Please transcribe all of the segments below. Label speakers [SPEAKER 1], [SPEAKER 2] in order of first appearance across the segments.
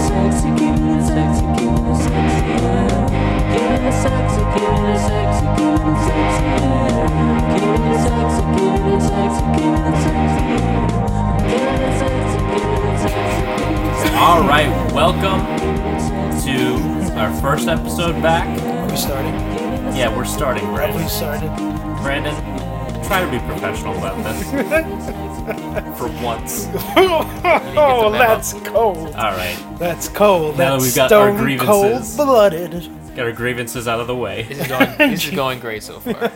[SPEAKER 1] sexy, give me the sexy, give me the sexy air. Give me the sexy, give me the sexy, give me the sexy air. Give me the sexy, give me the sexy, give me the sexy air. Give me the sexy, give me the sexy, give me the sexy
[SPEAKER 2] All
[SPEAKER 1] air.
[SPEAKER 2] right, welcome
[SPEAKER 1] Give me the sexy, give me
[SPEAKER 2] to
[SPEAKER 1] the
[SPEAKER 2] our first episode back.
[SPEAKER 3] Are we starting?
[SPEAKER 1] sexy, give me the
[SPEAKER 2] Yeah, we're starting,
[SPEAKER 3] Have we
[SPEAKER 2] Brandon.
[SPEAKER 3] started?
[SPEAKER 2] Brandon, try to be professional about this for once.
[SPEAKER 3] oh, that's cold.
[SPEAKER 2] All right,
[SPEAKER 3] That's cold.
[SPEAKER 2] Now that
[SPEAKER 3] That's
[SPEAKER 2] we've got our
[SPEAKER 3] stone cold
[SPEAKER 2] grievances.
[SPEAKER 3] blooded.
[SPEAKER 2] get our grievances out of the way.
[SPEAKER 4] This is going, this is going great so far.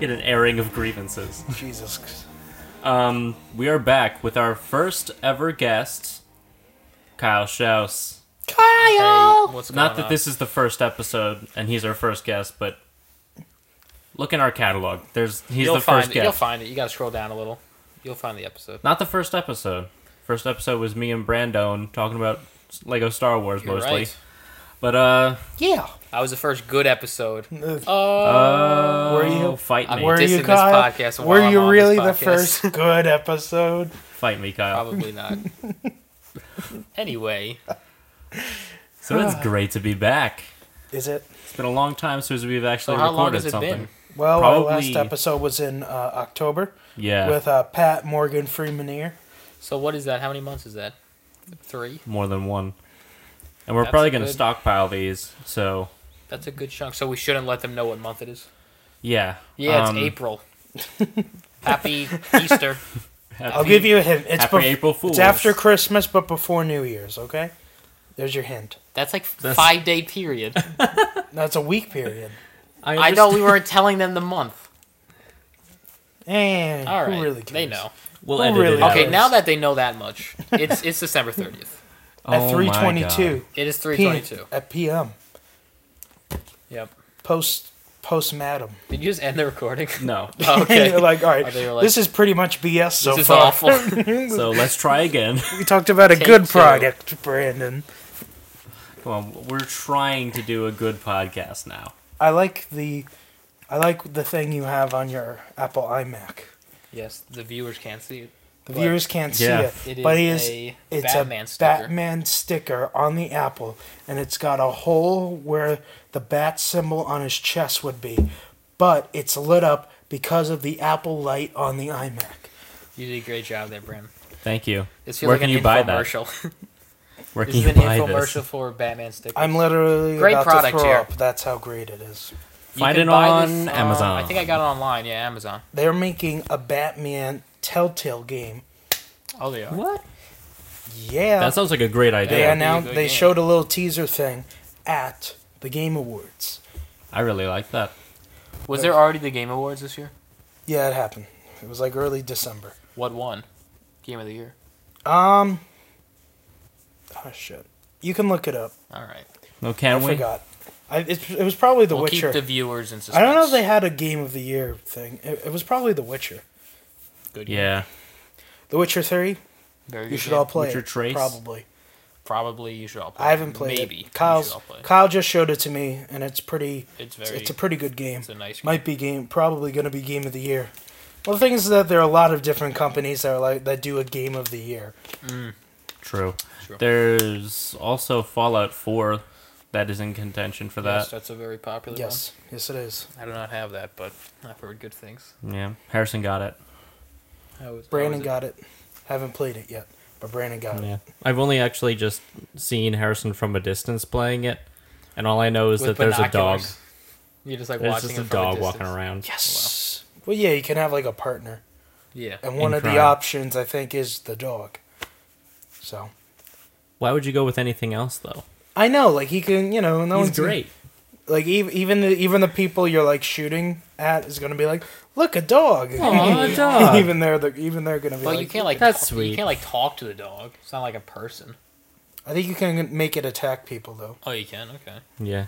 [SPEAKER 2] Get an airing of grievances.
[SPEAKER 3] Jesus.
[SPEAKER 2] Um, we are back with our first ever guest, Kyle Schaus.
[SPEAKER 4] Hey, what's
[SPEAKER 2] Not
[SPEAKER 4] going
[SPEAKER 2] that
[SPEAKER 4] on?
[SPEAKER 2] this is the first episode and he's our first guest, but look in our catalog. There's he's
[SPEAKER 4] you'll
[SPEAKER 2] the
[SPEAKER 4] find
[SPEAKER 2] first
[SPEAKER 4] it.
[SPEAKER 2] guest.
[SPEAKER 4] You'll find it. You gotta scroll down a little. You'll find the episode.
[SPEAKER 2] Not the first episode. First episode was me and Brandon talking about Lego Star Wars
[SPEAKER 4] You're
[SPEAKER 2] mostly.
[SPEAKER 4] right.
[SPEAKER 2] But uh,
[SPEAKER 3] Yeah.
[SPEAKER 4] I was the first good episode.
[SPEAKER 3] Ugh.
[SPEAKER 2] oh,
[SPEAKER 3] were you-
[SPEAKER 2] fight me,
[SPEAKER 4] I'm
[SPEAKER 3] Were
[SPEAKER 4] dissing
[SPEAKER 3] you,
[SPEAKER 4] this
[SPEAKER 3] Kyle?
[SPEAKER 4] podcast while
[SPEAKER 3] Were
[SPEAKER 4] I'm
[SPEAKER 3] you
[SPEAKER 4] on
[SPEAKER 3] really
[SPEAKER 4] this
[SPEAKER 3] the
[SPEAKER 4] podcast.
[SPEAKER 3] first good episode?
[SPEAKER 2] fight me, Kyle.
[SPEAKER 4] Probably not. anyway,
[SPEAKER 2] So
[SPEAKER 4] Ah.
[SPEAKER 2] it's great to be back.
[SPEAKER 3] Is it?
[SPEAKER 2] It's been a long time since we've actually
[SPEAKER 4] so how long
[SPEAKER 2] recorded
[SPEAKER 4] has it
[SPEAKER 2] something.
[SPEAKER 4] been?
[SPEAKER 3] Well, our last
[SPEAKER 2] Probably-
[SPEAKER 3] episode was in uh, October
[SPEAKER 2] Yeah,
[SPEAKER 3] with uh, Pat Morgan Freemaneer.
[SPEAKER 4] So what is that? How many months is that? Three.
[SPEAKER 2] more than one. And we're
[SPEAKER 4] That's
[SPEAKER 2] probably going to
[SPEAKER 4] good.
[SPEAKER 2] stockpile these. So
[SPEAKER 4] That's a good chunk. So we shouldn't let them know what month it is.
[SPEAKER 2] yeah,
[SPEAKER 4] Yeah, it's
[SPEAKER 2] Um,
[SPEAKER 4] April. Happy Easter.
[SPEAKER 2] happy-
[SPEAKER 3] I'll give you a hint. It's,
[SPEAKER 2] happy
[SPEAKER 3] bef-
[SPEAKER 2] April Fool's.
[SPEAKER 3] it's after Christmas, but before New Year's, okay? There's your hint.
[SPEAKER 4] That's like
[SPEAKER 2] That's-
[SPEAKER 4] five day period.
[SPEAKER 3] That's a week period.
[SPEAKER 4] I know we weren't telling them the month.
[SPEAKER 3] Eh,
[SPEAKER 4] All
[SPEAKER 3] who
[SPEAKER 4] right,
[SPEAKER 3] really cares?
[SPEAKER 4] they know.
[SPEAKER 2] We'll
[SPEAKER 3] Oh,
[SPEAKER 2] edit
[SPEAKER 3] really?
[SPEAKER 2] it. out.
[SPEAKER 4] Okay,
[SPEAKER 3] hours.
[SPEAKER 4] now that they know that much, it's it's December thirtieth.
[SPEAKER 2] Oh
[SPEAKER 3] At
[SPEAKER 2] my
[SPEAKER 3] 322
[SPEAKER 2] God.
[SPEAKER 4] It is three
[SPEAKER 3] p.m.
[SPEAKER 4] twenty-two.
[SPEAKER 3] At PM.
[SPEAKER 4] Yep.
[SPEAKER 3] Post post madam.
[SPEAKER 4] Did you just end the recording?
[SPEAKER 2] No,
[SPEAKER 4] Oh,
[SPEAKER 3] And
[SPEAKER 4] okay.
[SPEAKER 3] you're like, all right,
[SPEAKER 4] they were like,
[SPEAKER 3] this is pretty much BS so
[SPEAKER 4] this is
[SPEAKER 3] far.
[SPEAKER 4] awful.
[SPEAKER 2] so let's try again.
[SPEAKER 3] We talked about a
[SPEAKER 4] Take
[SPEAKER 3] good
[SPEAKER 4] two.
[SPEAKER 3] product, Brandon.
[SPEAKER 2] Come on, we're trying to do a good podcast now.
[SPEAKER 3] I like the, I like the thing you have on your Apple iMac.
[SPEAKER 4] yes, the viewers can't see it.
[SPEAKER 3] The
[SPEAKER 4] But
[SPEAKER 3] viewers can't
[SPEAKER 2] yeah.
[SPEAKER 3] see it,
[SPEAKER 4] It is
[SPEAKER 3] but it is
[SPEAKER 4] a
[SPEAKER 3] it's
[SPEAKER 4] Batman
[SPEAKER 3] a
[SPEAKER 4] sticker.
[SPEAKER 3] Batman sticker on the Apple, and it's got a hole where the bat symbol on his chest would be, but it's lit up because of the Apple light on the iMac.
[SPEAKER 4] You did a great job there, Bram.
[SPEAKER 2] Thank you.
[SPEAKER 4] This feels
[SPEAKER 2] Where
[SPEAKER 4] like
[SPEAKER 2] can
[SPEAKER 4] an
[SPEAKER 2] you buy that?
[SPEAKER 4] infomercial.
[SPEAKER 2] Where
[SPEAKER 4] this
[SPEAKER 2] can
[SPEAKER 4] is
[SPEAKER 2] you
[SPEAKER 4] an
[SPEAKER 2] buy
[SPEAKER 4] infomercial
[SPEAKER 2] this?
[SPEAKER 4] for Batman stickers.
[SPEAKER 3] I'm literally
[SPEAKER 4] Great
[SPEAKER 3] about
[SPEAKER 4] product
[SPEAKER 3] to throw
[SPEAKER 4] here.
[SPEAKER 3] up. That's how great it is.
[SPEAKER 4] You
[SPEAKER 2] Find
[SPEAKER 4] can
[SPEAKER 2] it
[SPEAKER 4] buy
[SPEAKER 2] on
[SPEAKER 4] uh,
[SPEAKER 2] Amazon.
[SPEAKER 4] I think I got it online. Yeah, Amazon.
[SPEAKER 3] They're making a Batman Telltale game.
[SPEAKER 4] Oh, they are.
[SPEAKER 2] What?
[SPEAKER 3] Yeah.
[SPEAKER 2] That sounds like a great
[SPEAKER 3] they
[SPEAKER 2] idea.
[SPEAKER 4] Yeah. would be a
[SPEAKER 3] announced
[SPEAKER 4] good
[SPEAKER 3] they
[SPEAKER 4] game.
[SPEAKER 3] showed a little teaser thing at the Game Awards.
[SPEAKER 2] I really like that.
[SPEAKER 4] Was there already the Game Awards this year?
[SPEAKER 3] Yeah, it happened. It was like early December.
[SPEAKER 4] What won? Game of the year.
[SPEAKER 3] Um Oh shit. You can look it up.
[SPEAKER 4] All right.
[SPEAKER 2] No, can
[SPEAKER 3] I
[SPEAKER 2] we?
[SPEAKER 3] forgot. I, it, it was probably The
[SPEAKER 4] We'll
[SPEAKER 3] Witcher.
[SPEAKER 4] keep the viewers in suspense.
[SPEAKER 3] I don't know if they had a Game of the Year thing. It, it was probably The Witcher.
[SPEAKER 4] Good game.
[SPEAKER 2] Yeah.
[SPEAKER 3] The Witcher 3,
[SPEAKER 4] Very good
[SPEAKER 3] you should
[SPEAKER 4] game.
[SPEAKER 3] all play
[SPEAKER 2] Witcher
[SPEAKER 3] it,
[SPEAKER 2] Trace?
[SPEAKER 3] probably.
[SPEAKER 4] Probably you should all play.
[SPEAKER 3] I haven't played
[SPEAKER 4] Maybe.
[SPEAKER 3] it. Kyle's,
[SPEAKER 4] You should all play.
[SPEAKER 3] Kyle just showed it to me, and it's pretty.
[SPEAKER 4] It's
[SPEAKER 3] It's,
[SPEAKER 4] very.
[SPEAKER 3] it's a pretty good game.
[SPEAKER 4] It's a nice game.
[SPEAKER 3] Might be game, probably going to be game of the year. Well, the thing is that there are a lot of different companies that are like that do a game of the year.
[SPEAKER 2] True.
[SPEAKER 4] True.
[SPEAKER 2] There's also Fallout 4 that is in contention for
[SPEAKER 4] Yes,
[SPEAKER 2] that.
[SPEAKER 4] that's a very popular
[SPEAKER 3] Yes, yes, it is.
[SPEAKER 4] one. I do not have that, but I've heard good things.
[SPEAKER 2] Yeah. Harrison got it.
[SPEAKER 4] How was,
[SPEAKER 3] Brandon got it. Haven't played it yet, but Brandon got it.
[SPEAKER 2] Yeah. I've only actually just seen Harrison from a distance playing it, and all I know is that there's a dog.
[SPEAKER 4] You're just like
[SPEAKER 2] There's
[SPEAKER 4] watching
[SPEAKER 2] just
[SPEAKER 4] it
[SPEAKER 2] a
[SPEAKER 4] from
[SPEAKER 2] dog walking
[SPEAKER 4] distance.
[SPEAKER 2] around.
[SPEAKER 3] Yes. Well, yeah, you can have like a partner,
[SPEAKER 4] Yeah.
[SPEAKER 3] and one
[SPEAKER 2] In
[SPEAKER 3] of
[SPEAKER 2] crime.
[SPEAKER 3] the options I think is the dog. So
[SPEAKER 2] Why would you go with anything else though?
[SPEAKER 3] I know, like he can, you know, no
[SPEAKER 2] He's
[SPEAKER 3] one's gonna-
[SPEAKER 2] great.
[SPEAKER 3] Like even even the, even the people you're like shooting at is gonna be like, look a dog.
[SPEAKER 2] Aw, a dog.
[SPEAKER 3] even they're, they're even they're gonna be.
[SPEAKER 4] Well,
[SPEAKER 3] like,
[SPEAKER 4] you can't like
[SPEAKER 2] That's
[SPEAKER 4] talk,
[SPEAKER 2] sweet.
[SPEAKER 4] You can't like talk to the dog. It's not like a person.
[SPEAKER 3] I think you can make it attack people though.
[SPEAKER 4] Oh, you can. Okay.
[SPEAKER 2] Yeah.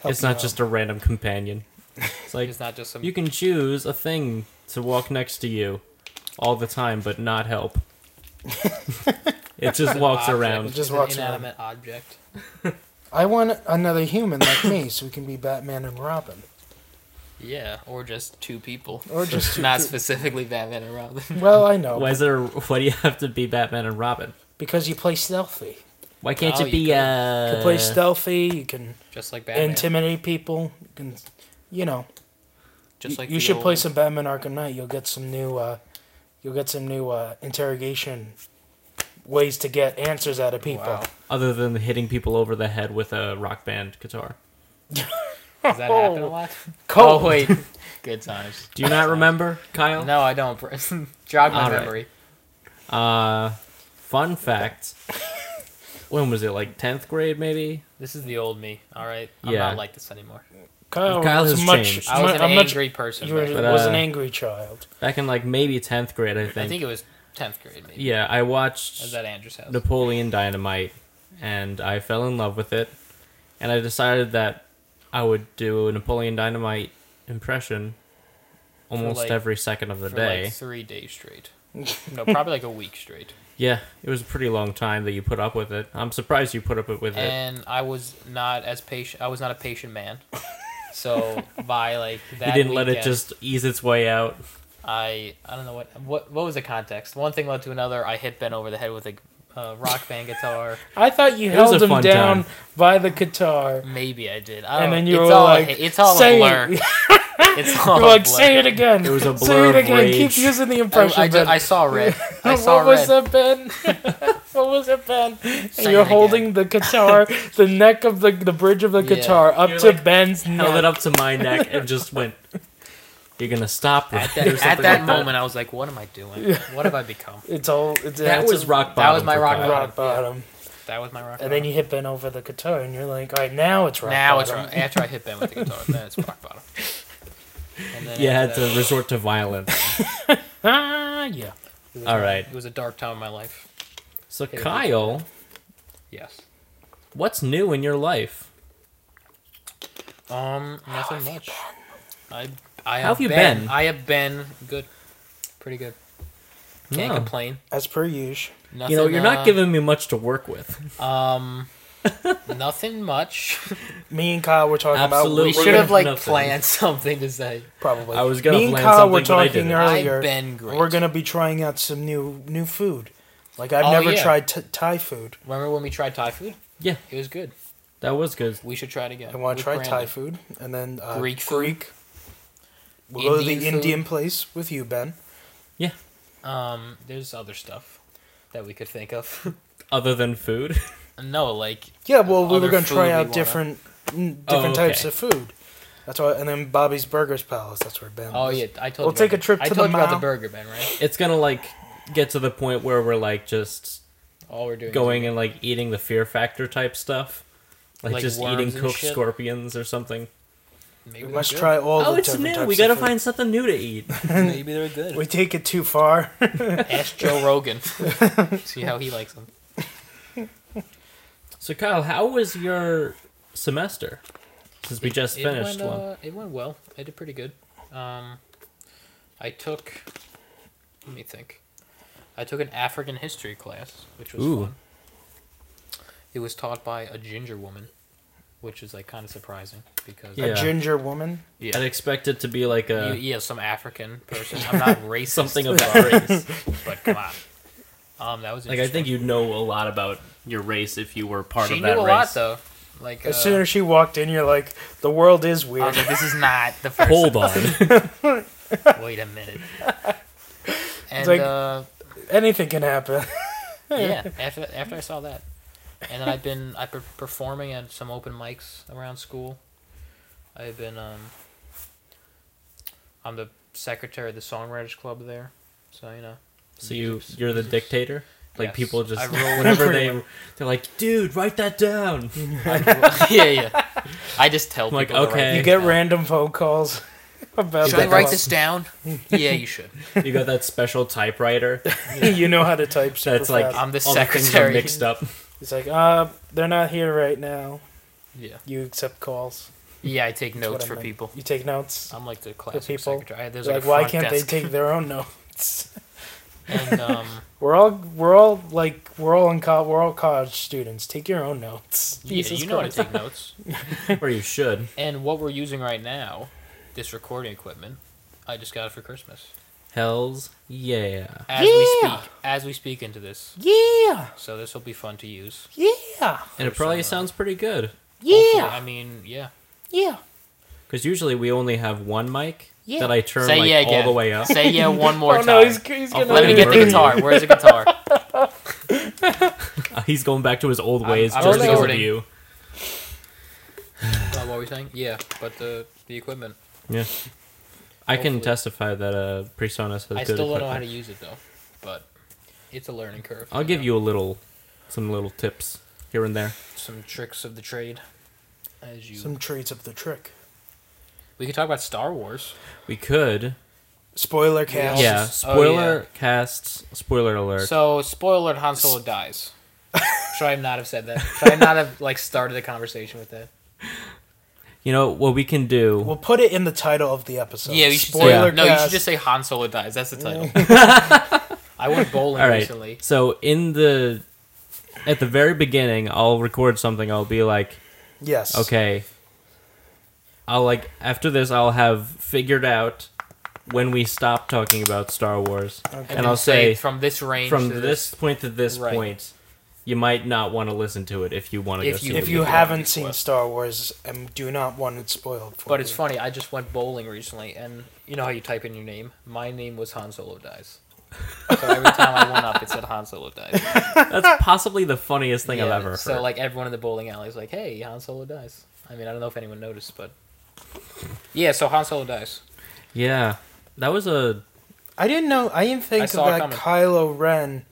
[SPEAKER 3] Help
[SPEAKER 2] it's
[SPEAKER 3] you
[SPEAKER 2] not
[SPEAKER 3] out.
[SPEAKER 2] just a random companion. It's like
[SPEAKER 4] It's not just some.
[SPEAKER 2] You can choose a thing to walk next to you all the time, but not help. it just walks
[SPEAKER 4] object.
[SPEAKER 2] around.
[SPEAKER 3] Just
[SPEAKER 4] It's an
[SPEAKER 3] walks around.
[SPEAKER 4] inanimate object.
[SPEAKER 3] I want another human like me, so we can be Batman and Robin,
[SPEAKER 4] Yeah, or just two people.
[SPEAKER 3] or just
[SPEAKER 4] not specifically Batman and Robin.
[SPEAKER 3] well, I know
[SPEAKER 2] Why is there? Why do you have to be Batman and Robin?
[SPEAKER 3] because you play stealthy.
[SPEAKER 2] Why can't
[SPEAKER 4] Oh,
[SPEAKER 2] it
[SPEAKER 4] you
[SPEAKER 2] be
[SPEAKER 4] could-
[SPEAKER 2] uh?
[SPEAKER 3] You can play stealthy. You can
[SPEAKER 4] Just like Batman.
[SPEAKER 3] intimidate people. You can, you know.
[SPEAKER 4] just
[SPEAKER 3] you-
[SPEAKER 4] like
[SPEAKER 3] you
[SPEAKER 4] the
[SPEAKER 3] should play
[SPEAKER 4] old-
[SPEAKER 3] some Batman Arkham Knight. You'll get some new. Uh, you'll get some new uh, interrogation ways to get answers out of people.
[SPEAKER 4] Wow.
[SPEAKER 2] Other than hitting people over the head with a rock band guitar.
[SPEAKER 4] Does that happen a lot?
[SPEAKER 3] Cool.
[SPEAKER 4] Oh wait, good times.
[SPEAKER 2] Do you not remember, Kyle?
[SPEAKER 4] No, I don't. Jog my
[SPEAKER 2] All right.
[SPEAKER 4] memory.
[SPEAKER 2] Uh, fun fact. when was it? Like tenth grade, maybe.
[SPEAKER 4] This is the old me. All right, I'm
[SPEAKER 2] Yeah.
[SPEAKER 4] not like this anymore.
[SPEAKER 3] Kyle,
[SPEAKER 2] Kyle
[SPEAKER 3] was
[SPEAKER 2] has
[SPEAKER 3] much,
[SPEAKER 2] changed.
[SPEAKER 4] I was
[SPEAKER 3] mu-
[SPEAKER 4] an
[SPEAKER 3] I'm much-
[SPEAKER 4] angry person.
[SPEAKER 3] you
[SPEAKER 4] back
[SPEAKER 3] were-
[SPEAKER 4] then.
[SPEAKER 2] But,
[SPEAKER 3] was an
[SPEAKER 2] uh,
[SPEAKER 3] angry child.
[SPEAKER 2] Back in like maybe tenth grade, I think.
[SPEAKER 4] I think it was tenth grade maybe.
[SPEAKER 2] yeah, I
[SPEAKER 4] I
[SPEAKER 2] watched
[SPEAKER 4] was at Andrew's house.
[SPEAKER 2] Napoleon Dynamite, and I fell in love with it, and I decided that I would do a Napoleon Dynamite impression almost
[SPEAKER 4] like-
[SPEAKER 2] every second of the
[SPEAKER 4] for
[SPEAKER 2] day.
[SPEAKER 4] like three days straight. no, probably like a week straight.
[SPEAKER 2] Yeah, it was a pretty long time that you put up with it. I'm surprised you put up with it.
[SPEAKER 4] And I was not as patient. I was not a patient man. So by like that,
[SPEAKER 2] You didn't let it
[SPEAKER 4] weekend,
[SPEAKER 2] just ease its way out.
[SPEAKER 4] I I don't know what what what was the context. One thing led to another. I hit Ben over the head with a uh, rock band guitar.
[SPEAKER 3] I thought you
[SPEAKER 2] It was
[SPEAKER 3] held
[SPEAKER 2] a
[SPEAKER 3] him
[SPEAKER 2] fun
[SPEAKER 3] down
[SPEAKER 2] time.
[SPEAKER 3] by the guitar,
[SPEAKER 4] Maybe I did. I don't,
[SPEAKER 3] and then you
[SPEAKER 4] it's
[SPEAKER 3] were
[SPEAKER 4] all
[SPEAKER 3] like,
[SPEAKER 4] a, it's all
[SPEAKER 3] say
[SPEAKER 4] a blur.
[SPEAKER 3] It.
[SPEAKER 4] It's all
[SPEAKER 3] You're
[SPEAKER 4] a
[SPEAKER 3] like,
[SPEAKER 4] blur.
[SPEAKER 3] say it again.
[SPEAKER 2] Oh, It was a
[SPEAKER 3] Say
[SPEAKER 2] blur
[SPEAKER 3] it
[SPEAKER 2] of
[SPEAKER 3] again.
[SPEAKER 2] rage.
[SPEAKER 3] Keep using the
[SPEAKER 4] I,
[SPEAKER 3] impression.
[SPEAKER 4] I, ju-
[SPEAKER 3] Ben.
[SPEAKER 4] I saw red. I saw
[SPEAKER 3] what
[SPEAKER 4] red.
[SPEAKER 3] was that, Ben? what was it, Ben?
[SPEAKER 4] Say
[SPEAKER 3] And you're
[SPEAKER 4] it
[SPEAKER 3] holding the guitar, the neck of the the bridge of the
[SPEAKER 4] Yeah.
[SPEAKER 3] guitar up
[SPEAKER 2] You're
[SPEAKER 3] to
[SPEAKER 2] like,
[SPEAKER 3] Ben's neck.
[SPEAKER 2] Held it up to my neck and just went. You're gonna stop right?"
[SPEAKER 4] At that,
[SPEAKER 2] or
[SPEAKER 4] at
[SPEAKER 2] something
[SPEAKER 4] that
[SPEAKER 2] like
[SPEAKER 4] moment, I was like, "What am I doing? What have I become?"
[SPEAKER 3] It's all. It's,
[SPEAKER 2] That,
[SPEAKER 3] it's
[SPEAKER 2] was
[SPEAKER 3] a
[SPEAKER 2] rock bottom.
[SPEAKER 4] that was my
[SPEAKER 2] for
[SPEAKER 4] rock
[SPEAKER 2] Kyle.
[SPEAKER 4] bottom.
[SPEAKER 3] rock bottom.
[SPEAKER 4] That was my rock.
[SPEAKER 3] And then you hit Ben over the guitar, and you're like, all right, now it's rock
[SPEAKER 4] now
[SPEAKER 3] bottom.
[SPEAKER 4] it's after I hit Ben with the guitar. then it's rock bottom. And then
[SPEAKER 2] You
[SPEAKER 4] after
[SPEAKER 2] had to
[SPEAKER 4] that,
[SPEAKER 2] resort to violence.
[SPEAKER 3] Ah, yeah.
[SPEAKER 4] it was
[SPEAKER 2] all
[SPEAKER 4] a-
[SPEAKER 2] right.
[SPEAKER 4] It was a dark time in my life.
[SPEAKER 2] So
[SPEAKER 4] Hit it.
[SPEAKER 2] Kyle,
[SPEAKER 4] Yes.
[SPEAKER 2] what's new in your life?
[SPEAKER 4] Um. Nothing much. I. I
[SPEAKER 2] How have you been?
[SPEAKER 4] I have been good. Pretty good. Can't
[SPEAKER 2] No.
[SPEAKER 4] complain.
[SPEAKER 3] As per usual.
[SPEAKER 4] Nothing,
[SPEAKER 2] You know, you're
[SPEAKER 4] uh,
[SPEAKER 2] not giving me much to work with.
[SPEAKER 4] Um. nothing much.
[SPEAKER 3] Me and Kyle were talking
[SPEAKER 2] Absolutely.
[SPEAKER 4] We
[SPEAKER 3] about. we're
[SPEAKER 4] should have
[SPEAKER 2] gonna-
[SPEAKER 4] like
[SPEAKER 2] nothing.
[SPEAKER 4] planned something to say.
[SPEAKER 3] Probably.
[SPEAKER 2] I was gonna
[SPEAKER 3] Me and
[SPEAKER 2] plan
[SPEAKER 3] Kyle were
[SPEAKER 2] something, but I
[SPEAKER 3] talking
[SPEAKER 2] didn't.
[SPEAKER 3] earlier.
[SPEAKER 4] I've been great.
[SPEAKER 3] We're gonna be trying out some new new food. Like I've
[SPEAKER 4] Oh,
[SPEAKER 3] never
[SPEAKER 4] yeah.
[SPEAKER 3] tried t- Thai food.
[SPEAKER 4] Remember when we tried Thai food?
[SPEAKER 2] Yeah,
[SPEAKER 4] It was good.
[SPEAKER 2] that was good.
[SPEAKER 4] We should try it again.
[SPEAKER 3] I want to
[SPEAKER 4] with
[SPEAKER 3] try
[SPEAKER 4] Brandon.
[SPEAKER 3] Thai food, and then uh,
[SPEAKER 4] Greek food.
[SPEAKER 3] We'll go to the
[SPEAKER 4] Indian food.
[SPEAKER 3] Indian place with you, Ben.
[SPEAKER 2] Yeah.
[SPEAKER 4] Um, there's other stuff that we could think of.
[SPEAKER 2] Other than food,
[SPEAKER 4] no, like
[SPEAKER 3] Yeah, well, we
[SPEAKER 4] Other
[SPEAKER 3] were gonna
[SPEAKER 4] food
[SPEAKER 3] try
[SPEAKER 4] we
[SPEAKER 3] out
[SPEAKER 4] wanna-
[SPEAKER 3] different mm, different
[SPEAKER 2] Oh,
[SPEAKER 3] types
[SPEAKER 2] okay.
[SPEAKER 3] of food. That's why, and then Bobby's Burgers Palace. That's where Ben.
[SPEAKER 4] oh
[SPEAKER 3] was.
[SPEAKER 4] yeah, I told.
[SPEAKER 3] We'll
[SPEAKER 4] you
[SPEAKER 3] take
[SPEAKER 4] about
[SPEAKER 3] a trip
[SPEAKER 4] the,
[SPEAKER 3] to
[SPEAKER 4] I told
[SPEAKER 3] the
[SPEAKER 4] you about
[SPEAKER 3] mall.
[SPEAKER 4] the burger, Ben. Right?
[SPEAKER 2] it's gonna like get to the point where we're like just
[SPEAKER 4] All we're doing. is-
[SPEAKER 2] going and like eating the Fear Factor type stuff, like,
[SPEAKER 4] Like
[SPEAKER 2] just
[SPEAKER 4] worms
[SPEAKER 2] eating
[SPEAKER 4] and
[SPEAKER 2] cooked
[SPEAKER 4] shit?
[SPEAKER 2] scorpions or something.
[SPEAKER 4] maybe
[SPEAKER 3] We
[SPEAKER 4] they're
[SPEAKER 3] must
[SPEAKER 4] good.
[SPEAKER 3] try all
[SPEAKER 2] Oh,
[SPEAKER 3] the
[SPEAKER 2] it's
[SPEAKER 3] different
[SPEAKER 2] new.
[SPEAKER 3] types
[SPEAKER 2] We
[SPEAKER 3] of
[SPEAKER 2] gotta
[SPEAKER 3] food.
[SPEAKER 2] find something new to eat.
[SPEAKER 4] Maybe they're good.
[SPEAKER 3] We take it too far.
[SPEAKER 4] Ask Joe Rogan. See how he likes them.
[SPEAKER 2] So Kyle, how was your semester? Since we just finished
[SPEAKER 4] went,
[SPEAKER 2] one.
[SPEAKER 4] Uh, it went well. I did pretty good. Um, I took. Let me think. I took an African history class, which was
[SPEAKER 2] Ooh.
[SPEAKER 4] fun. It was taught by a ginger woman, which is like kind of surprising because
[SPEAKER 2] Yeah.
[SPEAKER 3] A ginger woman.
[SPEAKER 4] Yeah.
[SPEAKER 2] I'd expect it to be like
[SPEAKER 4] You-
[SPEAKER 2] a
[SPEAKER 4] yeah, some African person. I'm not racist.
[SPEAKER 2] something of that race.
[SPEAKER 4] but, but come on. Um, that was
[SPEAKER 2] Like I think
[SPEAKER 4] interesting.
[SPEAKER 2] you'd know a lot about your race if you were part
[SPEAKER 4] she
[SPEAKER 2] of
[SPEAKER 4] knew
[SPEAKER 2] that race.
[SPEAKER 4] a lot though. Like uh,
[SPEAKER 3] As soon as she walked in, you're like, the world is
[SPEAKER 4] I
[SPEAKER 3] weird.
[SPEAKER 4] was like, this is not the first.
[SPEAKER 2] Hold on.
[SPEAKER 4] Wait a minute. And
[SPEAKER 3] like-
[SPEAKER 4] uh,
[SPEAKER 3] Anything can happen.
[SPEAKER 4] yeah, after after I saw that, and then I've been I've been performing at some open mics around school. I've been um. I'm the secretary of the songwriters club there, so you know.
[SPEAKER 2] so you
[SPEAKER 4] music's-
[SPEAKER 2] you're the
[SPEAKER 4] music's-
[SPEAKER 2] dictator. Like
[SPEAKER 4] Yes.
[SPEAKER 2] people just
[SPEAKER 4] I roll
[SPEAKER 2] whenever
[SPEAKER 3] pretty
[SPEAKER 2] they they're like, dude, write that down.
[SPEAKER 4] yeah, yeah. I just tell
[SPEAKER 2] Like,
[SPEAKER 4] people to write
[SPEAKER 2] okay.
[SPEAKER 4] things
[SPEAKER 3] You get
[SPEAKER 4] down.
[SPEAKER 3] random phone calls about
[SPEAKER 4] Should I
[SPEAKER 3] that
[SPEAKER 4] write
[SPEAKER 3] one.
[SPEAKER 4] this down? yeah, you should.
[SPEAKER 2] you got that special typewriter
[SPEAKER 3] you know how to type. Super
[SPEAKER 2] that's like
[SPEAKER 3] fast.
[SPEAKER 4] I'm the
[SPEAKER 2] all things are
[SPEAKER 4] secretary.
[SPEAKER 2] mixed up.
[SPEAKER 3] It's like, uh, they're not here right now.
[SPEAKER 4] Yeah.
[SPEAKER 3] You accept calls.
[SPEAKER 4] Yeah, I take
[SPEAKER 3] That's what
[SPEAKER 4] notes
[SPEAKER 3] I
[SPEAKER 4] for
[SPEAKER 3] meant.
[SPEAKER 4] people.
[SPEAKER 3] You take notes.
[SPEAKER 4] I'm like the classic
[SPEAKER 3] people.
[SPEAKER 4] secretary. There's
[SPEAKER 3] like,
[SPEAKER 4] like,
[SPEAKER 3] why can't they take their own notes?
[SPEAKER 4] take? And um,
[SPEAKER 3] We're all we're all like we're all in col- we're all college students. Take your own notes.
[SPEAKER 4] yeah,
[SPEAKER 3] Jesus
[SPEAKER 4] you know how to
[SPEAKER 3] Christ.
[SPEAKER 4] take notes.
[SPEAKER 2] or you should.
[SPEAKER 4] And what we're using right now, this recording equipment, I just got it for Christmas.
[SPEAKER 2] Hells yeah.
[SPEAKER 4] As we
[SPEAKER 3] Yeah.
[SPEAKER 4] speak, as we speak into this,
[SPEAKER 3] Yeah,
[SPEAKER 4] so this will be fun to use.
[SPEAKER 3] yeah. Yeah.
[SPEAKER 2] and it probably
[SPEAKER 4] uh,
[SPEAKER 2] sounds pretty good.
[SPEAKER 4] Hopefully-
[SPEAKER 3] Yeah.
[SPEAKER 4] I mean, yeah.
[SPEAKER 3] Yeah.
[SPEAKER 2] Because usually we only have one mic
[SPEAKER 3] Yeah.
[SPEAKER 2] that I turn
[SPEAKER 4] Say
[SPEAKER 2] like
[SPEAKER 4] yeah
[SPEAKER 2] all
[SPEAKER 4] again.
[SPEAKER 2] the way up.
[SPEAKER 4] Say yeah one more
[SPEAKER 3] oh
[SPEAKER 4] time.
[SPEAKER 3] no, he's, he's
[SPEAKER 4] Oh,
[SPEAKER 3] gonna.
[SPEAKER 4] let me get the
[SPEAKER 2] Murder you.
[SPEAKER 4] guitar. Where's the guitar?
[SPEAKER 2] He's going back to his old
[SPEAKER 4] I'm-
[SPEAKER 2] ways
[SPEAKER 4] I'm
[SPEAKER 2] just because of
[SPEAKER 4] recording.
[SPEAKER 2] you.
[SPEAKER 4] Uh, what were we saying? Yeah, but the the equipment.
[SPEAKER 2] Yeah. I can
[SPEAKER 4] Hopefully.
[SPEAKER 2] testify that uh, PreSonus has
[SPEAKER 4] I
[SPEAKER 2] good
[SPEAKER 4] still don't know how to
[SPEAKER 2] equipment.
[SPEAKER 4] use it though, but it's a learning curve.
[SPEAKER 2] I'll give you a little, some little tips here and there.
[SPEAKER 4] some tricks of the trade. As you,
[SPEAKER 3] Some trades of the trick.
[SPEAKER 4] we could talk about Star Wars.
[SPEAKER 2] We could.
[SPEAKER 3] Spoiler cast.
[SPEAKER 2] Yeah.
[SPEAKER 4] s- oh,
[SPEAKER 2] Spoiler
[SPEAKER 4] yeah.
[SPEAKER 2] casts. Spoiler alert.
[SPEAKER 4] So, spoiler: Han Solo dies. Should I not have said that? Should I not have like started the conversation with that?
[SPEAKER 2] you know what we can do?
[SPEAKER 3] We'll put it in the title of the episode.
[SPEAKER 4] yeah, you should
[SPEAKER 3] Spoiler
[SPEAKER 4] say no. You should
[SPEAKER 3] cast.
[SPEAKER 4] just say Han Solo dies. That's the title. I went bowling
[SPEAKER 2] All right.
[SPEAKER 4] recently.
[SPEAKER 2] So in the at the very beginning, I'll record something. I'll be like,
[SPEAKER 3] Yes.
[SPEAKER 2] okay. I'll like after this, I'll have figured out when we stop talking about Star Wars,
[SPEAKER 3] Okay.
[SPEAKER 2] and,
[SPEAKER 4] then
[SPEAKER 2] I'll say
[SPEAKER 4] from this range
[SPEAKER 2] from
[SPEAKER 4] to
[SPEAKER 2] this, point to this
[SPEAKER 4] Right.
[SPEAKER 2] point, you might not want to listen to it if you want to.
[SPEAKER 4] If
[SPEAKER 2] go
[SPEAKER 4] you-
[SPEAKER 2] see
[SPEAKER 3] If
[SPEAKER 2] the
[SPEAKER 3] you
[SPEAKER 2] movie.
[SPEAKER 3] haven't
[SPEAKER 4] Request.
[SPEAKER 3] seen Star Wars and do not want it spoiled for
[SPEAKER 4] But it's
[SPEAKER 3] you.
[SPEAKER 4] funny. I just went bowling recently, and you know how you type in your name. My name was Han Solo dies. So every time I went up, it said Han Solo dies.
[SPEAKER 2] that's possibly the funniest thing I've
[SPEAKER 4] Yeah,
[SPEAKER 2] ever
[SPEAKER 4] So
[SPEAKER 2] heard.
[SPEAKER 4] like everyone in the bowling alley is like, "Hey, Han Solo dies." I mean, I don't know if anyone noticed, but yeah. So Han Solo dies.
[SPEAKER 2] yeah, that was a
[SPEAKER 3] I didn't know. I didn't think
[SPEAKER 4] saw it
[SPEAKER 3] that
[SPEAKER 4] coming.
[SPEAKER 3] Kylo Ren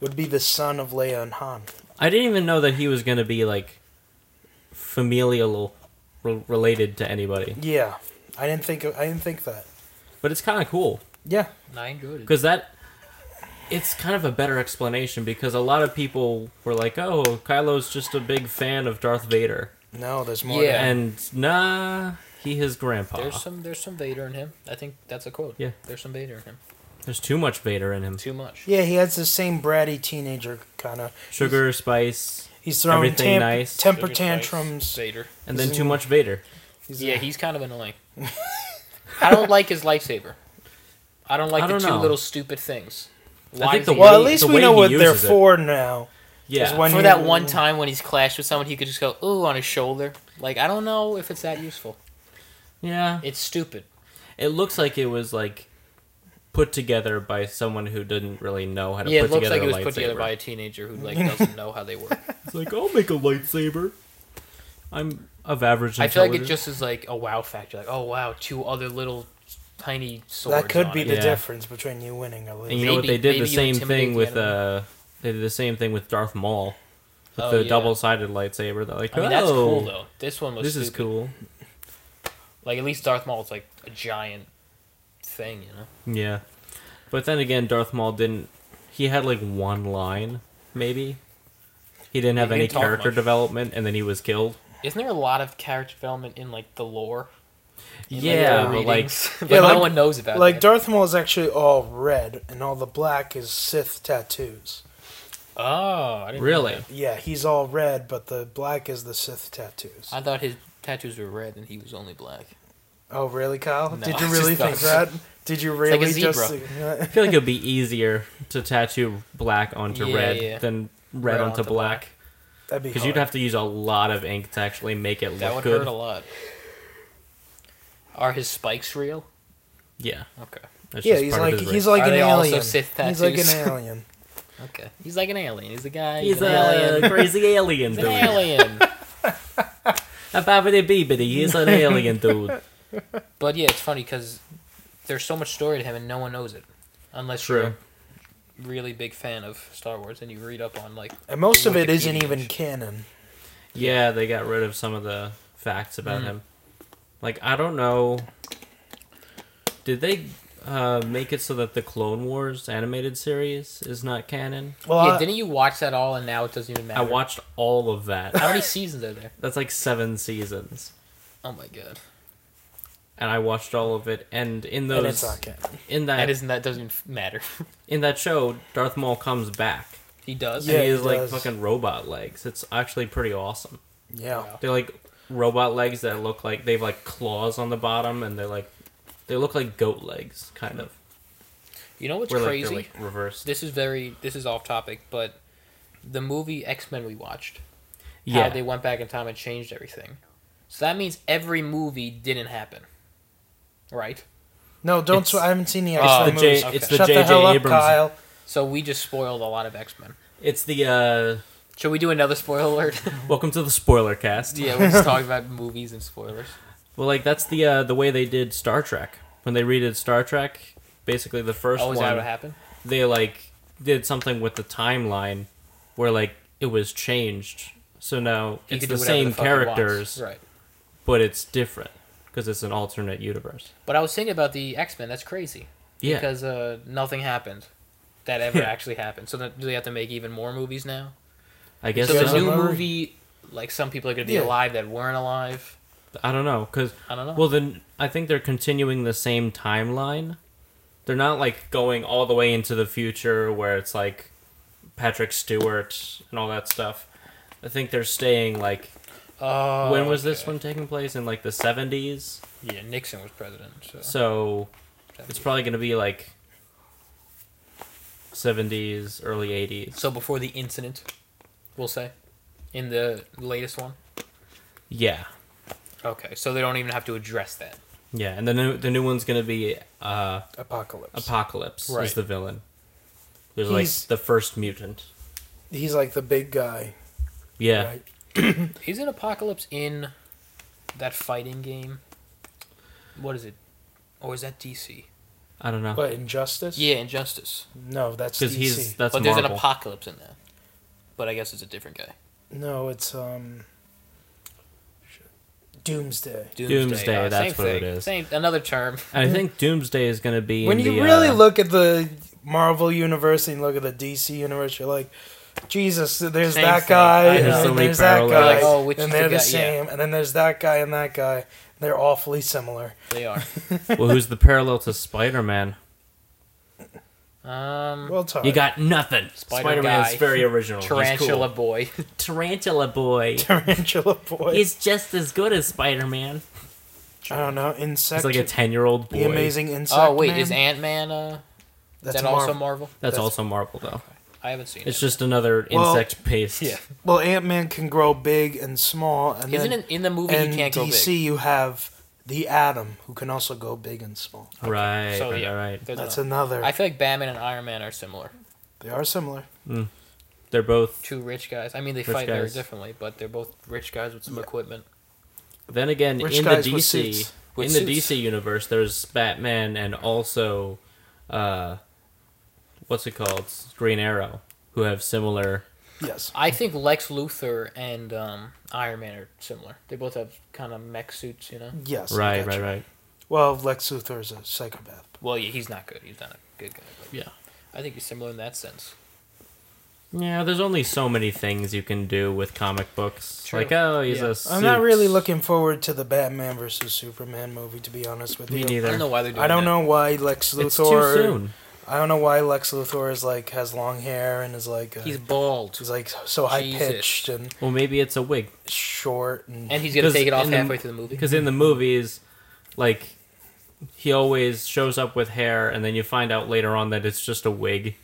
[SPEAKER 3] would be the son of Leia and Han.
[SPEAKER 2] I didn't even know that he was gonna be like familial re- related to anybody,
[SPEAKER 3] Yeah, I didn't think. I didn't think that.
[SPEAKER 2] but it's kind of cool
[SPEAKER 3] Yeah,
[SPEAKER 4] And I enjoyed it.
[SPEAKER 2] because that it's kind of a better explanation because a lot of people were like, "Oh, Kylo's just a big fan of Darth Vader,"
[SPEAKER 3] no, there's more.
[SPEAKER 4] Yeah.
[SPEAKER 2] and nah, he his grandpa.
[SPEAKER 4] There's some there's some Vader in him. I think that's a quote.
[SPEAKER 2] Yeah.
[SPEAKER 4] There's some Vader in him.
[SPEAKER 2] There's too much Vader in him.
[SPEAKER 4] Too much.
[SPEAKER 3] Yeah, he has the same bratty teenager kind of.
[SPEAKER 2] Sugar, spice,
[SPEAKER 3] He's throwing
[SPEAKER 2] Everything
[SPEAKER 3] tam-
[SPEAKER 2] nice.
[SPEAKER 3] temper
[SPEAKER 4] Sugar Spice,
[SPEAKER 3] tantrums.
[SPEAKER 4] Vader.
[SPEAKER 2] and then
[SPEAKER 3] He's
[SPEAKER 2] too
[SPEAKER 3] in-
[SPEAKER 2] much Vader.
[SPEAKER 3] He's
[SPEAKER 4] Yeah,
[SPEAKER 3] a-
[SPEAKER 4] he's kind of annoying. I don't like his lightsaber. I don't like
[SPEAKER 2] I
[SPEAKER 4] the
[SPEAKER 2] don't
[SPEAKER 4] two
[SPEAKER 2] know.
[SPEAKER 4] little stupid things.
[SPEAKER 2] I think
[SPEAKER 4] is
[SPEAKER 2] the
[SPEAKER 4] he-
[SPEAKER 2] way-
[SPEAKER 3] well, at least
[SPEAKER 2] the
[SPEAKER 3] we
[SPEAKER 2] way
[SPEAKER 3] know
[SPEAKER 2] he
[SPEAKER 3] what they're
[SPEAKER 2] uses it.
[SPEAKER 3] for now.
[SPEAKER 2] Yeah,
[SPEAKER 3] There's one-
[SPEAKER 4] for
[SPEAKER 3] you-
[SPEAKER 4] that one time when he's clashed with someone, he could just go ooh on his shoulder. Like I don't know if it's that useful.
[SPEAKER 2] yeah.
[SPEAKER 4] It's stupid.
[SPEAKER 2] It looks like it was like put together by someone who didn't really know how to
[SPEAKER 4] Yeah,
[SPEAKER 2] put
[SPEAKER 4] it looks
[SPEAKER 2] together
[SPEAKER 4] like it was
[SPEAKER 2] a lightsaber.
[SPEAKER 4] put together by a teenager who like doesn't know how they work.
[SPEAKER 2] It's like I'll make a lightsaber. I'm of average.
[SPEAKER 4] I feel like it
[SPEAKER 2] intelligence.
[SPEAKER 4] just is like a wow factor. Like oh wow, two other little tiny swords.
[SPEAKER 3] That could
[SPEAKER 4] on
[SPEAKER 3] be
[SPEAKER 4] it.
[SPEAKER 3] the
[SPEAKER 2] Yeah.
[SPEAKER 3] difference between you winning or
[SPEAKER 2] And
[SPEAKER 3] losing.
[SPEAKER 2] you know what they
[SPEAKER 4] Maybe-
[SPEAKER 2] did the
[SPEAKER 4] maybe you
[SPEAKER 2] same
[SPEAKER 4] intimidate
[SPEAKER 2] thing
[SPEAKER 4] the
[SPEAKER 2] with
[SPEAKER 4] enemy.
[SPEAKER 2] uh they did the same thing with Darth Maul with
[SPEAKER 4] Oh,
[SPEAKER 2] the
[SPEAKER 4] yeah.
[SPEAKER 2] double sided lightsaber. They're like,
[SPEAKER 4] I mean that's
[SPEAKER 2] oh,
[SPEAKER 4] cool though. This one was
[SPEAKER 2] this is
[SPEAKER 4] stupid.
[SPEAKER 2] cool.
[SPEAKER 4] Like at least Darth Maul is like a giant thing, you know.
[SPEAKER 2] Yeah, but then again, Darth Maul didn't. He had like one line, maybe. He didn't have
[SPEAKER 4] He
[SPEAKER 2] any
[SPEAKER 4] didn't talk
[SPEAKER 2] character
[SPEAKER 4] much.
[SPEAKER 2] development, and then he was killed.
[SPEAKER 4] Isn't there a lot of character development in like the lore? In,
[SPEAKER 2] yeah,
[SPEAKER 4] the
[SPEAKER 2] but like
[SPEAKER 4] readings? but
[SPEAKER 3] Yeah,
[SPEAKER 4] no
[SPEAKER 3] like-
[SPEAKER 4] one knows about
[SPEAKER 3] Like
[SPEAKER 4] that.
[SPEAKER 3] Darth Maul is actually all red, and all the black is Sith tattoos.
[SPEAKER 4] oh, I didn't know
[SPEAKER 2] really,
[SPEAKER 4] that.
[SPEAKER 3] Yeah, he's all red, but the black is the Sith tattoos.
[SPEAKER 4] I thought his tattoos were red and he was only black.
[SPEAKER 3] Oh, really, Kyle?
[SPEAKER 4] No,
[SPEAKER 3] Did
[SPEAKER 4] I
[SPEAKER 3] you
[SPEAKER 4] just
[SPEAKER 3] really think
[SPEAKER 4] thought-
[SPEAKER 3] that? Did you
[SPEAKER 4] like a
[SPEAKER 3] really just?
[SPEAKER 4] zebra.
[SPEAKER 2] I feel like it'd be easier to tattoo black onto
[SPEAKER 4] Yeah,
[SPEAKER 2] red
[SPEAKER 4] yeah.
[SPEAKER 2] than red,
[SPEAKER 4] Red
[SPEAKER 2] onto,
[SPEAKER 4] onto black.
[SPEAKER 2] black.
[SPEAKER 3] That'd be
[SPEAKER 2] Because you'd
[SPEAKER 3] hard.
[SPEAKER 2] have to use a lot of ink to actually make it
[SPEAKER 4] That
[SPEAKER 2] look
[SPEAKER 4] would
[SPEAKER 2] good.
[SPEAKER 4] hurt a lot. Are his spikes real?
[SPEAKER 2] Yeah,
[SPEAKER 4] Okay.
[SPEAKER 2] that's
[SPEAKER 3] Yeah,
[SPEAKER 2] just
[SPEAKER 3] he's
[SPEAKER 2] part
[SPEAKER 3] like
[SPEAKER 2] of his
[SPEAKER 3] he's
[SPEAKER 2] race.
[SPEAKER 3] like
[SPEAKER 4] Are
[SPEAKER 3] an
[SPEAKER 4] they also
[SPEAKER 3] alien.
[SPEAKER 4] Sith
[SPEAKER 3] he's like an
[SPEAKER 4] tattoos?
[SPEAKER 3] alien.
[SPEAKER 4] Okay. He's like an alien. He's a guy. He's,
[SPEAKER 2] he's
[SPEAKER 4] an
[SPEAKER 2] a
[SPEAKER 4] alien.
[SPEAKER 2] crazy alien
[SPEAKER 4] He's
[SPEAKER 2] dude.
[SPEAKER 4] an alien.
[SPEAKER 2] A babbity beebity, he's an alien dude.
[SPEAKER 4] but yeah, it's funny because there's so much story to him and no one knows it, unless
[SPEAKER 2] True.
[SPEAKER 4] you're a really big fan of Star Wars and you read up on like
[SPEAKER 3] And most of it
[SPEAKER 4] Wikipedia
[SPEAKER 3] isn't even
[SPEAKER 4] page.
[SPEAKER 3] canon.
[SPEAKER 2] Yeah, they got rid of some of the facts
[SPEAKER 4] Mm.
[SPEAKER 2] about him. Like I don't know. Did they uh, make it so that the Clone Wars animated series is not canon?
[SPEAKER 3] Well,
[SPEAKER 4] yeah,
[SPEAKER 3] I-
[SPEAKER 4] didn't you watch that all and now it doesn't even matter?
[SPEAKER 2] I watched all of that.
[SPEAKER 4] How many seasons are there?
[SPEAKER 2] That's like seven seasons,
[SPEAKER 4] Oh my god!
[SPEAKER 2] and I watched all of it. And in
[SPEAKER 3] and
[SPEAKER 2] those,
[SPEAKER 3] it's not canon.
[SPEAKER 2] in
[SPEAKER 4] That
[SPEAKER 2] that
[SPEAKER 4] isn't that doesn't even f- matter.
[SPEAKER 2] in that show, Darth Maul comes back.
[SPEAKER 4] he does.
[SPEAKER 2] and
[SPEAKER 3] Yeah,
[SPEAKER 2] he
[SPEAKER 3] he
[SPEAKER 2] has like
[SPEAKER 3] does.
[SPEAKER 2] fucking robot legs. It's actually pretty awesome.
[SPEAKER 3] Yeah,
[SPEAKER 4] Wow.
[SPEAKER 2] They're like robot legs that look like they've like claws on the bottom, and they're like they look like goat legs, kind of.
[SPEAKER 4] You know what's
[SPEAKER 2] Where, like,
[SPEAKER 4] crazy?
[SPEAKER 2] they're like reversed.
[SPEAKER 4] This is very this is off topic, but the movie X Men we watched. how
[SPEAKER 2] Yeah.
[SPEAKER 4] they went back in time and changed everything. So that means every movie didn't happen, right?
[SPEAKER 3] No, don't.
[SPEAKER 2] It's-
[SPEAKER 3] sw- I haven't seen the
[SPEAKER 2] It's
[SPEAKER 3] X
[SPEAKER 2] the
[SPEAKER 3] Men
[SPEAKER 2] J.
[SPEAKER 3] movies.
[SPEAKER 4] Okay.
[SPEAKER 2] It's the
[SPEAKER 3] Shut the
[SPEAKER 2] J.J.
[SPEAKER 3] hell up,
[SPEAKER 2] Abrams.
[SPEAKER 3] Kyle.
[SPEAKER 4] So we just spoiled a lot of X Men.
[SPEAKER 2] It's the uh,
[SPEAKER 4] Should we do another spoiler alert?
[SPEAKER 2] welcome to the spoiler cast.
[SPEAKER 4] yeah, we're just talking about movies and spoilers.
[SPEAKER 2] Well, like that's the uh, the way they did Star Trek when they redid Star Trek. Basically, the first
[SPEAKER 4] Oh,
[SPEAKER 2] one
[SPEAKER 4] is that what happened?
[SPEAKER 2] they like did something with the timeline where like it was changed. So now
[SPEAKER 4] He
[SPEAKER 2] it's
[SPEAKER 4] could
[SPEAKER 2] the
[SPEAKER 4] do whatever
[SPEAKER 2] same
[SPEAKER 4] fuck he wants.
[SPEAKER 2] characters,
[SPEAKER 4] Right.
[SPEAKER 2] but it's different because it's an alternate universe.
[SPEAKER 4] But I was thinking about the X Men. That's crazy.
[SPEAKER 2] Yeah,
[SPEAKER 4] Because uh, nothing happened that ever
[SPEAKER 2] Yeah.
[SPEAKER 4] actually happened. So then, do they have to make even more movies now?
[SPEAKER 2] I guess
[SPEAKER 4] so
[SPEAKER 2] so.
[SPEAKER 4] the
[SPEAKER 3] so.
[SPEAKER 4] new movie, like some people are going to be
[SPEAKER 3] Yeah.
[SPEAKER 4] alive that weren't alive.
[SPEAKER 2] I don't know because
[SPEAKER 4] I don't know.
[SPEAKER 2] well then I think they're continuing the same timeline. They're not like going all the way into the future where it's like Patrick Stewart and all that stuff. I think they're staying like
[SPEAKER 4] Oh,
[SPEAKER 2] when was this
[SPEAKER 4] okay.
[SPEAKER 2] one taking place in like the 70s
[SPEAKER 4] Yeah, Nixon was president. So,
[SPEAKER 2] so it's probably going to be like 70s early 80s
[SPEAKER 4] so before the incident, we'll say, in the latest one.
[SPEAKER 2] yeah
[SPEAKER 4] Okay, so they don't even have to address that.
[SPEAKER 2] yeah and the new the new one's going to be uh
[SPEAKER 3] Apocalypse.
[SPEAKER 2] apocalypse
[SPEAKER 4] Right.
[SPEAKER 2] is the villain there's
[SPEAKER 3] He's-
[SPEAKER 2] like the first mutant
[SPEAKER 3] He's like the big guy,
[SPEAKER 2] yeah
[SPEAKER 3] right?
[SPEAKER 4] Isn't Apocalypse in that fighting game? What is it? Or is that DC?
[SPEAKER 2] i don't know
[SPEAKER 3] But Injustice?
[SPEAKER 4] Yeah, Injustice.
[SPEAKER 3] No, that's
[SPEAKER 2] because
[SPEAKER 3] DC.
[SPEAKER 2] he's that's
[SPEAKER 4] but there's
[SPEAKER 2] Marvel.
[SPEAKER 4] an apocalypse in there. But I guess it's a different guy.
[SPEAKER 3] No, it's um. Doomsday.
[SPEAKER 2] Doomsday,
[SPEAKER 4] uh,
[SPEAKER 2] that's
[SPEAKER 4] same
[SPEAKER 2] what it
[SPEAKER 4] thing.
[SPEAKER 2] is.
[SPEAKER 4] Same another term.
[SPEAKER 2] and i think doomsday is going to be
[SPEAKER 3] When
[SPEAKER 2] in
[SPEAKER 3] you
[SPEAKER 2] the,
[SPEAKER 3] really
[SPEAKER 2] uh,
[SPEAKER 3] look at the Marvel universe and you look at the DC universe, you're like, Jesus, there's
[SPEAKER 4] Same
[SPEAKER 3] that
[SPEAKER 4] thing.
[SPEAKER 3] guy,
[SPEAKER 4] I
[SPEAKER 3] and
[SPEAKER 4] know.
[SPEAKER 3] then
[SPEAKER 2] Instantly
[SPEAKER 3] there's that
[SPEAKER 2] parallel.
[SPEAKER 3] guy,
[SPEAKER 4] Like, oh, which
[SPEAKER 3] and
[SPEAKER 4] is
[SPEAKER 3] they're
[SPEAKER 4] the
[SPEAKER 3] the,
[SPEAKER 4] guy- yeah.
[SPEAKER 3] same, and then there's that guy and that guy. They're awfully similar.
[SPEAKER 4] They are.
[SPEAKER 2] well who's the parallel to spider-man
[SPEAKER 4] Um,
[SPEAKER 3] Well, talk.
[SPEAKER 2] you got nothing
[SPEAKER 4] Spider
[SPEAKER 2] spider-man's
[SPEAKER 4] guy.
[SPEAKER 2] very original He's cool.
[SPEAKER 4] tarantula boy.
[SPEAKER 2] tarantula boy
[SPEAKER 3] Tarantula Boy.
[SPEAKER 2] is just as good as Spider-Man.
[SPEAKER 3] I don't know. Insect.
[SPEAKER 2] It's like a ten-year-old boy.
[SPEAKER 3] the Amazing Insect.
[SPEAKER 4] oh wait,
[SPEAKER 3] Man?
[SPEAKER 4] is Ant Man? Uh, is
[SPEAKER 3] That's
[SPEAKER 4] that also Marvel?
[SPEAKER 2] That's,
[SPEAKER 3] that's-
[SPEAKER 2] also Marvel though.
[SPEAKER 4] I haven't seen
[SPEAKER 2] It's
[SPEAKER 4] it.
[SPEAKER 2] just another
[SPEAKER 3] Well-
[SPEAKER 2] insect paste.
[SPEAKER 4] yeah.
[SPEAKER 3] Well, Ant Man can grow big and small, and
[SPEAKER 4] Isn't
[SPEAKER 3] then
[SPEAKER 4] it in the movie
[SPEAKER 3] and
[SPEAKER 4] he can't go
[SPEAKER 3] DC
[SPEAKER 4] big?
[SPEAKER 3] you have the Atom, who can also go big and small.
[SPEAKER 2] Right.
[SPEAKER 4] So
[SPEAKER 2] right,
[SPEAKER 4] yeah,
[SPEAKER 2] right.
[SPEAKER 4] there's
[SPEAKER 3] That's
[SPEAKER 4] another.
[SPEAKER 3] another.
[SPEAKER 4] I feel like Batman and Iron Man are similar.
[SPEAKER 3] they are similar.
[SPEAKER 2] They're both.
[SPEAKER 4] Two rich guys. I mean, they
[SPEAKER 2] Rich
[SPEAKER 4] fight very
[SPEAKER 2] guys.
[SPEAKER 4] differently, but they're both rich guys with some equipment.
[SPEAKER 2] Then again,
[SPEAKER 3] Rich
[SPEAKER 2] in the
[SPEAKER 3] guys with
[SPEAKER 2] DC,
[SPEAKER 3] suits.
[SPEAKER 2] in
[SPEAKER 4] With
[SPEAKER 2] the
[SPEAKER 4] suits.
[SPEAKER 2] DC universe, there's Batman and also, uh, what's it called? Green Arrow, who have similar.
[SPEAKER 3] Yes.
[SPEAKER 4] I think Lex Luthor and um, Iron Man are similar. They both have kind of mech suits, you know.
[SPEAKER 3] Yes. I
[SPEAKER 2] Right.
[SPEAKER 3] got
[SPEAKER 2] Right.
[SPEAKER 3] you.
[SPEAKER 2] Right.
[SPEAKER 3] Well, Lex Luthor is a psychopath.
[SPEAKER 4] Well, yeah, he's not good. He's not a good guy. But
[SPEAKER 2] Yeah.
[SPEAKER 4] I think he's similar in that sense.
[SPEAKER 2] Yeah. There's only so many things you can do with comic books.
[SPEAKER 4] True.
[SPEAKER 2] Like, oh, he's
[SPEAKER 4] Yeah.
[SPEAKER 2] a. Suit.
[SPEAKER 3] I'm not really looking forward to the Batman versus Superman movie, to be honest with
[SPEAKER 2] Me
[SPEAKER 3] you.
[SPEAKER 4] I
[SPEAKER 2] neither.
[SPEAKER 4] don't know why they're doing
[SPEAKER 3] I don't
[SPEAKER 4] that.
[SPEAKER 3] know why Lex Luthor.
[SPEAKER 2] It's too soon.
[SPEAKER 3] I don't know why Lex Luthor is like has long hair and is like uh,
[SPEAKER 4] He's
[SPEAKER 3] he's,
[SPEAKER 4] bald,
[SPEAKER 3] like so high
[SPEAKER 4] Jesus.
[SPEAKER 3] pitched and
[SPEAKER 2] Well, maybe it's a wig.
[SPEAKER 3] short and,
[SPEAKER 4] and he's gonna
[SPEAKER 2] 'Cause
[SPEAKER 4] take it off
[SPEAKER 2] in the-
[SPEAKER 4] halfway through the movie.
[SPEAKER 2] Because in the movies, like he always shows up with hair, and then you find out later on that it's just a wig.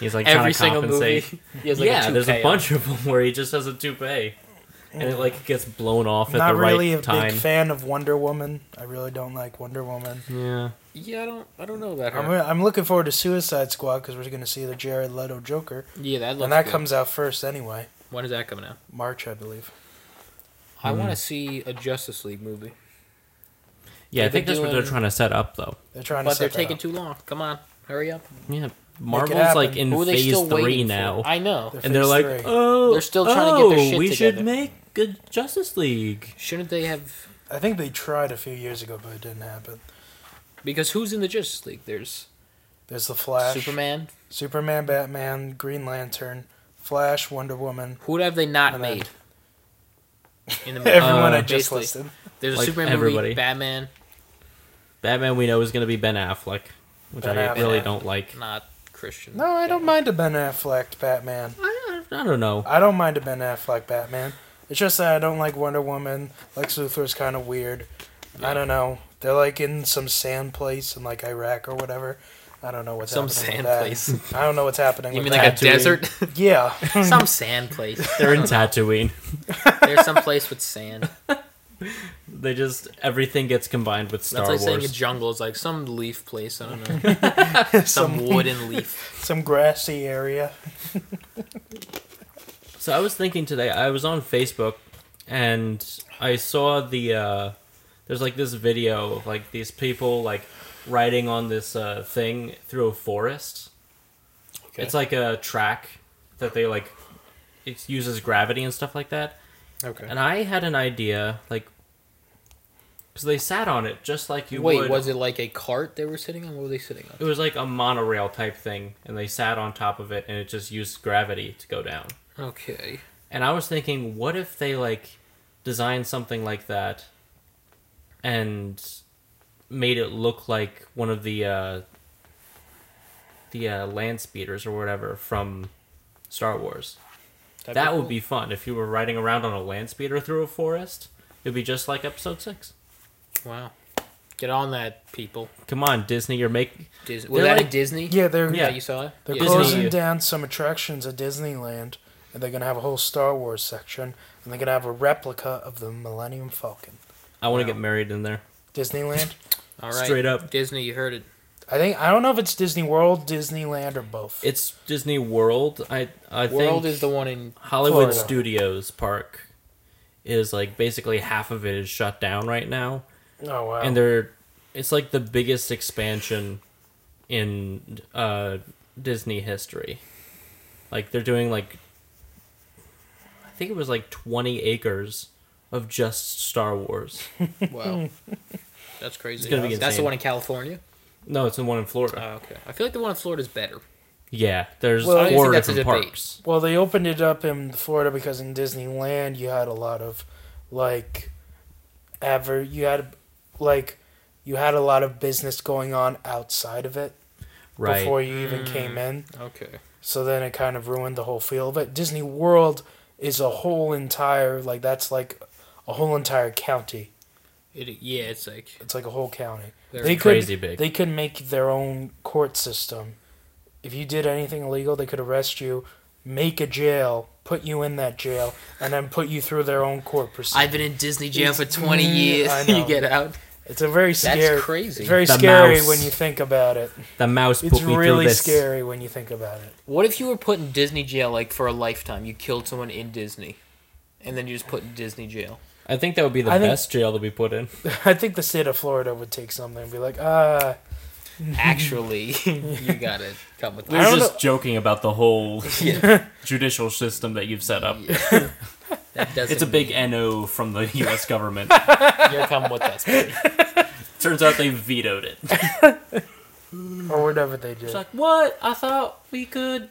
[SPEAKER 2] He's like trying
[SPEAKER 4] Every
[SPEAKER 2] to
[SPEAKER 4] single movie,
[SPEAKER 2] compensate.
[SPEAKER 4] he has like
[SPEAKER 2] yeah,
[SPEAKER 4] a
[SPEAKER 2] there's a
[SPEAKER 4] toupee
[SPEAKER 2] bunch of them where he just has a toupee, and it like gets blown off at
[SPEAKER 3] not
[SPEAKER 2] the
[SPEAKER 3] really
[SPEAKER 2] right
[SPEAKER 3] a
[SPEAKER 2] time.
[SPEAKER 3] big fan of Wonder Woman. I really don't like Wonder Woman.
[SPEAKER 2] Yeah,
[SPEAKER 4] on. Yeah, I don't, I don't know about her.
[SPEAKER 3] I'm, I'm looking forward to Suicide Squad because we're going to see the Jared Leto Joker,
[SPEAKER 4] yeah, that looks.
[SPEAKER 3] and that
[SPEAKER 4] good.
[SPEAKER 3] comes out first anyway,
[SPEAKER 4] When is that coming out?
[SPEAKER 3] March I believe.
[SPEAKER 2] Mm-hmm.
[SPEAKER 4] I want to see a Justice League movie,
[SPEAKER 2] yeah. I
[SPEAKER 4] They've
[SPEAKER 2] think
[SPEAKER 4] been
[SPEAKER 2] that's what they're
[SPEAKER 4] doing-
[SPEAKER 2] trying to set up, though.
[SPEAKER 3] They're trying to.
[SPEAKER 4] but
[SPEAKER 3] set
[SPEAKER 4] they're
[SPEAKER 3] that
[SPEAKER 4] taking
[SPEAKER 3] up.
[SPEAKER 4] too long. Come on, hurry up.
[SPEAKER 2] Yeah, Marvel's like
[SPEAKER 3] happen.
[SPEAKER 2] in
[SPEAKER 4] Who are they
[SPEAKER 2] phase
[SPEAKER 4] still
[SPEAKER 2] three
[SPEAKER 4] waiting
[SPEAKER 2] now,
[SPEAKER 4] for? I know.
[SPEAKER 3] They're
[SPEAKER 2] and they're
[SPEAKER 3] Phase
[SPEAKER 2] like,
[SPEAKER 3] three.
[SPEAKER 2] oh,
[SPEAKER 4] They're still trying to get their
[SPEAKER 2] oh,
[SPEAKER 4] shit
[SPEAKER 2] we should
[SPEAKER 4] together."
[SPEAKER 2] make a Justice League.
[SPEAKER 4] Shouldn't they have?
[SPEAKER 3] I think they tried a few years ago, but it didn't happen.
[SPEAKER 4] Because who's in the Justice League? There's
[SPEAKER 3] There's the Flash,
[SPEAKER 4] Superman.
[SPEAKER 3] Superman, Batman, Green Lantern, Flash, Wonder Woman.
[SPEAKER 4] Who have they not
[SPEAKER 3] And then-
[SPEAKER 4] made? In the Uh,
[SPEAKER 3] Everyone I just
[SPEAKER 4] basically.
[SPEAKER 3] listed.
[SPEAKER 4] There's a
[SPEAKER 2] Like
[SPEAKER 4] Superman
[SPEAKER 2] everybody.
[SPEAKER 4] movie, Batman.
[SPEAKER 2] Batman we know is gonna be Ben Affleck, which
[SPEAKER 3] Ben
[SPEAKER 2] I
[SPEAKER 3] Affleck.
[SPEAKER 2] really don't like.
[SPEAKER 4] Not Christian.
[SPEAKER 3] No, I don't
[SPEAKER 4] Bale.
[SPEAKER 3] mind a Ben Affleck Batman.
[SPEAKER 2] I, I, I don't know.
[SPEAKER 3] I don't mind a Ben Affleck Batman. It's just that I don't like Wonder Woman. Lex Luthor's kind of weird. I don't know. They're like in some sand place in like Iraq or whatever, I don't know what's
[SPEAKER 4] Some
[SPEAKER 3] happening.
[SPEAKER 4] sand
[SPEAKER 3] with that. I don't know what's happening.
[SPEAKER 4] You
[SPEAKER 3] with
[SPEAKER 4] mean like a
[SPEAKER 2] Tatooine.
[SPEAKER 4] desert?
[SPEAKER 3] that. yeah?
[SPEAKER 4] some sand place.
[SPEAKER 2] They're in Tatooine.
[SPEAKER 4] There's some place with sand.
[SPEAKER 2] They just everything gets combined with Star
[SPEAKER 4] That's like saying a
[SPEAKER 2] Wars.
[SPEAKER 4] jungle is like some leaf place. I don't know. some wooden leaf.
[SPEAKER 3] Some grassy area.
[SPEAKER 2] so I was thinking today. I was on Facebook, and I saw the uh, there's like this video of like these people like riding on this uh, thing through a forest.
[SPEAKER 4] Okay.
[SPEAKER 2] It's like a track that they like. It uses gravity and stuff like that.
[SPEAKER 4] Okay.
[SPEAKER 2] And I had an idea, like, because they sat on it just like you
[SPEAKER 4] Wait,
[SPEAKER 2] would.
[SPEAKER 4] was it like a cart they were sitting on? What were they sitting
[SPEAKER 2] It
[SPEAKER 4] on?
[SPEAKER 2] was like a monorail type thing, and they sat on top of it, and it just used gravity to go down.
[SPEAKER 4] Okay.
[SPEAKER 2] And I was thinking, what if they like designed something like that, and made it look like one of the uh, the uh, land speeders or whatever from Star Wars.
[SPEAKER 4] That'd
[SPEAKER 2] that
[SPEAKER 4] cool.
[SPEAKER 2] would be fun if you were riding around on a land speeder through a forest. It'd be just like Episode Six.
[SPEAKER 4] Wow. Get on that, people.
[SPEAKER 2] Come on, Disney, you're making.
[SPEAKER 4] Disney. Was
[SPEAKER 2] They're
[SPEAKER 4] that
[SPEAKER 2] like-
[SPEAKER 4] at Disney?
[SPEAKER 3] Yeah, they're
[SPEAKER 2] Yeah.
[SPEAKER 4] Yeah, you saw it.
[SPEAKER 3] they're
[SPEAKER 4] Yeah.
[SPEAKER 2] Disney-
[SPEAKER 3] closing down some attractions at Disneyland, and they're gonna have a whole Star Wars section, and they're gonna have a replica of the Millennium Falcon.
[SPEAKER 2] I want to get married in there.
[SPEAKER 3] Disneyland.
[SPEAKER 4] All right.
[SPEAKER 2] Straight up.
[SPEAKER 4] Disney, you heard it.
[SPEAKER 3] I think I don't know if it's Disney World, Disneyland, or both.
[SPEAKER 2] It's Disney World. I I
[SPEAKER 4] World
[SPEAKER 2] think
[SPEAKER 4] is the one in.
[SPEAKER 2] Hollywood
[SPEAKER 3] Florida.
[SPEAKER 2] Studios Park is like basically half of it is shut down right now,
[SPEAKER 3] oh wow!
[SPEAKER 2] and they're it's like the biggest expansion in uh, Disney history. Like they're doing like I think it was like twenty acres of just Star Wars.
[SPEAKER 4] Wow. That's crazy.
[SPEAKER 2] It's gonna be
[SPEAKER 4] That's the
[SPEAKER 2] insane.
[SPEAKER 4] one in California.
[SPEAKER 2] No, it's the one in
[SPEAKER 4] Oh,
[SPEAKER 2] Florida.
[SPEAKER 4] okay. I feel like the one in Florida is better.
[SPEAKER 2] yeah, there's
[SPEAKER 3] Well, I don't
[SPEAKER 2] four
[SPEAKER 4] think that's a
[SPEAKER 2] different
[SPEAKER 4] debate.
[SPEAKER 2] parks.
[SPEAKER 3] well, they opened it up in Florida because in Disneyland you had a lot of like ever you had like you had a lot of business going on outside of it
[SPEAKER 2] Right.
[SPEAKER 3] before you even came in.
[SPEAKER 4] Okay.
[SPEAKER 3] So then it kind of ruined the whole feel of it. Disney World is a whole entire like that's like a whole entire county.
[SPEAKER 4] It, yeah, it's like
[SPEAKER 3] It's like a whole county.
[SPEAKER 4] They're
[SPEAKER 3] they
[SPEAKER 2] crazy
[SPEAKER 3] could,
[SPEAKER 2] big.
[SPEAKER 3] They could make their own court system. If you did anything illegal, they could arrest you, make a jail, put you in that jail, and then put you through their own court proceeding.
[SPEAKER 4] I've been in Disney jail for
[SPEAKER 3] It's-
[SPEAKER 4] 20
[SPEAKER 3] Mm,
[SPEAKER 4] years.
[SPEAKER 3] I
[SPEAKER 4] you
[SPEAKER 3] know.
[SPEAKER 4] get out.
[SPEAKER 3] It's a very
[SPEAKER 4] That's
[SPEAKER 3] scary.
[SPEAKER 4] crazy.
[SPEAKER 3] It's very
[SPEAKER 2] The
[SPEAKER 3] scary
[SPEAKER 2] mouse.
[SPEAKER 3] when you think about it.
[SPEAKER 2] The mouse
[SPEAKER 3] It's
[SPEAKER 2] put me through
[SPEAKER 3] really
[SPEAKER 2] this.
[SPEAKER 3] scary when you think about it.
[SPEAKER 4] What if you were put in Disney jail like for a lifetime? You killed someone in Disney, and then you just put in Disney jail.
[SPEAKER 2] I think that would be the
[SPEAKER 3] I think-
[SPEAKER 2] best jail to be put in.
[SPEAKER 3] I think the state of Florida would take something and be like, ah,
[SPEAKER 4] Actually, you gotta come with
[SPEAKER 3] I
[SPEAKER 2] They're
[SPEAKER 4] that.
[SPEAKER 3] don't
[SPEAKER 2] just
[SPEAKER 3] know-
[SPEAKER 2] joking about the whole judicial system that you've set up.
[SPEAKER 4] that doesn't
[SPEAKER 2] It's a big
[SPEAKER 4] mean
[SPEAKER 2] NO from the U.S. government.
[SPEAKER 4] You're coming with us. buddy.
[SPEAKER 2] Turns out they vetoed it. It's
[SPEAKER 3] or whatever they did.
[SPEAKER 2] like, what? I thought we could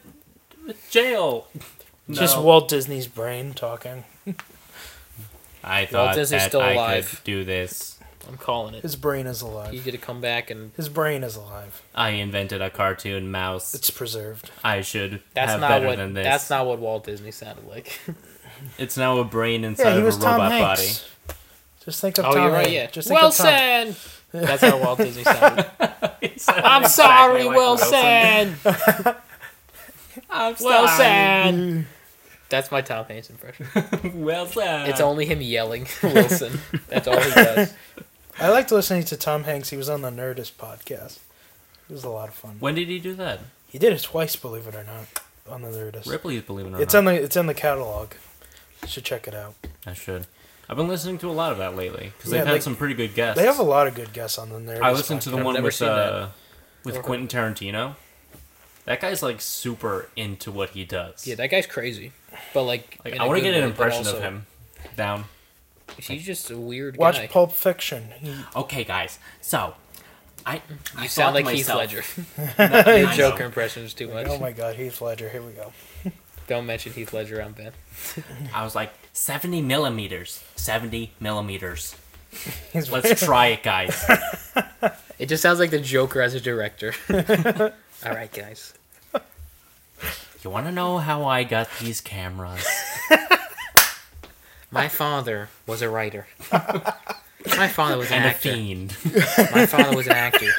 [SPEAKER 2] jail.
[SPEAKER 3] Just
[SPEAKER 2] No.
[SPEAKER 3] Walt Disney's brain talking.
[SPEAKER 2] I
[SPEAKER 4] Walt
[SPEAKER 2] thought
[SPEAKER 4] Disney's
[SPEAKER 2] that
[SPEAKER 4] still
[SPEAKER 2] I
[SPEAKER 4] alive.
[SPEAKER 2] could do this.
[SPEAKER 4] I'm calling it.
[SPEAKER 3] His brain is
[SPEAKER 4] You
[SPEAKER 3] alive.
[SPEAKER 4] gotta come back, and
[SPEAKER 3] His brain is alive.
[SPEAKER 2] I invented a cartoon mouse.
[SPEAKER 3] It's preserved.
[SPEAKER 2] I should
[SPEAKER 4] that's
[SPEAKER 2] have
[SPEAKER 4] not
[SPEAKER 2] better
[SPEAKER 4] what
[SPEAKER 2] than this.
[SPEAKER 4] that's not what Walt Disney sounded like.
[SPEAKER 2] It's now a brain inside
[SPEAKER 3] Yeah, he
[SPEAKER 2] of a
[SPEAKER 3] was Tom
[SPEAKER 2] robot
[SPEAKER 3] Hanks.
[SPEAKER 2] body.
[SPEAKER 3] Just think of
[SPEAKER 4] oh,
[SPEAKER 3] Tom
[SPEAKER 4] you're right.
[SPEAKER 3] Hanks.
[SPEAKER 4] Yeah,
[SPEAKER 3] Just think of Tom
[SPEAKER 4] Wilson. That's how Walt Disney sounded. I'm
[SPEAKER 2] Exactly
[SPEAKER 4] sorry,
[SPEAKER 2] like
[SPEAKER 4] Wilson.
[SPEAKER 2] I'm
[SPEAKER 4] Wilson. That's my Tom Hanks impression.
[SPEAKER 2] sorry. Wilson.
[SPEAKER 4] It's only him yelling Wilson. That's all he does.
[SPEAKER 3] I liked listening to Tom Hanks. He was on the Nerdist podcast. It was a lot of fun.
[SPEAKER 2] when did he do that?
[SPEAKER 3] He did it twice, believe it or not, on the Nerdist.
[SPEAKER 2] Ripley's, believe it or
[SPEAKER 3] It's
[SPEAKER 2] not.
[SPEAKER 3] on the it's in the catalog. You should check it out.
[SPEAKER 2] I should. I've been listening to a lot of that lately because
[SPEAKER 3] Yeah,
[SPEAKER 2] they've had
[SPEAKER 3] like-
[SPEAKER 2] some pretty good guests.
[SPEAKER 3] They have a lot of good guests on the Nerdist.
[SPEAKER 2] I listened to the
[SPEAKER 3] podcast.
[SPEAKER 4] I've
[SPEAKER 2] one
[SPEAKER 4] never
[SPEAKER 2] with
[SPEAKER 4] seen
[SPEAKER 2] uh, with
[SPEAKER 4] Never
[SPEAKER 2] Quentin Tarantino. That guy's like super into what he does.
[SPEAKER 4] Yeah, that guy's crazy. But like,
[SPEAKER 2] like,
[SPEAKER 4] in
[SPEAKER 2] I
[SPEAKER 4] a
[SPEAKER 2] want to
[SPEAKER 4] good
[SPEAKER 2] get an
[SPEAKER 4] way, but
[SPEAKER 2] impression
[SPEAKER 4] also,
[SPEAKER 2] of him down.
[SPEAKER 4] He's just a weird
[SPEAKER 3] Watch
[SPEAKER 4] guy.
[SPEAKER 3] Pulp Fiction. He,
[SPEAKER 2] Okay, guys. So, I I
[SPEAKER 4] you sound
[SPEAKER 2] thought
[SPEAKER 4] like
[SPEAKER 2] to myself,
[SPEAKER 4] Heath Ledger.
[SPEAKER 2] not-
[SPEAKER 4] Your
[SPEAKER 2] I
[SPEAKER 4] Joker
[SPEAKER 2] know.
[SPEAKER 4] impression is too much.
[SPEAKER 3] oh my God, Heath Ledger. Here we go.
[SPEAKER 4] Don't mention Heath Ledger on Ben.
[SPEAKER 2] I was like seventy millimeters. Seventy millimeters.
[SPEAKER 3] He's
[SPEAKER 2] Let's try it, guys.
[SPEAKER 4] It just sounds like the Joker as a director. all right, guys.
[SPEAKER 2] you want to know how I got these cameras?
[SPEAKER 4] My father was a writer. My father was an
[SPEAKER 2] and a
[SPEAKER 4] actor.
[SPEAKER 2] fiend.
[SPEAKER 4] My father was an actor.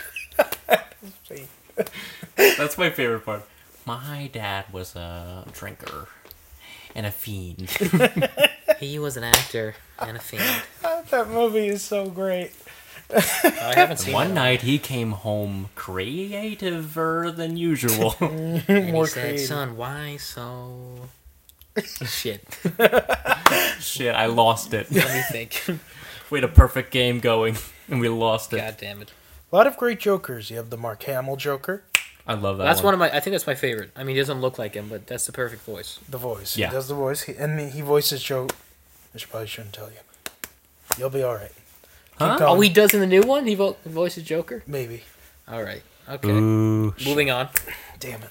[SPEAKER 2] That's my favorite part. My dad was a drinker and a fiend.
[SPEAKER 4] He was an actor and a fiend.
[SPEAKER 3] that movie is so great.
[SPEAKER 4] Oh, I haven't seen
[SPEAKER 2] One
[SPEAKER 4] it.
[SPEAKER 2] night he came home creativer than usual.
[SPEAKER 4] And
[SPEAKER 3] More
[SPEAKER 4] he said,
[SPEAKER 3] creative.
[SPEAKER 4] "Son, why so?" Shit.
[SPEAKER 2] Shit, I lost it.
[SPEAKER 4] Let me think.
[SPEAKER 2] We had a perfect game going and we lost it.
[SPEAKER 4] God damn it.
[SPEAKER 3] A lot of great jokers. You have the Mark Hamill Joker,
[SPEAKER 2] I love that.
[SPEAKER 4] that's
[SPEAKER 2] one.
[SPEAKER 4] one of my. I think that's my favorite. I mean, he doesn't look like him, but that's the perfect voice.
[SPEAKER 3] the voice.
[SPEAKER 2] Yeah.
[SPEAKER 3] He does the voice, he, and he voices Joe. Which probably shouldn't tell you. You'll be all right.
[SPEAKER 2] Huh?
[SPEAKER 3] going.
[SPEAKER 4] Oh, he does in the new one. He vo- voices Joker.
[SPEAKER 3] Maybe.
[SPEAKER 4] All right. Okay.
[SPEAKER 2] Ooh,
[SPEAKER 4] Moving on.
[SPEAKER 3] Damn it.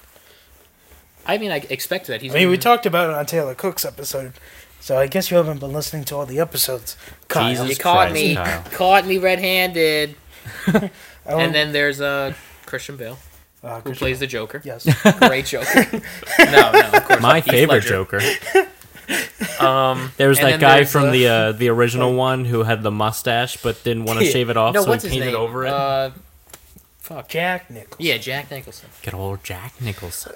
[SPEAKER 4] I mean, I expect that he's.
[SPEAKER 3] I mean, we
[SPEAKER 4] in-
[SPEAKER 3] talked about it on Taylor Cook's episode, so I guess you haven't been listening to all the episodes. Kyle.
[SPEAKER 2] Jesus
[SPEAKER 4] You caught
[SPEAKER 2] Christ,
[SPEAKER 4] me.
[SPEAKER 2] Kyle.
[SPEAKER 4] Caught me red-handed.
[SPEAKER 3] I don't-
[SPEAKER 2] Oh.
[SPEAKER 4] And then there's uh, Christian Bale
[SPEAKER 3] uh,
[SPEAKER 4] who
[SPEAKER 3] Christian-
[SPEAKER 4] plays the Joker.
[SPEAKER 3] Yes.
[SPEAKER 4] Great Joker. no, no. Of course,
[SPEAKER 2] my
[SPEAKER 4] Heath
[SPEAKER 2] favorite
[SPEAKER 4] Ledger.
[SPEAKER 2] Joker.
[SPEAKER 4] Um,
[SPEAKER 2] There was
[SPEAKER 4] and
[SPEAKER 2] that
[SPEAKER 4] then
[SPEAKER 2] guy
[SPEAKER 4] there's,
[SPEAKER 2] from
[SPEAKER 4] uh,
[SPEAKER 2] the uh, the original one who had the mustache but didn't want to shave it off,
[SPEAKER 4] no,
[SPEAKER 2] so
[SPEAKER 4] what's
[SPEAKER 2] he
[SPEAKER 4] his
[SPEAKER 2] painted
[SPEAKER 4] name?
[SPEAKER 2] over it.
[SPEAKER 4] Uh, fuck.
[SPEAKER 3] Jack Nicholson.
[SPEAKER 4] Yeah, Jack Nicholson.
[SPEAKER 2] Good old Jack Nicholson.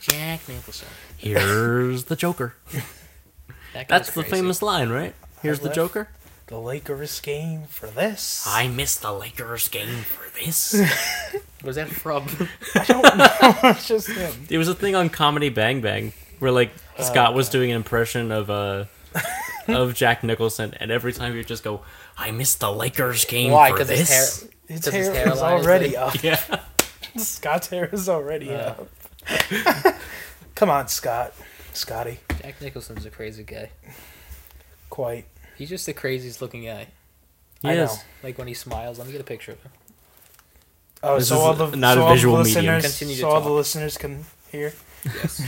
[SPEAKER 4] Jack Nicholson.
[SPEAKER 2] Here's the Joker.
[SPEAKER 4] That guy
[SPEAKER 2] That's
[SPEAKER 4] was
[SPEAKER 2] the
[SPEAKER 4] crazy.
[SPEAKER 2] famous line, right? Here's the
[SPEAKER 3] left-
[SPEAKER 2] Joker.
[SPEAKER 3] The Lakers game for this.
[SPEAKER 2] I missed the Lakers game for this.
[SPEAKER 4] Was that from?
[SPEAKER 3] That's just him.
[SPEAKER 2] It was a thing on Comedy Bang Bang where like
[SPEAKER 4] Oh,
[SPEAKER 2] Scott was doing an impression of uh of Jack Nicholson, and every time he would just go, "I missed the Lakers game
[SPEAKER 4] Why?
[SPEAKER 2] for
[SPEAKER 4] Because
[SPEAKER 2] this."
[SPEAKER 4] his hair.
[SPEAKER 3] His
[SPEAKER 4] Does his
[SPEAKER 3] hair
[SPEAKER 4] hair
[SPEAKER 3] is
[SPEAKER 4] line is
[SPEAKER 3] already
[SPEAKER 4] like-
[SPEAKER 3] up.
[SPEAKER 2] Yeah,
[SPEAKER 3] Scott's hair is already
[SPEAKER 4] Uh.
[SPEAKER 3] up. Come on, Scott. Scotty.
[SPEAKER 4] Jack Nicholson's a crazy guy.
[SPEAKER 3] Quite.
[SPEAKER 4] He's just the craziest looking guy.
[SPEAKER 3] I know.
[SPEAKER 2] yes.
[SPEAKER 4] Like when he smiles, let me get a picture of him.
[SPEAKER 3] Oh,
[SPEAKER 2] This
[SPEAKER 3] so
[SPEAKER 2] is
[SPEAKER 3] all the
[SPEAKER 2] not a
[SPEAKER 3] so all the
[SPEAKER 2] visual medium.
[SPEAKER 3] listeners,
[SPEAKER 4] Continue to
[SPEAKER 3] so all
[SPEAKER 4] talk.
[SPEAKER 3] the listeners can hear.
[SPEAKER 4] Yes.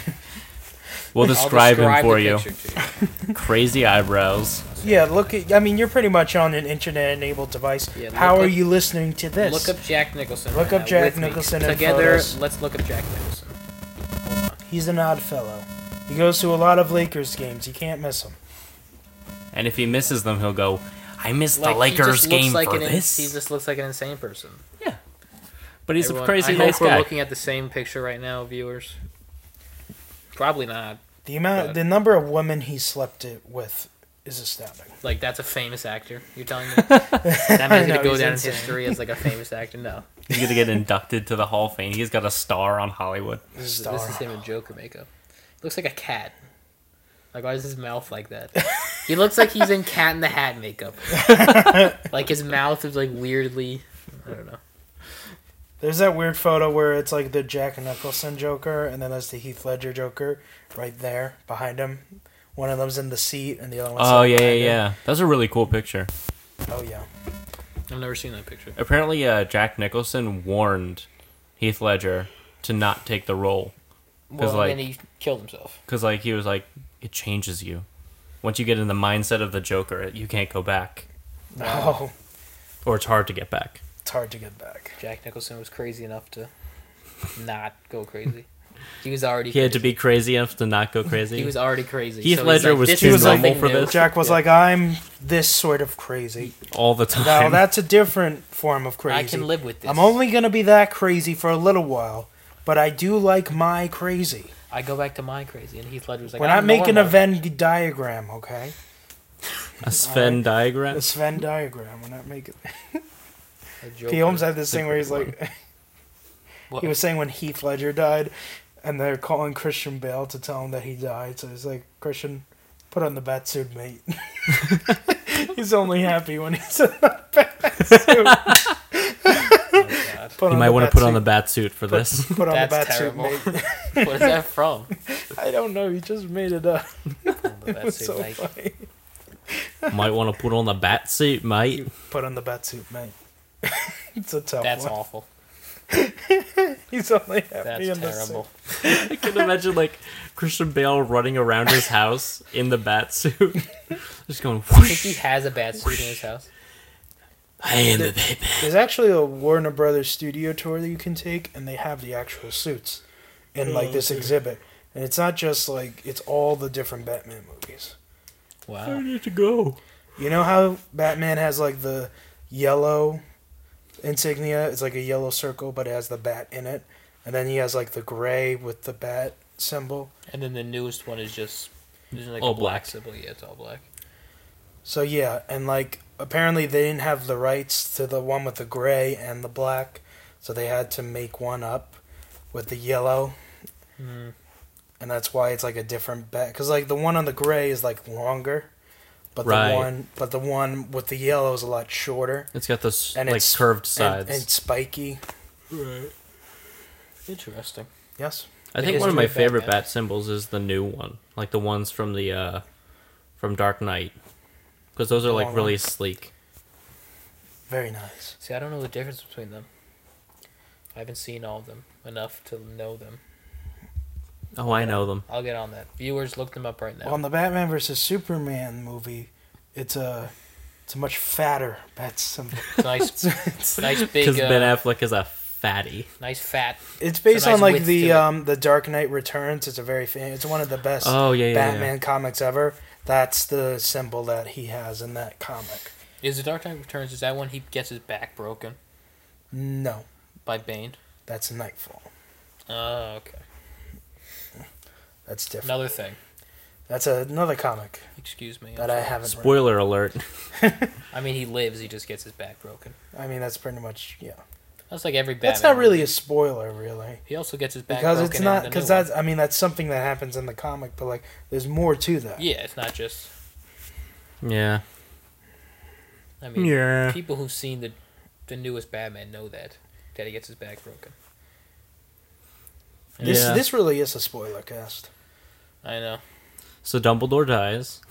[SPEAKER 2] We'll
[SPEAKER 4] I'll
[SPEAKER 2] describe, him
[SPEAKER 4] the
[SPEAKER 2] for you.
[SPEAKER 4] picture to you.
[SPEAKER 2] Crazy eyebrows.
[SPEAKER 3] Yeah, look. At, I mean, you're pretty much on an internet-enabled device.
[SPEAKER 4] Yeah,
[SPEAKER 3] How
[SPEAKER 4] look
[SPEAKER 3] are
[SPEAKER 4] up-
[SPEAKER 3] you listening to this?
[SPEAKER 4] Look up Jack Nicholson.
[SPEAKER 3] Look
[SPEAKER 4] right
[SPEAKER 3] up
[SPEAKER 4] now
[SPEAKER 3] Jack
[SPEAKER 4] with me.
[SPEAKER 3] Nicholson in
[SPEAKER 4] Together,
[SPEAKER 3] photos.
[SPEAKER 4] let's look up Jack Nicholson. Hold on.
[SPEAKER 3] He's an odd fellow. He goes to a lot of Lakers games. You can't miss him.
[SPEAKER 2] And if he misses them, he'll go, "I missed
[SPEAKER 4] Like,
[SPEAKER 2] the
[SPEAKER 4] he just
[SPEAKER 2] Lakers
[SPEAKER 4] looks
[SPEAKER 2] game
[SPEAKER 4] like
[SPEAKER 2] for
[SPEAKER 4] an in-
[SPEAKER 2] this."
[SPEAKER 4] he just looks like an insane person.
[SPEAKER 2] yeah, but he's
[SPEAKER 4] Everyone-
[SPEAKER 2] a crazy
[SPEAKER 4] I
[SPEAKER 2] nice
[SPEAKER 4] hope we're
[SPEAKER 2] guy.
[SPEAKER 4] looking at the same picture right now, viewers. Probably not.
[SPEAKER 3] The amount,
[SPEAKER 4] Yeah.
[SPEAKER 3] the number of women he slept it with is astounding.
[SPEAKER 4] Like that's a famous actor. You're telling me that man's
[SPEAKER 3] know,
[SPEAKER 4] gonna go
[SPEAKER 3] he's
[SPEAKER 4] down
[SPEAKER 3] insane.
[SPEAKER 4] in history as like a famous actor? No,
[SPEAKER 2] He's gonna get inducted to the Hall of Fame. He's got a star on Hollywood.
[SPEAKER 4] this is,
[SPEAKER 3] Star.
[SPEAKER 4] this is him in Joker makeup. Looks like a cat. Like why is his mouth like that? He looks like he's in Cat in the Hat makeup. like his mouth is like weirdly. I don't know.
[SPEAKER 3] There's that weird photo where it's like the Jack Nicholson Joker, and then there's the Heath Ledger Joker right there behind him. One of them's in the seat, and the other one's.
[SPEAKER 2] Oh
[SPEAKER 3] like,
[SPEAKER 2] yeah, yeah,
[SPEAKER 3] behind him.
[SPEAKER 2] yeah. That's a really cool picture.
[SPEAKER 3] Oh yeah.
[SPEAKER 4] I've never seen that picture.
[SPEAKER 2] Apparently, uh, Jack Nicholson warned Heath Ledger to not take the role
[SPEAKER 4] Well,
[SPEAKER 2] like-
[SPEAKER 4] and then he killed himself.
[SPEAKER 2] because, like, he was like, "It changes you. Once you get in the mindset of the Joker, it- you can't go back,
[SPEAKER 3] Oh,
[SPEAKER 2] or it's hard to get back."
[SPEAKER 3] it's hard to get back.
[SPEAKER 4] Jack Nicholson was crazy enough to not go crazy. He was already.
[SPEAKER 2] He had to
[SPEAKER 4] crazy.
[SPEAKER 2] be crazy enough to not go crazy.
[SPEAKER 4] He was already crazy.
[SPEAKER 2] Heath
[SPEAKER 4] so he's
[SPEAKER 2] Ledger
[SPEAKER 4] like,
[SPEAKER 2] was
[SPEAKER 4] this
[SPEAKER 2] too
[SPEAKER 4] is
[SPEAKER 2] normal
[SPEAKER 4] something
[SPEAKER 2] for
[SPEAKER 4] new.
[SPEAKER 2] this.
[SPEAKER 3] Jack was
[SPEAKER 4] Yeah.
[SPEAKER 3] like, "I'm this sort of crazy."
[SPEAKER 2] all the time.
[SPEAKER 3] Now that's a different form of crazy.
[SPEAKER 4] I can live with this.
[SPEAKER 3] I'm only gonna be that crazy for a little while, but I do like my crazy.
[SPEAKER 4] I go back to my crazy, and Heath Ledger's like,
[SPEAKER 3] We're
[SPEAKER 4] I'm
[SPEAKER 3] not making a
[SPEAKER 4] normal.
[SPEAKER 3] Venn diagram, okay?
[SPEAKER 2] a Sven diagram.
[SPEAKER 3] A Venn diagram. We're not making.
[SPEAKER 4] A
[SPEAKER 3] P.
[SPEAKER 4] Joker. Oh
[SPEAKER 3] Holmes had this thing where he's like,
[SPEAKER 4] What?
[SPEAKER 3] he was saying when Heath Ledger died, and they're calling Christian Bale to tell him that he died. So he's like, Christian, put on the bat suit, mate. he's only happy when he's in the bat suit.
[SPEAKER 4] Oh, God.
[SPEAKER 3] Put
[SPEAKER 2] You
[SPEAKER 3] on
[SPEAKER 2] might
[SPEAKER 3] the
[SPEAKER 2] want to
[SPEAKER 3] bat
[SPEAKER 2] put on the
[SPEAKER 3] suit.
[SPEAKER 2] bat suit for this.
[SPEAKER 3] Put on
[SPEAKER 4] That's
[SPEAKER 3] the bat
[SPEAKER 4] terrible.
[SPEAKER 3] suit, mate.
[SPEAKER 4] what is that from?
[SPEAKER 3] I don't know. He just made it up.
[SPEAKER 4] But that's
[SPEAKER 3] It's so
[SPEAKER 4] like,
[SPEAKER 3] funny.
[SPEAKER 2] might want to put on the bat suit, mate.
[SPEAKER 3] Put on the bat suit, mate. it's a tough
[SPEAKER 4] that's
[SPEAKER 3] one.
[SPEAKER 4] awful.
[SPEAKER 3] He's only happy
[SPEAKER 4] That's
[SPEAKER 3] in the
[SPEAKER 4] terrible.
[SPEAKER 3] suit.
[SPEAKER 2] I can imagine like Christian Bale running around his house in the bat suit, just going.
[SPEAKER 4] I think he
[SPEAKER 2] Whoosh,
[SPEAKER 4] has a bat suit in his house.
[SPEAKER 2] I am the Batman.
[SPEAKER 3] There's actually a Warner Brothers studio tour that you can take, and they have the actual suits in like this exhibit. And it's not just like it's all the different Batman movies.
[SPEAKER 2] I
[SPEAKER 4] Wow.
[SPEAKER 2] need to go.
[SPEAKER 3] You know how Batman has like the yellow insignia is like a yellow circle, but it has the bat in it. And then he has like the gray with the bat symbol.
[SPEAKER 4] And then the newest one is just there's like
[SPEAKER 2] All
[SPEAKER 4] a black
[SPEAKER 2] black.
[SPEAKER 4] symbol. Yeah, it's all black.
[SPEAKER 3] So yeah, and like apparently they didn't have the rights to the one with the gray and the black, so they had to make one up with the yellow, Hmm.
[SPEAKER 4] Mm.
[SPEAKER 3] and that's why it's like a different bat. Cause like the one on the gray is like longer, but
[SPEAKER 2] Right.
[SPEAKER 3] the one but the one with the yellow is a lot shorter
[SPEAKER 2] It's got those
[SPEAKER 3] And
[SPEAKER 2] like
[SPEAKER 3] it's-
[SPEAKER 2] curved
[SPEAKER 3] and,
[SPEAKER 2] sides.
[SPEAKER 3] and spiky.
[SPEAKER 4] Right. Interesting.
[SPEAKER 3] Yes.
[SPEAKER 2] I
[SPEAKER 4] the
[SPEAKER 2] think one of my
[SPEAKER 4] history of
[SPEAKER 2] favorite
[SPEAKER 4] Batman.
[SPEAKER 2] bat symbols is the new one, like the ones from the uh, from Dark Knight, because those are
[SPEAKER 3] The
[SPEAKER 2] like
[SPEAKER 3] long
[SPEAKER 2] really
[SPEAKER 3] ones.
[SPEAKER 2] sleek.
[SPEAKER 3] Very nice.
[SPEAKER 4] See, I don't know the difference between them. I haven't seen all of them enough to know them.
[SPEAKER 2] Oh, I know them.
[SPEAKER 4] I'll get on that. Viewers, look them up right now.
[SPEAKER 3] Well, in the Batman versus Superman movie, it's a it's a much fatter bat symbol.
[SPEAKER 4] It's nice,
[SPEAKER 3] it's,
[SPEAKER 4] nice
[SPEAKER 2] Because
[SPEAKER 4] big, uh,
[SPEAKER 2] Ben Affleck is a fatty.
[SPEAKER 4] nice fat.
[SPEAKER 3] It's based
[SPEAKER 4] nice
[SPEAKER 3] on like
[SPEAKER 4] width to
[SPEAKER 3] the
[SPEAKER 4] it.
[SPEAKER 3] um the Dark Knight Returns. It's a very fan. It's one of the best
[SPEAKER 2] Oh yeah, yeah, yeah.
[SPEAKER 3] Batman comics ever. That's the symbol that he has in that comic.
[SPEAKER 4] Is the Dark Knight Returns? Is that when he gets his back broken
[SPEAKER 3] No,
[SPEAKER 4] by Bane?
[SPEAKER 3] that's Nightfall. Ah,
[SPEAKER 4] Oh, okay.
[SPEAKER 3] That's different.
[SPEAKER 4] Another thing.
[SPEAKER 3] That's a, another comic
[SPEAKER 4] Excuse me. I'm
[SPEAKER 3] that I
[SPEAKER 4] sorry.
[SPEAKER 3] haven't. read.
[SPEAKER 2] Spoiler alert.
[SPEAKER 4] I mean, he lives. He just gets his back broken.
[SPEAKER 3] I mean, that's pretty much yeah.
[SPEAKER 4] That's like every Batman.
[SPEAKER 3] That's not really
[SPEAKER 4] movie.
[SPEAKER 3] a spoiler, really,
[SPEAKER 4] He also gets his back
[SPEAKER 3] because
[SPEAKER 4] broken
[SPEAKER 3] it's
[SPEAKER 4] in
[SPEAKER 3] not
[SPEAKER 4] the
[SPEAKER 3] because
[SPEAKER 4] new one.
[SPEAKER 3] that's I mean that's something that happens in the comic, but like there's more to that.
[SPEAKER 4] Yeah, it's not just.
[SPEAKER 2] Yeah.
[SPEAKER 4] I mean,
[SPEAKER 2] Yeah.
[SPEAKER 4] people who've seen the the newest Batman know that that he gets his back broken.
[SPEAKER 3] This
[SPEAKER 2] yeah.
[SPEAKER 3] this really is a spoiler cast.
[SPEAKER 4] I know.
[SPEAKER 2] So Dumbledore dies.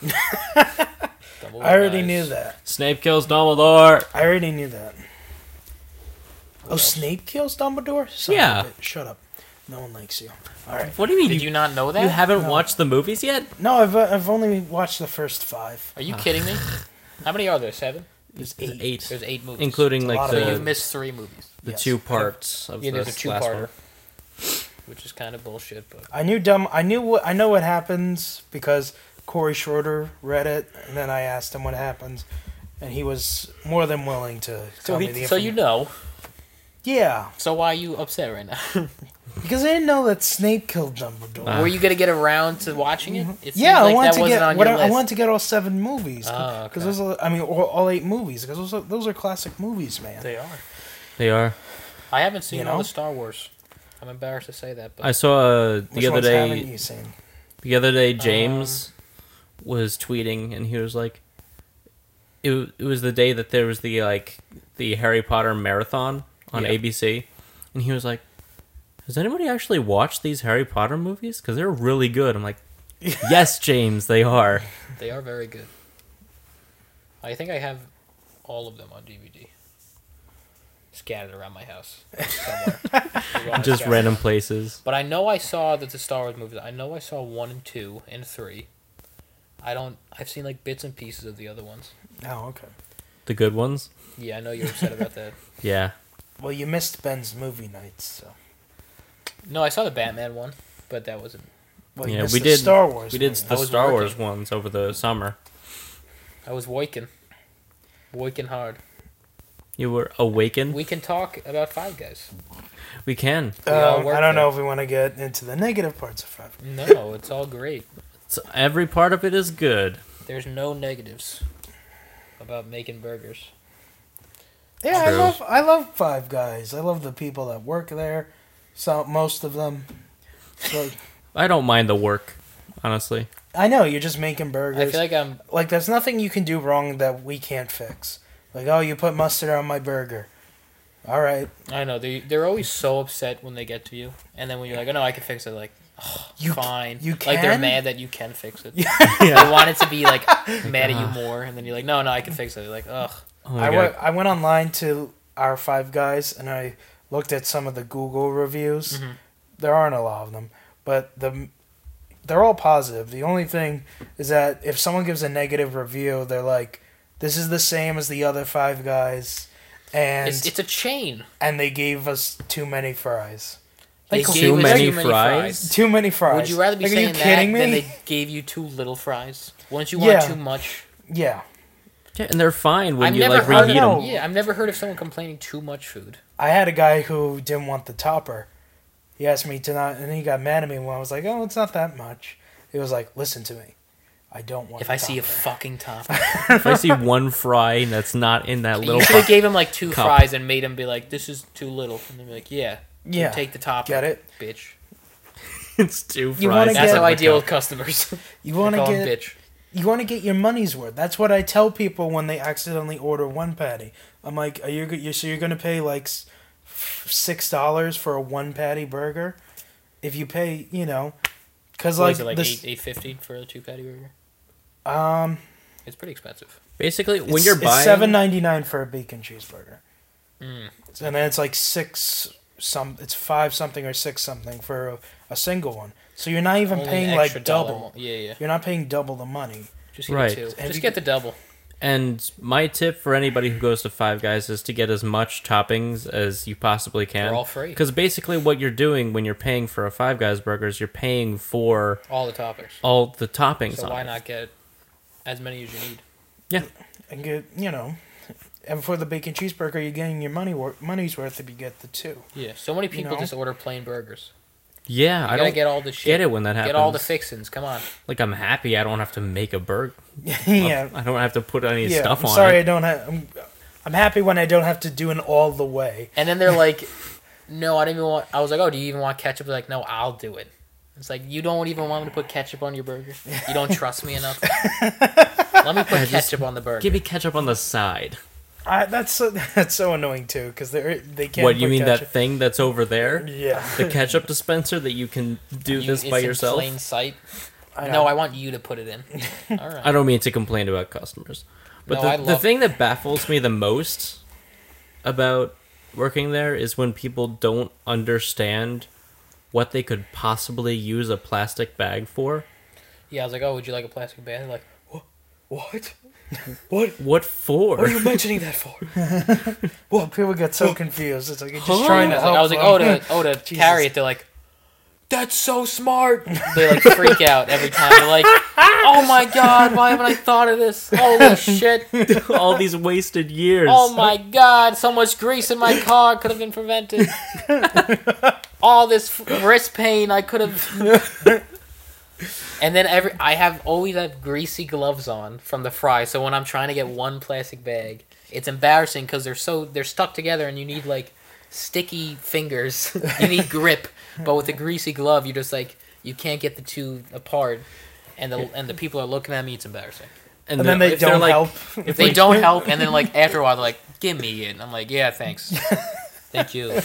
[SPEAKER 4] Double
[SPEAKER 3] I already
[SPEAKER 4] eyes.
[SPEAKER 3] knew that.
[SPEAKER 2] Snape kills Dumbledore.
[SPEAKER 3] I already knew that.
[SPEAKER 4] What
[SPEAKER 3] Oh,
[SPEAKER 4] else?
[SPEAKER 3] Snape kills Dumbledore? Son of a
[SPEAKER 2] Yeah.
[SPEAKER 3] bitch. Shut up. No one likes you. All right.
[SPEAKER 2] What do you mean?
[SPEAKER 4] Did
[SPEAKER 2] you,
[SPEAKER 4] you not know that?
[SPEAKER 2] you haven't
[SPEAKER 3] No.
[SPEAKER 2] watched the movies yet?
[SPEAKER 3] No, I've, uh, I've only watched the first five.
[SPEAKER 4] Are you kidding me? How many are there? Seven.
[SPEAKER 2] There's
[SPEAKER 3] eight.
[SPEAKER 4] There's eight movies,
[SPEAKER 2] including
[SPEAKER 3] lot
[SPEAKER 2] like
[SPEAKER 3] of
[SPEAKER 4] So
[SPEAKER 3] uh,
[SPEAKER 4] you've
[SPEAKER 2] the
[SPEAKER 4] missed three movies.
[SPEAKER 2] the
[SPEAKER 3] Yes.
[SPEAKER 2] two parts of
[SPEAKER 4] Yeah,
[SPEAKER 2] the
[SPEAKER 4] there's a
[SPEAKER 2] last one.
[SPEAKER 4] two-parter. Which is kind of bullshit, but
[SPEAKER 3] I knew dumb. I knew what. I know what happens because Corey Schroeder read it, and then I asked him what happens, and he was more than willing to
[SPEAKER 4] so,
[SPEAKER 3] tell me
[SPEAKER 4] he,
[SPEAKER 3] the
[SPEAKER 4] so you
[SPEAKER 3] inform-
[SPEAKER 4] know.
[SPEAKER 3] Yeah,
[SPEAKER 4] So why are you upset right now?
[SPEAKER 3] because I didn't know that Snape killed Dumbledore.
[SPEAKER 2] Ah.
[SPEAKER 4] Were you gonna get around to watching it? It seems
[SPEAKER 3] yeah, I
[SPEAKER 4] like
[SPEAKER 3] want
[SPEAKER 4] that
[SPEAKER 3] to
[SPEAKER 4] wasn't
[SPEAKER 3] get.
[SPEAKER 4] on
[SPEAKER 3] What
[SPEAKER 4] your
[SPEAKER 3] I, I
[SPEAKER 4] list.
[SPEAKER 3] want to get all seven movies.
[SPEAKER 4] Oh, okay.
[SPEAKER 3] those are, I mean, all, all eight movies. Because those are, those are classic movies, man.
[SPEAKER 4] They are.
[SPEAKER 2] They are.
[SPEAKER 4] I haven't seen
[SPEAKER 3] You
[SPEAKER 4] all
[SPEAKER 3] know?
[SPEAKER 4] the Star Wars. I'm embarrassed to say that, but
[SPEAKER 2] I saw uh, the
[SPEAKER 3] Which
[SPEAKER 2] other
[SPEAKER 3] ones
[SPEAKER 2] day.
[SPEAKER 3] haven't you seen?
[SPEAKER 2] The other day, James was tweeting, and he was like, "It w- it was the day that there was the like the Harry Potter marathon on
[SPEAKER 4] Yeah.
[SPEAKER 2] ABC," and he was like, "Has anybody actually watched these Harry Potter movies? Because they're really good." I'm like, "Yes, James, they are."
[SPEAKER 4] they are very good. I think I have all of them on DVD, scattered around my house somewhere. Around
[SPEAKER 2] Just
[SPEAKER 4] scattered.
[SPEAKER 2] random places.
[SPEAKER 4] But I know I saw that the Star Wars movies. I know I saw one and two and three. I don't. I've seen like bits and pieces of the other ones.
[SPEAKER 3] Oh, okay.
[SPEAKER 2] The good ones.
[SPEAKER 4] Yeah, I know you're upset about that.
[SPEAKER 2] Yeah.
[SPEAKER 3] Well, you missed Ben's movie nights, so.
[SPEAKER 4] No, I saw the Batman one, but that wasn't.
[SPEAKER 3] Well, you
[SPEAKER 2] Yeah,
[SPEAKER 3] missed
[SPEAKER 2] we
[SPEAKER 3] the
[SPEAKER 2] did-
[SPEAKER 3] Star Wars.
[SPEAKER 2] We did
[SPEAKER 3] movie.
[SPEAKER 2] the
[SPEAKER 4] was
[SPEAKER 2] Star Wars
[SPEAKER 4] working.
[SPEAKER 2] ones over the summer.
[SPEAKER 4] I was waking, waking hard.
[SPEAKER 2] You were awakened. We,
[SPEAKER 4] We can talk about Five Guys.
[SPEAKER 2] can.
[SPEAKER 4] We all
[SPEAKER 3] Um,
[SPEAKER 4] worked
[SPEAKER 3] I don't know
[SPEAKER 4] there.
[SPEAKER 3] if we want to get into the negative parts of Five.
[SPEAKER 4] No, it's all great.
[SPEAKER 2] It's, every part of it is good.
[SPEAKER 4] There's no negatives about making burgers.
[SPEAKER 3] Yeah, I
[SPEAKER 2] True.
[SPEAKER 3] love I love Five Guys. I love the people that work there. So most of them. So,
[SPEAKER 2] I don't mind the work, honestly.
[SPEAKER 3] I know you're just making burgers.
[SPEAKER 4] I feel
[SPEAKER 3] like
[SPEAKER 4] like I'm.
[SPEAKER 3] there's nothing you can do wrong that we can't fix. Like oh, you put mustard on my burger. All right,
[SPEAKER 4] I know they they're always so upset when they get to you, and then when you're like, "Oh no, I can fix it," like, oh,
[SPEAKER 3] You c-
[SPEAKER 4] fine."
[SPEAKER 3] you
[SPEAKER 4] like they're
[SPEAKER 3] can?
[SPEAKER 4] mad that you can fix it.
[SPEAKER 2] Yeah.
[SPEAKER 4] They want it to be like mad at you more, and then you're like, "No, no, I can fix it." They're like, "Ugh."
[SPEAKER 2] Oh my
[SPEAKER 3] I
[SPEAKER 2] God.
[SPEAKER 3] went I went online to our Five Guys and I looked at some of the Google reviews.
[SPEAKER 4] Mhm.
[SPEAKER 3] There aren't a lot of them, but the they're all positive. The only thing is that if someone gives a negative review, they're like, "This is the same as the other Five Guys," and
[SPEAKER 4] It's, it's a chain.
[SPEAKER 3] and they gave us too many fries.
[SPEAKER 4] They
[SPEAKER 2] Like,
[SPEAKER 4] gave
[SPEAKER 2] too
[SPEAKER 4] us
[SPEAKER 2] many fries?
[SPEAKER 3] Too many fries.
[SPEAKER 4] Would you rather be
[SPEAKER 3] Like,
[SPEAKER 4] saying
[SPEAKER 3] are you
[SPEAKER 4] that
[SPEAKER 3] kidding
[SPEAKER 4] than
[SPEAKER 3] me?
[SPEAKER 4] they gave you too little fries? Wouldn't you
[SPEAKER 3] Yeah.
[SPEAKER 4] want too much?
[SPEAKER 3] Yeah.
[SPEAKER 2] Yeah, and they're fine when
[SPEAKER 4] I've
[SPEAKER 2] you
[SPEAKER 4] never
[SPEAKER 2] like
[SPEAKER 4] heard
[SPEAKER 2] reheat
[SPEAKER 3] of-
[SPEAKER 2] them.
[SPEAKER 3] Oh.
[SPEAKER 4] Yeah, I've never heard of someone complaining too much food.
[SPEAKER 3] I had a guy who didn't want the topper. He asked me to not, and he got mad at me when I was like, "Oh, it's not that much." He was like, "Listen to me, I don't want."
[SPEAKER 4] If I see a
[SPEAKER 3] topper."
[SPEAKER 4] fucking top,
[SPEAKER 2] If I see one fry that's not in that
[SPEAKER 4] you
[SPEAKER 2] little,
[SPEAKER 4] should have gave him like two
[SPEAKER 2] cup.
[SPEAKER 4] fries and made him be like, "This is too little," and then be like, "Yeah, you
[SPEAKER 3] yeah,
[SPEAKER 4] take the top,
[SPEAKER 3] get it.
[SPEAKER 4] bitch."
[SPEAKER 2] it's two fries.
[SPEAKER 3] You wanna
[SPEAKER 4] That's
[SPEAKER 3] get-
[SPEAKER 4] how I deal with
[SPEAKER 2] Cup.
[SPEAKER 4] customers.
[SPEAKER 3] You
[SPEAKER 4] I
[SPEAKER 3] want to
[SPEAKER 4] call 'em
[SPEAKER 3] get
[SPEAKER 4] bitch.
[SPEAKER 3] you want to get your money's worth. That's what I tell people when they accidentally order one patty. I'm like, "Are you go- you so you're gonna pay like s- six dollars for a one patty burger? If you pay, you know, because
[SPEAKER 4] What
[SPEAKER 3] like,
[SPEAKER 4] is it like
[SPEAKER 3] this,
[SPEAKER 4] eight eight fifty for a two patty burger?
[SPEAKER 3] um,
[SPEAKER 4] It's pretty expensive.
[SPEAKER 2] Basically,
[SPEAKER 3] it's,
[SPEAKER 2] when you're buying,
[SPEAKER 3] it's seven ninety nine for a bacon cheeseburger.
[SPEAKER 4] Mm.
[SPEAKER 3] and then it's like six some it's five something or six something for a, a single one so you're not even
[SPEAKER 4] Only an
[SPEAKER 3] paying
[SPEAKER 4] extra
[SPEAKER 3] like
[SPEAKER 4] dollar
[SPEAKER 3] double
[SPEAKER 4] more- Yeah, yeah.
[SPEAKER 3] you're not paying double the money
[SPEAKER 4] Just get
[SPEAKER 2] Right.
[SPEAKER 4] the two.
[SPEAKER 3] And
[SPEAKER 4] Just
[SPEAKER 3] you-
[SPEAKER 4] get the double.
[SPEAKER 2] and my tip for anybody who goes to Five Guys is to get as much toppings as you possibly can.
[SPEAKER 4] They're all free.
[SPEAKER 2] Because basically, what you're doing when you're paying for a Five Guys burger is you're paying for
[SPEAKER 4] All the toppers.
[SPEAKER 2] all the toppings.
[SPEAKER 4] So
[SPEAKER 2] on
[SPEAKER 4] why
[SPEAKER 2] it.
[SPEAKER 4] not get as many as you need?
[SPEAKER 3] and get you know and for the bacon cheeseburger you're getting your money wor- money's worth if you get the two
[SPEAKER 4] Yeah. So many people
[SPEAKER 3] know?
[SPEAKER 4] just order plain burgers.
[SPEAKER 2] Yeah,
[SPEAKER 4] You
[SPEAKER 2] I
[SPEAKER 4] gotta
[SPEAKER 2] don't
[SPEAKER 4] get
[SPEAKER 2] get,
[SPEAKER 4] all the shit.
[SPEAKER 2] it when that happens.
[SPEAKER 4] Get all the fixins. Come on.
[SPEAKER 2] like I'm happy I don't have to make a burger.
[SPEAKER 3] yeah
[SPEAKER 2] I don't have to put any
[SPEAKER 3] yeah
[SPEAKER 2] stuff
[SPEAKER 3] I'm
[SPEAKER 2] on
[SPEAKER 3] sorry i
[SPEAKER 2] it.
[SPEAKER 3] don't have I'm, I'm happy when i don't have to do an all the way
[SPEAKER 4] And then they're like, "No, I didn't even want." I was like, "Oh, do you even want ketchup?" They're like, "No, I'll do it." It's like you don't even want me to put ketchup on your burger. You don't trust me enough. Let me put
[SPEAKER 2] Yeah, just
[SPEAKER 4] ketchup on the burger.
[SPEAKER 2] Give me ketchup on the side.
[SPEAKER 3] I, that's so, that's so annoying too because they they can't
[SPEAKER 2] what you
[SPEAKER 3] put
[SPEAKER 2] mean
[SPEAKER 3] ketchup-
[SPEAKER 2] that thing that's over there?
[SPEAKER 3] yeah
[SPEAKER 2] The ketchup dispenser that you can do
[SPEAKER 4] You-
[SPEAKER 2] this
[SPEAKER 4] it's
[SPEAKER 2] by
[SPEAKER 4] in
[SPEAKER 2] yourself.
[SPEAKER 4] Plain sight.
[SPEAKER 3] I
[SPEAKER 4] no,
[SPEAKER 3] know.
[SPEAKER 4] I want you to put it in. All right.
[SPEAKER 2] I don't mean to complain about customers, but
[SPEAKER 4] No,
[SPEAKER 2] the,
[SPEAKER 4] I
[SPEAKER 2] the
[SPEAKER 4] love-
[SPEAKER 2] thing that baffles me the most about working there is when people don't understand what they could possibly use a plastic bag for.
[SPEAKER 4] Yeah, I was like, "Oh, would you like a plastic bag?" They're like,
[SPEAKER 5] What? What?
[SPEAKER 2] What for?
[SPEAKER 5] What are you mentioning that for?
[SPEAKER 3] well people get so confused it's like you're just
[SPEAKER 2] Huh?
[SPEAKER 3] trying to
[SPEAKER 4] I was
[SPEAKER 3] help
[SPEAKER 4] like, I was like,
[SPEAKER 3] them.
[SPEAKER 4] "Oh, to oh to carry it." They're like,
[SPEAKER 5] That's so smart.
[SPEAKER 4] they like freak out every time. They're like, "Oh my god, why haven't I thought of this? Holy shit!
[SPEAKER 2] All these wasted years.
[SPEAKER 4] Oh my god, so much grease in my car could have been prevented. All this f- wrist pain I could have." And then every I have always have greasy gloves on from the fry, so when I'm trying to get one plastic bag, it's embarrassing because they're so they're stuck together, and you need like sticky fingers. you need grip, but with a greasy glove, you just like you can't get the two apart, and the and the people are looking at me. It's embarrassing.
[SPEAKER 2] And,
[SPEAKER 3] and then
[SPEAKER 2] they're-
[SPEAKER 3] they
[SPEAKER 2] if they're
[SPEAKER 3] don't
[SPEAKER 2] like,
[SPEAKER 3] help
[SPEAKER 4] If they don't help, and then like after a while, they're like, "Give me it," and I'm like, "Yeah, thanks, thank you,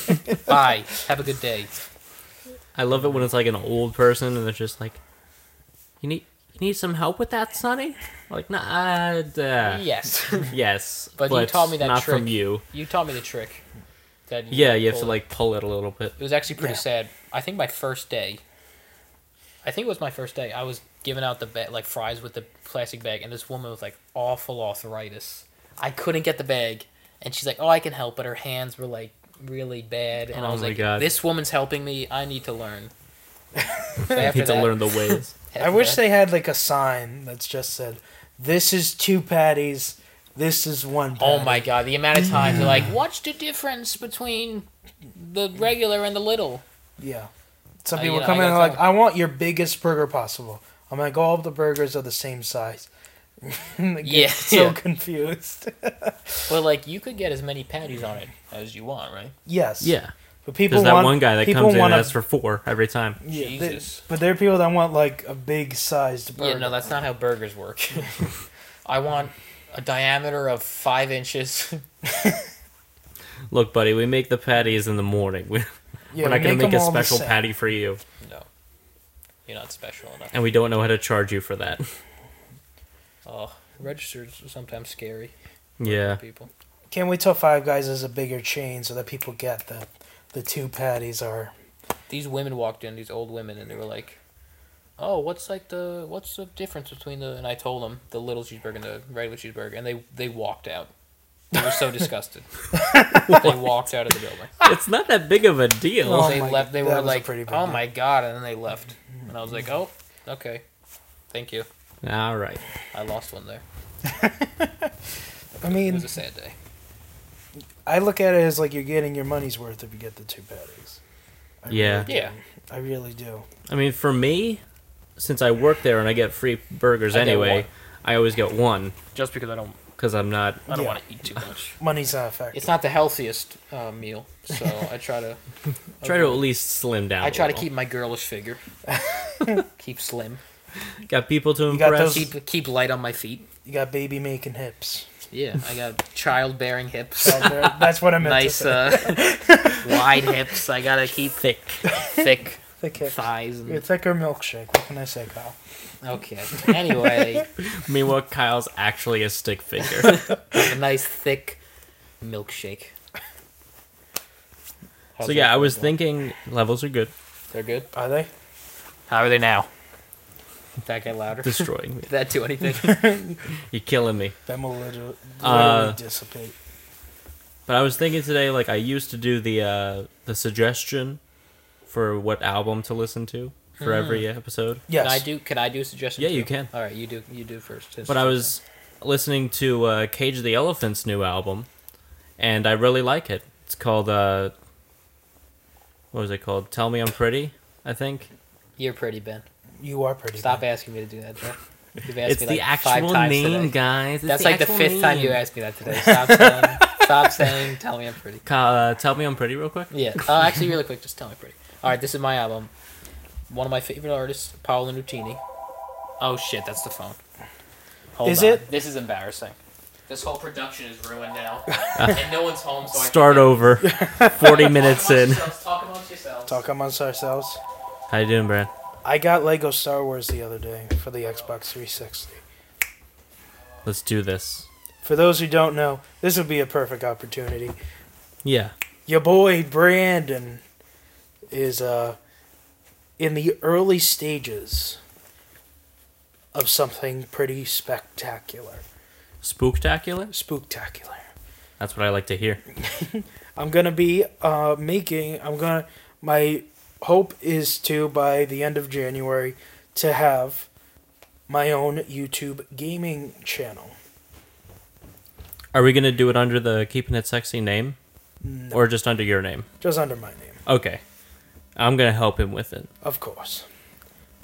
[SPEAKER 4] bye, have a good day."
[SPEAKER 2] I love it when it's like an old person and they're just like, "You need you need some help with that, Sonny?" Like, nah, uh, duh."
[SPEAKER 4] Yes,
[SPEAKER 2] yes,
[SPEAKER 4] But you taught me that
[SPEAKER 2] not from
[SPEAKER 4] trick.
[SPEAKER 2] you.
[SPEAKER 4] you taught me the trick. That
[SPEAKER 2] Yeah, you have to
[SPEAKER 4] pulled.
[SPEAKER 2] like pull it a little bit.
[SPEAKER 4] It was actually pretty
[SPEAKER 3] Yeah.
[SPEAKER 4] sad. I think my first day. I think it was my first day. I was giving out the ba- like fries with the plastic bag, and this woman with like awful arthritis. I couldn't get the bag, and she's like, "Oh, I can help," but her hands were like really bad, and I
[SPEAKER 2] Oh
[SPEAKER 4] was
[SPEAKER 2] my
[SPEAKER 4] like,
[SPEAKER 2] God.
[SPEAKER 4] "This woman's helping me. I need to learn."
[SPEAKER 2] I need to learn the ways.
[SPEAKER 3] I wish they had like a sign that's just said, "This is two patties. This is one." Patty.
[SPEAKER 4] Oh my god, the amount of times they're like, "What's the difference between the regular and the little?"
[SPEAKER 3] Yeah. Some
[SPEAKER 4] Uh,
[SPEAKER 3] people
[SPEAKER 4] yeah,
[SPEAKER 3] come
[SPEAKER 4] I
[SPEAKER 3] in and
[SPEAKER 4] gotta
[SPEAKER 3] like,
[SPEAKER 4] tell
[SPEAKER 3] "I want your biggest burger possible." I'm like, "All the burgers are the same size." They get
[SPEAKER 4] Yeah,
[SPEAKER 3] So
[SPEAKER 4] yeah.
[SPEAKER 3] confused.
[SPEAKER 4] But like, you could get as many patties on it as you want, right?
[SPEAKER 3] yes.
[SPEAKER 2] Yeah,
[SPEAKER 3] But people
[SPEAKER 2] there's that
[SPEAKER 3] want
[SPEAKER 2] one guy that
[SPEAKER 3] people
[SPEAKER 2] comes in and
[SPEAKER 3] want a-
[SPEAKER 2] asks for four every time.
[SPEAKER 3] yeah, they-
[SPEAKER 4] Jesus.
[SPEAKER 3] but there are people that want like a big sized burger.
[SPEAKER 4] Yeah, no, that's not how burgers work. I want a diameter of five inches.
[SPEAKER 2] Look, buddy, we make the patties in the morning. We're
[SPEAKER 3] Yeah,
[SPEAKER 2] we're not
[SPEAKER 3] we
[SPEAKER 2] gonna make
[SPEAKER 3] them
[SPEAKER 2] a
[SPEAKER 3] all the
[SPEAKER 2] special
[SPEAKER 3] same.
[SPEAKER 2] patty for you,
[SPEAKER 4] no, you're not special enough.
[SPEAKER 2] and we don't know how to charge you for that.
[SPEAKER 4] Oh, registers are sometimes scary. for
[SPEAKER 2] Yeah,
[SPEAKER 4] people.
[SPEAKER 3] Can't wait till Five Guys is a bigger chain so that people get that the two patties are
[SPEAKER 4] These women walked in, these old women, and they were like, "Oh, what's like the what's the difference between the?" And I told them the little cheeseburger and the regular cheeseburger, and they they walked out. They were so disgusted. they walked out of the building.
[SPEAKER 2] it's not that big of a deal.
[SPEAKER 3] Oh
[SPEAKER 4] they
[SPEAKER 3] my
[SPEAKER 4] left. They
[SPEAKER 3] God,
[SPEAKER 4] were
[SPEAKER 3] that was a
[SPEAKER 4] like,
[SPEAKER 3] pretty big
[SPEAKER 4] "Oh
[SPEAKER 3] deal."
[SPEAKER 4] my god!" And then they left, and I was like, "Oh, okay, thank you."
[SPEAKER 2] All right.
[SPEAKER 4] I lost one there.
[SPEAKER 3] I
[SPEAKER 4] It
[SPEAKER 3] mean,
[SPEAKER 4] was a sad day.
[SPEAKER 3] I look at it as like you're getting your money's worth if you get the two patties. I
[SPEAKER 2] Yeah.
[SPEAKER 3] really do.
[SPEAKER 4] Yeah.
[SPEAKER 3] I really do.
[SPEAKER 2] I mean, for me, since I work there and I get free burgers
[SPEAKER 4] I get
[SPEAKER 2] anyway,
[SPEAKER 4] one.
[SPEAKER 2] I always get one
[SPEAKER 4] Just because I don't,
[SPEAKER 2] because I'm not.
[SPEAKER 4] I don't
[SPEAKER 3] Yeah.
[SPEAKER 4] want to eat too much.
[SPEAKER 3] Money's not a factor.
[SPEAKER 4] It's not the healthiest uh, meal, so I try to
[SPEAKER 2] Try to at least slim down.
[SPEAKER 4] I
[SPEAKER 2] a
[SPEAKER 4] try to
[SPEAKER 2] little.
[SPEAKER 4] keep my girlish figure, keep slim,
[SPEAKER 2] Got people to
[SPEAKER 3] got
[SPEAKER 2] impress.
[SPEAKER 3] those-
[SPEAKER 4] keep keep light on my feet.
[SPEAKER 3] You got baby making hips.
[SPEAKER 4] Yeah, I got childbearing hips,
[SPEAKER 3] Out there. That's what I meant. to
[SPEAKER 4] nice
[SPEAKER 3] say.
[SPEAKER 4] uh, wide hips. I gotta keep thick, thick
[SPEAKER 3] Thick hips.
[SPEAKER 4] thighs.
[SPEAKER 3] Your
[SPEAKER 4] And...
[SPEAKER 3] thicker milkshake. What can I say, Kyle?
[SPEAKER 4] Okay. Anyway,
[SPEAKER 2] Meanwhile, Kyle's actually a stick figure.
[SPEAKER 4] a nice thick milkshake. How's
[SPEAKER 2] so yeah,
[SPEAKER 4] that
[SPEAKER 2] I was
[SPEAKER 4] going?
[SPEAKER 2] thinking levels are good.
[SPEAKER 4] they're good.
[SPEAKER 3] Are they?
[SPEAKER 4] How are they now? Did that get louder? Did
[SPEAKER 2] Destroying me.
[SPEAKER 4] that do anything?
[SPEAKER 2] You're killing me.
[SPEAKER 3] Them will literally,
[SPEAKER 2] Uh,
[SPEAKER 3] literally dissipate.
[SPEAKER 2] But I was thinking today, like I used to do the uh, the suggestion for what album to listen to for
[SPEAKER 4] Hmm.
[SPEAKER 2] every episode.
[SPEAKER 3] Yes.
[SPEAKER 4] Can I do? Can I do a suggestion?
[SPEAKER 2] Yeah,
[SPEAKER 4] too?
[SPEAKER 2] you can.
[SPEAKER 4] All right, you do. You do first.
[SPEAKER 2] But I was listening to uh, Cage the Elephant's new album, and I really like it. It's called uh, what was it called? Tell me I'm pretty. I think
[SPEAKER 4] You're pretty, Ben.
[SPEAKER 3] You are pretty.
[SPEAKER 4] Stop
[SPEAKER 3] good.
[SPEAKER 4] asking me to do that, Joe. You've asked
[SPEAKER 2] it's
[SPEAKER 4] me
[SPEAKER 2] the
[SPEAKER 4] like five
[SPEAKER 2] actual
[SPEAKER 4] times
[SPEAKER 2] name,
[SPEAKER 4] today.
[SPEAKER 2] guys. It's
[SPEAKER 4] That's like the
[SPEAKER 2] actual
[SPEAKER 4] fifth time
[SPEAKER 2] name.
[SPEAKER 4] you asked me that today. Stop saying. stop saying. Tell me I'm pretty.
[SPEAKER 2] Ca- Uh, tell me I'm pretty, real
[SPEAKER 3] Oh,
[SPEAKER 2] quick.
[SPEAKER 4] Yeah. Uh, actually, really quick, just tell me pretty. All right, this is my album. One of my favorite artists, Paolo Nutini. Oh shit, that's the phone. Hold
[SPEAKER 3] Is
[SPEAKER 4] on.
[SPEAKER 3] it?
[SPEAKER 4] This is embarrassing. This whole production is ruined now, and no one's home. So
[SPEAKER 2] Start over. Forty minutes in.
[SPEAKER 4] Talk amongst yourselves.
[SPEAKER 3] Talk amongst ourselves.
[SPEAKER 2] How you doing, Brad?
[SPEAKER 3] I got Lego Star Wars the other day for the Xbox 360.
[SPEAKER 2] Let's do this.
[SPEAKER 3] For those who don't know, this would be a perfect opportunity.
[SPEAKER 2] Yeah.
[SPEAKER 3] Your boy Brandon is uh, in the early stages of something pretty spectacular.
[SPEAKER 2] Spooktacular?
[SPEAKER 3] Spooktacular.
[SPEAKER 2] That's what I like to hear.
[SPEAKER 3] I'm gonna be uh, making. I'm gonna. My hope is to by the end of January to have my own YouTube gaming channel.
[SPEAKER 2] Are we gonna do it under the keeping it sexy name,
[SPEAKER 3] No,
[SPEAKER 2] or just under your name?
[SPEAKER 3] just under my name,
[SPEAKER 2] Okay. I'm gonna help him with it.
[SPEAKER 3] of course.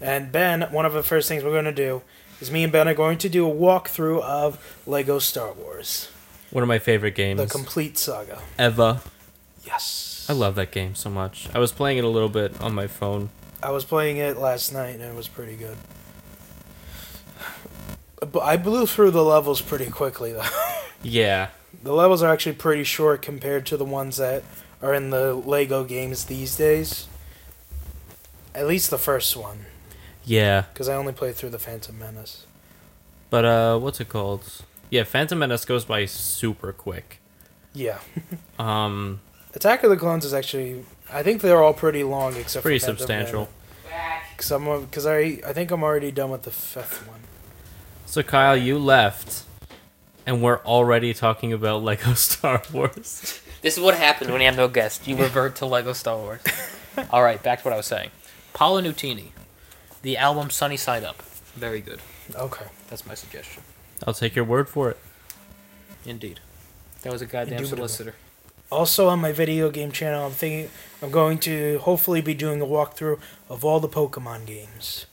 [SPEAKER 3] And Ben, one of the first things we're gonna do is me and Ben are going to do a walkthrough of Lego Star Wars,
[SPEAKER 2] One of my favorite games
[SPEAKER 3] the complete saga.
[SPEAKER 2] ever.
[SPEAKER 3] Yes,
[SPEAKER 2] I love that game so much. I was playing it a little bit on my phone.
[SPEAKER 3] I was playing it last night and it was pretty good. But I blew through the levels pretty quickly though.
[SPEAKER 2] Yeah.
[SPEAKER 3] The levels are actually pretty short compared to the ones that are in the Lego games these days. At least the first one,
[SPEAKER 2] Yeah.
[SPEAKER 3] because I only played through the Phantom Menace.
[SPEAKER 2] But uh what's it called? Yeah, Phantom Menace goes by super quick.
[SPEAKER 3] Yeah,
[SPEAKER 2] Um
[SPEAKER 3] Attack of the Clones is actually. I think they're all pretty long, except
[SPEAKER 2] pretty
[SPEAKER 3] for Phantom
[SPEAKER 2] substantial.
[SPEAKER 3] Menace. Some of because I I think I'm already done with the fifth one.
[SPEAKER 2] So Kyle, you left and we're already talking about Lego Star Wars.
[SPEAKER 4] This is what happened when you have no guest. You revert to Lego Star Wars. All right, back to what I was saying. Paolo Nutini, the album Sunny Side Up, very good.
[SPEAKER 3] Okay,
[SPEAKER 4] That's my suggestion.
[SPEAKER 2] I'll take your word for it.
[SPEAKER 4] Indeed, that was a goddamn
[SPEAKER 3] Indubitable.
[SPEAKER 4] solicitor.
[SPEAKER 3] Also on my video game channel, I'm thinking I'm going to hopefully be doing a walkthrough of all the Pokemon games.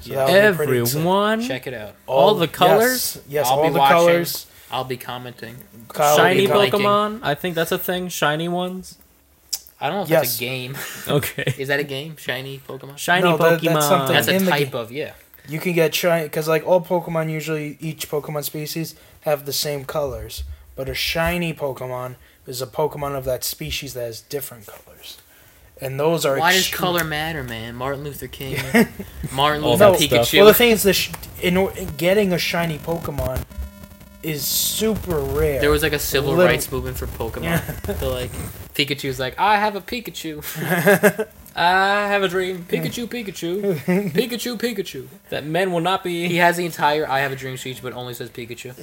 [SPEAKER 3] So that'll
[SPEAKER 4] Yeah.
[SPEAKER 3] be pretty exciting.
[SPEAKER 2] Everyone
[SPEAKER 4] Check it out.
[SPEAKER 2] all the colors?
[SPEAKER 3] Yes, yes,
[SPEAKER 4] I'll
[SPEAKER 3] all
[SPEAKER 4] be
[SPEAKER 3] the
[SPEAKER 4] watching.
[SPEAKER 3] colors.
[SPEAKER 4] I'll be commenting.
[SPEAKER 3] Kyle will be
[SPEAKER 2] shiny
[SPEAKER 4] I'll be
[SPEAKER 3] commenting.
[SPEAKER 2] Pokemon. I think that's a thing. Shiny ones.
[SPEAKER 4] I don't know if
[SPEAKER 3] Yes.
[SPEAKER 4] that's a game.
[SPEAKER 2] Okay.
[SPEAKER 4] Is that a game? Shiny Pokemon.
[SPEAKER 2] Shiny
[SPEAKER 3] No, that-
[SPEAKER 2] Pokemon.
[SPEAKER 3] that's something-
[SPEAKER 4] That's a
[SPEAKER 3] In the
[SPEAKER 4] type
[SPEAKER 3] game.
[SPEAKER 4] of yeah.
[SPEAKER 3] You can get shiny because like all Pokemon, usually each Pokemon species have the same colors, but a shiny Pokemon is a Pokemon of that species that has different colors, and those are.
[SPEAKER 4] Why does
[SPEAKER 3] extre-
[SPEAKER 4] color matter, man? Martin Luther King, Martin
[SPEAKER 2] All
[SPEAKER 4] Luther
[SPEAKER 2] that stuff.
[SPEAKER 4] Pikachu.
[SPEAKER 3] Well, the thing is, the sh- in, or- getting a shiny Pokemon is super rare.
[SPEAKER 4] There was like a civil
[SPEAKER 3] Little-
[SPEAKER 4] rights movement for Pokemon. So like Pikachu's like, I have a Pikachu. I have a dream. Pikachu, Pikachu. Pikachu, Pikachu.
[SPEAKER 2] that men will not be.
[SPEAKER 4] He has the entire I have a dream speech, but only says Pikachu.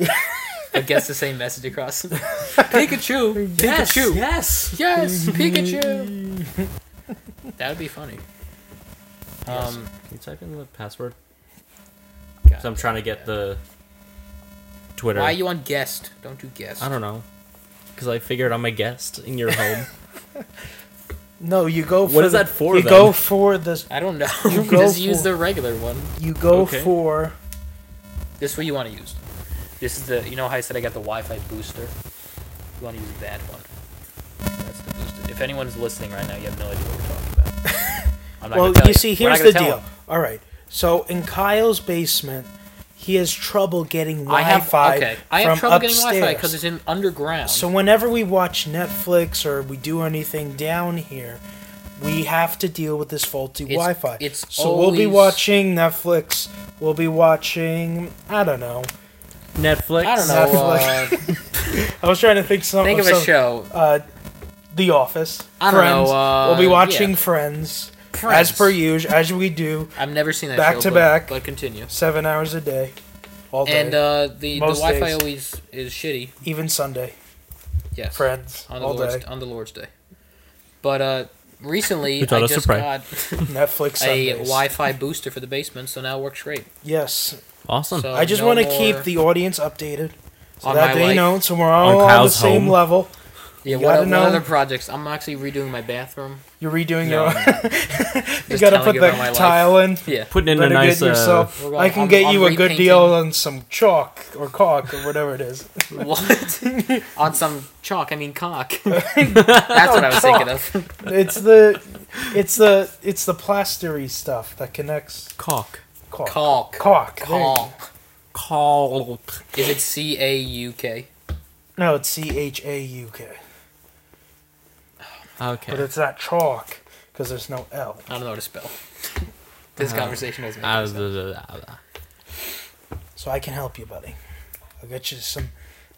[SPEAKER 4] but gets the same message across. Pikachu,
[SPEAKER 2] Yes,
[SPEAKER 4] Pikachu, yes,
[SPEAKER 2] Yes.
[SPEAKER 4] Pikachu. that would be funny.
[SPEAKER 2] Can
[SPEAKER 4] Um,
[SPEAKER 2] you type in the password?
[SPEAKER 4] God.
[SPEAKER 2] So I'm trying to get the Twitter.
[SPEAKER 4] Why are you on guest? Don't do guest.
[SPEAKER 2] I don't know. Because I figured I'm a guest in your home.
[SPEAKER 3] No, you go. For
[SPEAKER 2] is
[SPEAKER 3] the-
[SPEAKER 2] that for,
[SPEAKER 3] You
[SPEAKER 2] then?
[SPEAKER 3] go for the.
[SPEAKER 4] I don't know.
[SPEAKER 3] You go
[SPEAKER 4] Just use
[SPEAKER 3] for-
[SPEAKER 4] the regular one.
[SPEAKER 3] You go
[SPEAKER 2] Okay.
[SPEAKER 3] for.
[SPEAKER 4] This one you want to use. This is the. You know how I said I got the Wi-Fi booster. You want to use that one. That's the booster. If anyone's listening right now, you have no idea what we're talking about. I'm not
[SPEAKER 3] Well,
[SPEAKER 4] gonna tell
[SPEAKER 3] you see,
[SPEAKER 4] We're not
[SPEAKER 3] here's
[SPEAKER 4] gonna
[SPEAKER 3] the
[SPEAKER 4] tell
[SPEAKER 3] deal.
[SPEAKER 4] 'em.
[SPEAKER 3] All right. So in Kyle's basement, he has trouble getting
[SPEAKER 4] I have
[SPEAKER 3] Wi-Fi
[SPEAKER 4] okay. I
[SPEAKER 3] from
[SPEAKER 4] have trouble
[SPEAKER 3] upstairs.
[SPEAKER 4] getting Wi-Fi because it's in underground.
[SPEAKER 3] So whenever we watch Netflix or we do anything down here, we have to deal with this faulty
[SPEAKER 4] It's-
[SPEAKER 3] Wi-Fi.
[SPEAKER 4] it's
[SPEAKER 3] so we'll be
[SPEAKER 4] always-
[SPEAKER 3] watching Netflix. We'll be watching. I don't know.
[SPEAKER 2] Netflix.
[SPEAKER 4] I don't know. Uh,
[SPEAKER 3] I was trying to think some.
[SPEAKER 4] think of a
[SPEAKER 3] some-
[SPEAKER 4] show.
[SPEAKER 3] Uh, The Office.
[SPEAKER 4] I don't know,
[SPEAKER 3] Friends.
[SPEAKER 4] uh,
[SPEAKER 3] we'll be watching
[SPEAKER 4] yeah.
[SPEAKER 3] Friends,
[SPEAKER 4] Friends.
[SPEAKER 3] as per usual, as we do,
[SPEAKER 4] I've never seen that
[SPEAKER 3] Back
[SPEAKER 4] show,
[SPEAKER 3] to
[SPEAKER 4] but-
[SPEAKER 3] back.
[SPEAKER 4] But continue.
[SPEAKER 3] seven hours a day, all day,
[SPEAKER 4] And uh, the, the
[SPEAKER 3] Most
[SPEAKER 4] Wi-Fi
[SPEAKER 3] days.
[SPEAKER 4] always is shitty.
[SPEAKER 3] even Sunday.
[SPEAKER 4] Yes.
[SPEAKER 3] Friends,
[SPEAKER 4] on the
[SPEAKER 3] all
[SPEAKER 4] Lord's
[SPEAKER 3] day.
[SPEAKER 4] on the Lord's Day. But uh, recently
[SPEAKER 2] Who taught
[SPEAKER 4] I
[SPEAKER 2] us to
[SPEAKER 4] just
[SPEAKER 2] pray.
[SPEAKER 4] got
[SPEAKER 3] Netflix.
[SPEAKER 4] a
[SPEAKER 3] Sundays.
[SPEAKER 4] Wi-Fi booster for the basement, so now it works great.
[SPEAKER 3] Yes,
[SPEAKER 2] Awesome.
[SPEAKER 4] So
[SPEAKER 3] I just
[SPEAKER 4] no
[SPEAKER 3] want to
[SPEAKER 4] more-
[SPEAKER 3] keep the audience updated. So
[SPEAKER 4] On
[SPEAKER 3] that
[SPEAKER 4] my
[SPEAKER 3] they
[SPEAKER 4] life.
[SPEAKER 3] know, so we're all
[SPEAKER 2] On
[SPEAKER 3] on, the
[SPEAKER 2] Kyle's
[SPEAKER 3] same
[SPEAKER 2] home.
[SPEAKER 3] level.
[SPEAKER 4] yeah.
[SPEAKER 3] you
[SPEAKER 4] What,
[SPEAKER 3] gotta
[SPEAKER 4] what
[SPEAKER 3] know-
[SPEAKER 4] other projects? I'm actually redoing my bathroom.
[SPEAKER 3] You're redoing
[SPEAKER 4] No,
[SPEAKER 3] your.
[SPEAKER 4] I'm
[SPEAKER 3] own. you
[SPEAKER 4] Just
[SPEAKER 3] gotta
[SPEAKER 4] telling
[SPEAKER 3] put
[SPEAKER 4] you
[SPEAKER 3] the
[SPEAKER 4] about my life.
[SPEAKER 3] tile in.
[SPEAKER 4] Yeah.
[SPEAKER 2] Putting in a
[SPEAKER 3] Renovate
[SPEAKER 2] nice. Uh,
[SPEAKER 3] yourself.
[SPEAKER 4] We're going-
[SPEAKER 3] I can
[SPEAKER 4] I'm-
[SPEAKER 3] get
[SPEAKER 4] I'm
[SPEAKER 3] you a good
[SPEAKER 4] repainting.
[SPEAKER 3] deal on some chalk or caulk or whatever it is.
[SPEAKER 4] what? on some chalk? I mean cock. That's what I was thinking of.
[SPEAKER 3] It's the, it's the, it's the plastery stuff that connects
[SPEAKER 2] caulk.
[SPEAKER 3] caulk.
[SPEAKER 4] Caulk.
[SPEAKER 3] Caulk. there you go.
[SPEAKER 4] Caulk.
[SPEAKER 2] Caulk.
[SPEAKER 4] Is it C A U K?
[SPEAKER 3] No, it's C H A U K, but
[SPEAKER 2] Okay.
[SPEAKER 3] it's not chalk because there's no L.
[SPEAKER 4] I don't know how to spell. This conversation doesn't make
[SPEAKER 2] Uh,
[SPEAKER 4] any sense.
[SPEAKER 2] blah, blah, blah, blah.
[SPEAKER 3] So I can help you, buddy. I'll get you some.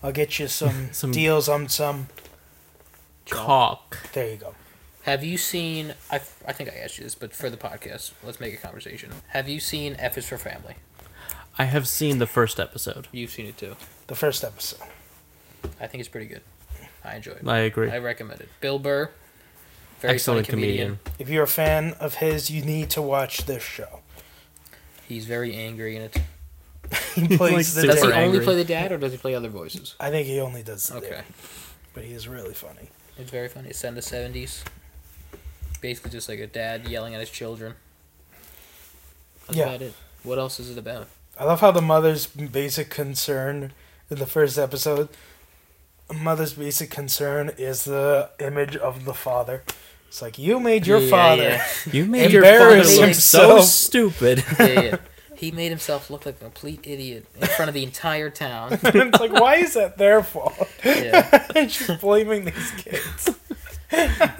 [SPEAKER 3] I'll get you some,
[SPEAKER 2] Some-
[SPEAKER 3] deals on some.
[SPEAKER 2] Caulk.
[SPEAKER 3] There you go.
[SPEAKER 4] Have you seen? I, I think I asked you this, but for the podcast, let's make a conversation. Have you seen F is for Family?
[SPEAKER 2] I have seen the first episode.
[SPEAKER 4] You've seen it too.
[SPEAKER 3] The first episode.
[SPEAKER 4] I think it's pretty good. I enjoy it.
[SPEAKER 2] I agree.
[SPEAKER 4] I recommend it. Bill Burr, very
[SPEAKER 2] Excellent
[SPEAKER 4] funny comedian.
[SPEAKER 2] comedian.
[SPEAKER 3] If you're a fan of his, you need to watch this show.
[SPEAKER 4] He's very angry in it.
[SPEAKER 3] He plays the
[SPEAKER 2] super
[SPEAKER 4] Does he
[SPEAKER 3] dad.
[SPEAKER 2] angry.
[SPEAKER 4] only play the dad, or does he play other voices?
[SPEAKER 3] I think he only does the
[SPEAKER 4] Okay,
[SPEAKER 3] dad, but he is really funny.
[SPEAKER 4] it's very funny. It's set in the seventies. Basically, just like a dad yelling at his children. That's
[SPEAKER 3] Yeah.
[SPEAKER 4] about it. What else is it about?
[SPEAKER 3] I love how the mother's basic concern in the first episode. Mother's basic concern is the image of the father. It's like you made your
[SPEAKER 4] Yeah,
[SPEAKER 3] father.
[SPEAKER 4] yeah.
[SPEAKER 2] You made your father
[SPEAKER 4] Embarrass
[SPEAKER 2] look so
[SPEAKER 3] himself.
[SPEAKER 2] stupid.
[SPEAKER 4] yeah, yeah. He made himself look like a complete idiot in front of the entire town.
[SPEAKER 3] it's like why is that their fault?
[SPEAKER 4] Yeah.
[SPEAKER 3] She's blaming these kids.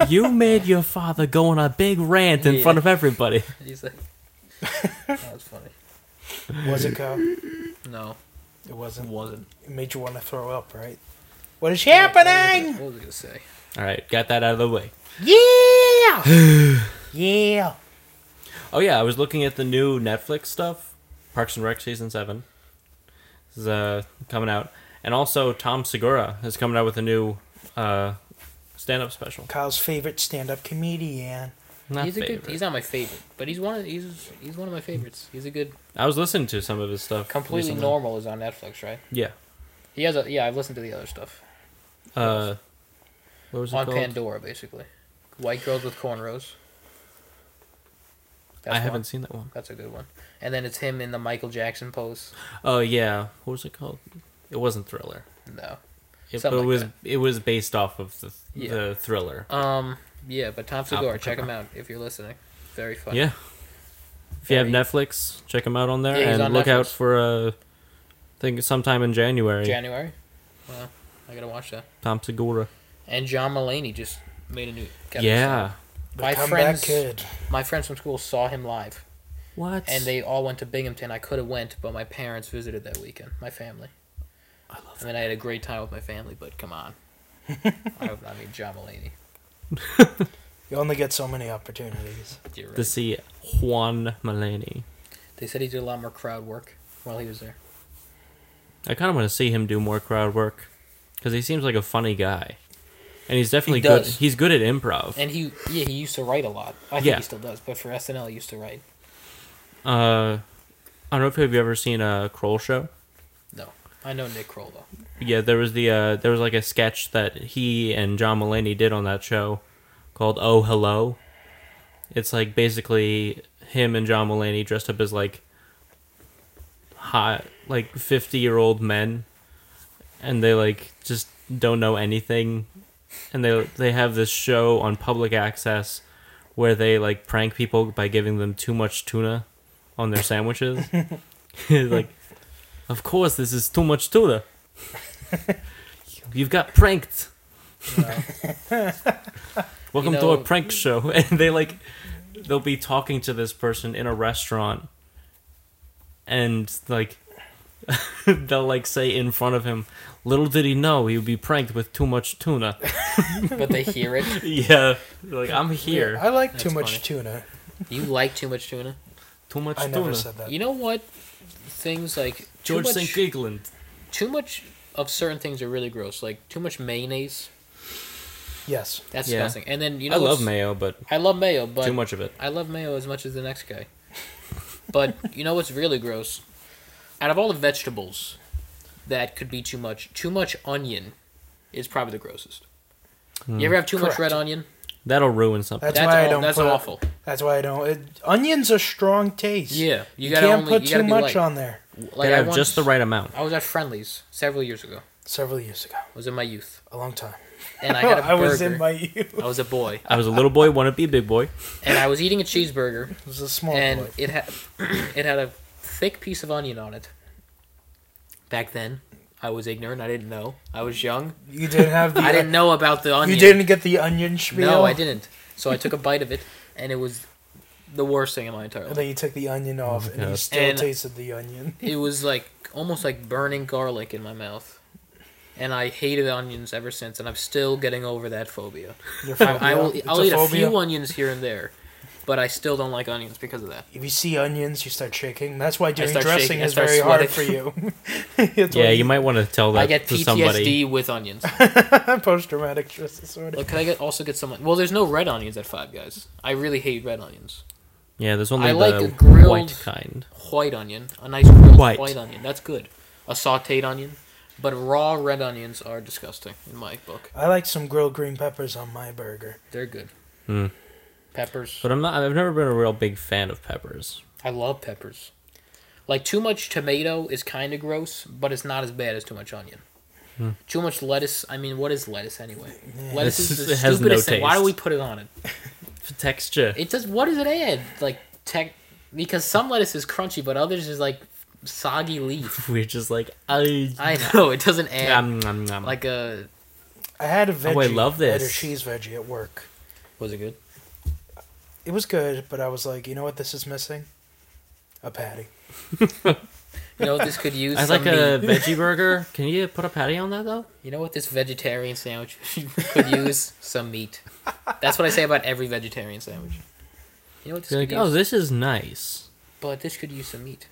[SPEAKER 2] you made your father go on a big rant in
[SPEAKER 4] Yeah.
[SPEAKER 2] front of everybody.
[SPEAKER 4] He's like, that was funny.
[SPEAKER 3] Was it Kyle?
[SPEAKER 4] No,
[SPEAKER 3] It wasn't.
[SPEAKER 4] wasn't.
[SPEAKER 3] It made you want to throw up, right? What is
[SPEAKER 4] What
[SPEAKER 3] happening?
[SPEAKER 4] was I gonna say?
[SPEAKER 2] All right, got that out of the way.
[SPEAKER 3] Yeah. yeah.
[SPEAKER 2] Oh yeah, I was looking at the new Netflix stuff, Parks and Rec season seven is uh, coming out, and also Tom Segura is coming out with a new uh, stand-up special.
[SPEAKER 3] Kyle's favorite stand-up comedian.
[SPEAKER 2] Not
[SPEAKER 4] he's a
[SPEAKER 2] favorite.
[SPEAKER 4] good. He's not my favorite, but he's one of he's he's one of my favorites. He's a good.
[SPEAKER 2] I was listening to some of his stuff.
[SPEAKER 4] Completely
[SPEAKER 2] recently.
[SPEAKER 4] normal is on Netflix, right?
[SPEAKER 2] Yeah.
[SPEAKER 4] He has a yeah. I've listened to the other stuff
[SPEAKER 2] Uh, what was it
[SPEAKER 4] on
[SPEAKER 2] called?
[SPEAKER 4] Pandora, basically. White girls with cornrows. That's
[SPEAKER 2] I
[SPEAKER 4] one.
[SPEAKER 2] haven't seen that one.
[SPEAKER 4] That's a good one. And then it's him in the Michael Jackson pose.
[SPEAKER 2] Oh yeah, what was it called? It wasn't Thriller.
[SPEAKER 4] No.
[SPEAKER 2] It,
[SPEAKER 4] Something
[SPEAKER 2] it
[SPEAKER 4] like
[SPEAKER 2] was
[SPEAKER 4] that.
[SPEAKER 2] it was based off of the
[SPEAKER 4] Yeah.
[SPEAKER 2] the Thriller.
[SPEAKER 4] Um. Yeah, but Tom Segura,
[SPEAKER 2] Apple
[SPEAKER 4] check him out if you're listening. Very funny.
[SPEAKER 2] Yeah. If you have
[SPEAKER 4] Very-
[SPEAKER 2] Netflix, check him out on there,
[SPEAKER 4] Yeah, he's
[SPEAKER 2] and
[SPEAKER 4] on
[SPEAKER 2] look out
[SPEAKER 4] Netflix.
[SPEAKER 2] for uh, I think it's sometime in January.
[SPEAKER 4] January. Wow. I gotta watch that.
[SPEAKER 2] Tom Segura.
[SPEAKER 4] And John Mulaney just made a new. got a new
[SPEAKER 2] yeah.
[SPEAKER 4] song.
[SPEAKER 3] The
[SPEAKER 4] My
[SPEAKER 3] comeback
[SPEAKER 4] friends,
[SPEAKER 3] kid.
[SPEAKER 4] my friends from school saw him live,
[SPEAKER 2] What?
[SPEAKER 4] and they all went to Binghamton. I could have went, but my parents visited that weekend. My family. I love. I mean, I had a great time with my family, but come on. I, hope- I mean, John Mulaney.
[SPEAKER 3] You only get so many opportunities.
[SPEAKER 4] You're right.
[SPEAKER 2] to see Juan Mulaney.
[SPEAKER 4] They said he did a lot more crowd work while he was there.
[SPEAKER 2] I kind of want to see him do more crowd work because he seems like a funny guy, and he's definitely good.
[SPEAKER 4] does.
[SPEAKER 2] He's good at improv.
[SPEAKER 4] And he, yeah, he used to write a lot. I think
[SPEAKER 2] Yeah.
[SPEAKER 4] he still does, but for SNL, he used to write.
[SPEAKER 2] uh, I don't know if you've ever seen a Kroll show.
[SPEAKER 4] No, I know Nick Kroll though.
[SPEAKER 2] Yeah, there was the uh, there was like a sketch that he and John Mulaney did on that show called Oh Hello. It's like basically him and John Mulaney dressed up as like hot like 50-year-old men and they like just don't know anything and they they have this show on public access where they like prank people by giving them too much tuna on their sandwiches. like of course this is too much tuna. You've got pranked. Welcome
[SPEAKER 4] You know-
[SPEAKER 2] to a prank show. And they like they'll be talking to this person in a restaurant and like they'll like say in front of him, little did he know he would be pranked with too much tuna.
[SPEAKER 4] But they hear it.
[SPEAKER 2] yeah. Like I'm here.
[SPEAKER 3] I like too
[SPEAKER 4] That's
[SPEAKER 3] much
[SPEAKER 4] funny.
[SPEAKER 3] tuna.
[SPEAKER 4] You like too much tuna.
[SPEAKER 2] Too much
[SPEAKER 3] I
[SPEAKER 2] tuna.
[SPEAKER 3] never said that.
[SPEAKER 4] You know what? Things like too
[SPEAKER 2] George St.
[SPEAKER 4] much,
[SPEAKER 2] Gigland.
[SPEAKER 4] too much of certain things are really gross. Like too much mayonnaise.
[SPEAKER 3] Yes.
[SPEAKER 4] That's
[SPEAKER 2] Yeah.
[SPEAKER 4] disgusting. And then you know
[SPEAKER 2] I love
[SPEAKER 4] what's-
[SPEAKER 2] mayo, but
[SPEAKER 4] I love mayo, but
[SPEAKER 2] too much of it.
[SPEAKER 4] I love mayo as much as the next guy. but you know what's really gross? Out of all the vegetables that could be too much, too much onion is probably the grossest. You ever have too much red
[SPEAKER 3] Correct.
[SPEAKER 4] onion?
[SPEAKER 2] That'll ruin something.
[SPEAKER 3] That's why I
[SPEAKER 4] aw-
[SPEAKER 3] don't
[SPEAKER 4] That's
[SPEAKER 3] put it-
[SPEAKER 4] awful.
[SPEAKER 3] That's why I don't. It, onions are strong taste.
[SPEAKER 4] Yeah, you,
[SPEAKER 3] You,
[SPEAKER 4] gotta
[SPEAKER 3] can't
[SPEAKER 4] only,
[SPEAKER 3] put
[SPEAKER 4] you
[SPEAKER 3] too
[SPEAKER 4] gotta
[SPEAKER 3] much
[SPEAKER 4] be light.
[SPEAKER 3] on there.
[SPEAKER 4] Like
[SPEAKER 2] they
[SPEAKER 4] I
[SPEAKER 2] have
[SPEAKER 4] once,
[SPEAKER 2] just the right amount.
[SPEAKER 4] I was at Friendlies several years ago.
[SPEAKER 3] Several years ago,
[SPEAKER 4] I was in my youth,
[SPEAKER 3] a long time.
[SPEAKER 4] and I had a burger.
[SPEAKER 3] was in my youth.
[SPEAKER 4] I was a boy,
[SPEAKER 2] I was a little boy, want to be a big boy.
[SPEAKER 4] and I was eating a cheeseburger,
[SPEAKER 3] It was a small
[SPEAKER 4] and
[SPEAKER 3] boy.
[SPEAKER 4] it had it had a thick piece of onion on it. Back then, I was ignorant. I didn't know. I was young.
[SPEAKER 3] You didn't have the.
[SPEAKER 4] I didn't know about the onion.
[SPEAKER 3] You didn't get the onion spiel.
[SPEAKER 4] No, I didn't. So I took a bite of it, and it was the worst thing in my entire
[SPEAKER 3] And
[SPEAKER 4] life.
[SPEAKER 3] then you took the onion off, and
[SPEAKER 2] Oh God.
[SPEAKER 3] you still
[SPEAKER 4] And-
[SPEAKER 3] tasted the onion.
[SPEAKER 4] It was like almost like burning garlic in my mouth, and I hated onions ever since. And I'm still getting over that phobia.
[SPEAKER 3] Your
[SPEAKER 4] I, I
[SPEAKER 3] phobia.
[SPEAKER 4] will.
[SPEAKER 3] It's
[SPEAKER 4] I'll eat a
[SPEAKER 3] phobia.
[SPEAKER 4] few onions here and there, but I still don't like onions because of that.
[SPEAKER 3] If you see onions, you start shaking. That's why doing
[SPEAKER 4] start
[SPEAKER 3] dressing
[SPEAKER 4] shaking, I
[SPEAKER 3] is
[SPEAKER 4] start
[SPEAKER 3] very hard for you.
[SPEAKER 4] sweating.
[SPEAKER 3] That's
[SPEAKER 2] yeah,
[SPEAKER 3] why
[SPEAKER 2] you might want to tell that
[SPEAKER 4] I get
[SPEAKER 2] to
[SPEAKER 4] PTSD
[SPEAKER 2] somebody.
[SPEAKER 4] with onions.
[SPEAKER 3] Post traumatic stress disorder.
[SPEAKER 4] Like, could I get also get some? Well, there's no red onions at Five Guys. I really hate red onions.
[SPEAKER 2] Yeah, there's only
[SPEAKER 4] I
[SPEAKER 2] the
[SPEAKER 4] like a grilled-
[SPEAKER 2] white kind.
[SPEAKER 4] White onion, a nice grilled
[SPEAKER 2] White.
[SPEAKER 4] white. onion. That's good. A sautéed onion, but raw red onions are disgusting in my book.
[SPEAKER 3] I like some grilled green peppers on my burger.
[SPEAKER 4] They're good.
[SPEAKER 2] Hmm.
[SPEAKER 4] Peppers.
[SPEAKER 2] But I'm not. I've never been a real big fan of peppers.
[SPEAKER 4] I love peppers. Like too much tomato is kind of gross, but it's not as bad as too much onion.
[SPEAKER 2] Hmm.
[SPEAKER 4] Too much lettuce. I mean, what is lettuce anyway? Lettuce
[SPEAKER 2] It's-
[SPEAKER 4] is the
[SPEAKER 2] it has no
[SPEAKER 4] stupidest thing. Why do
[SPEAKER 2] taste.
[SPEAKER 4] we put it on it?
[SPEAKER 2] For texture.
[SPEAKER 4] It does. What does it add? Like tech, because some lettuce is crunchy, but others is like soggy leaf.
[SPEAKER 2] We're just like I.
[SPEAKER 4] I know it doesn't add
[SPEAKER 2] Nom, nom, nom.
[SPEAKER 4] like a.
[SPEAKER 3] I had a veggie.
[SPEAKER 2] Oh, I love this.
[SPEAKER 3] I had a cheese veggie at work.
[SPEAKER 4] Was it good?
[SPEAKER 3] It was good, but I was like, you know what this is missing? A patty.
[SPEAKER 4] You know what this could use?
[SPEAKER 2] I
[SPEAKER 4] some
[SPEAKER 2] like a
[SPEAKER 4] meat.
[SPEAKER 2] veggie burger. Can you put a patty on that though?
[SPEAKER 4] You know what this vegetarian sandwich could use? Some meat. That's what I say about every vegetarian sandwich. You know what this
[SPEAKER 2] You're
[SPEAKER 4] could
[SPEAKER 2] like, oh,
[SPEAKER 4] use?
[SPEAKER 2] this is nice.
[SPEAKER 4] But this could use some meat.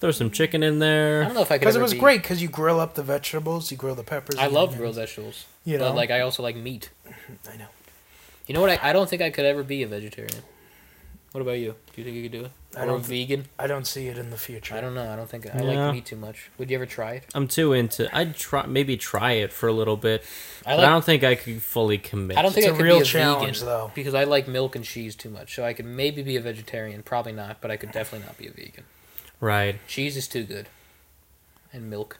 [SPEAKER 2] Throw some chicken in
[SPEAKER 4] I
[SPEAKER 2] there.
[SPEAKER 4] don't know if I could.
[SPEAKER 3] Because it
[SPEAKER 4] ever
[SPEAKER 3] was
[SPEAKER 4] be-
[SPEAKER 3] great, because you grill up the vegetables, you grill the peppers.
[SPEAKER 4] I
[SPEAKER 3] and
[SPEAKER 4] love
[SPEAKER 3] onions.
[SPEAKER 4] grilled vegetables,
[SPEAKER 3] You know?
[SPEAKER 4] but like I also like meat.
[SPEAKER 3] I know.
[SPEAKER 4] You know what? I, I don't think I could ever be a vegetarian. What about you? Do you think you could do it?
[SPEAKER 3] I
[SPEAKER 4] or a
[SPEAKER 3] don't
[SPEAKER 4] vegan?
[SPEAKER 3] I don't see it in the future.
[SPEAKER 4] I don't know. I don't think I
[SPEAKER 2] Yeah.
[SPEAKER 4] like meat too much. Would you ever try it?
[SPEAKER 2] I'm too into. I'd try maybe try it for a little bit,
[SPEAKER 4] I
[SPEAKER 2] but
[SPEAKER 4] like.
[SPEAKER 2] I don't think I could fully commit.
[SPEAKER 4] I don't think
[SPEAKER 3] It's
[SPEAKER 4] I
[SPEAKER 3] a
[SPEAKER 4] could
[SPEAKER 3] real
[SPEAKER 4] be a
[SPEAKER 3] challenge,
[SPEAKER 4] vegan
[SPEAKER 3] though.
[SPEAKER 4] because I like milk and cheese too much. So I could maybe be a vegetarian, probably not, but I could definitely not be a vegan.
[SPEAKER 2] Right.
[SPEAKER 4] Cheese is too good, and milk.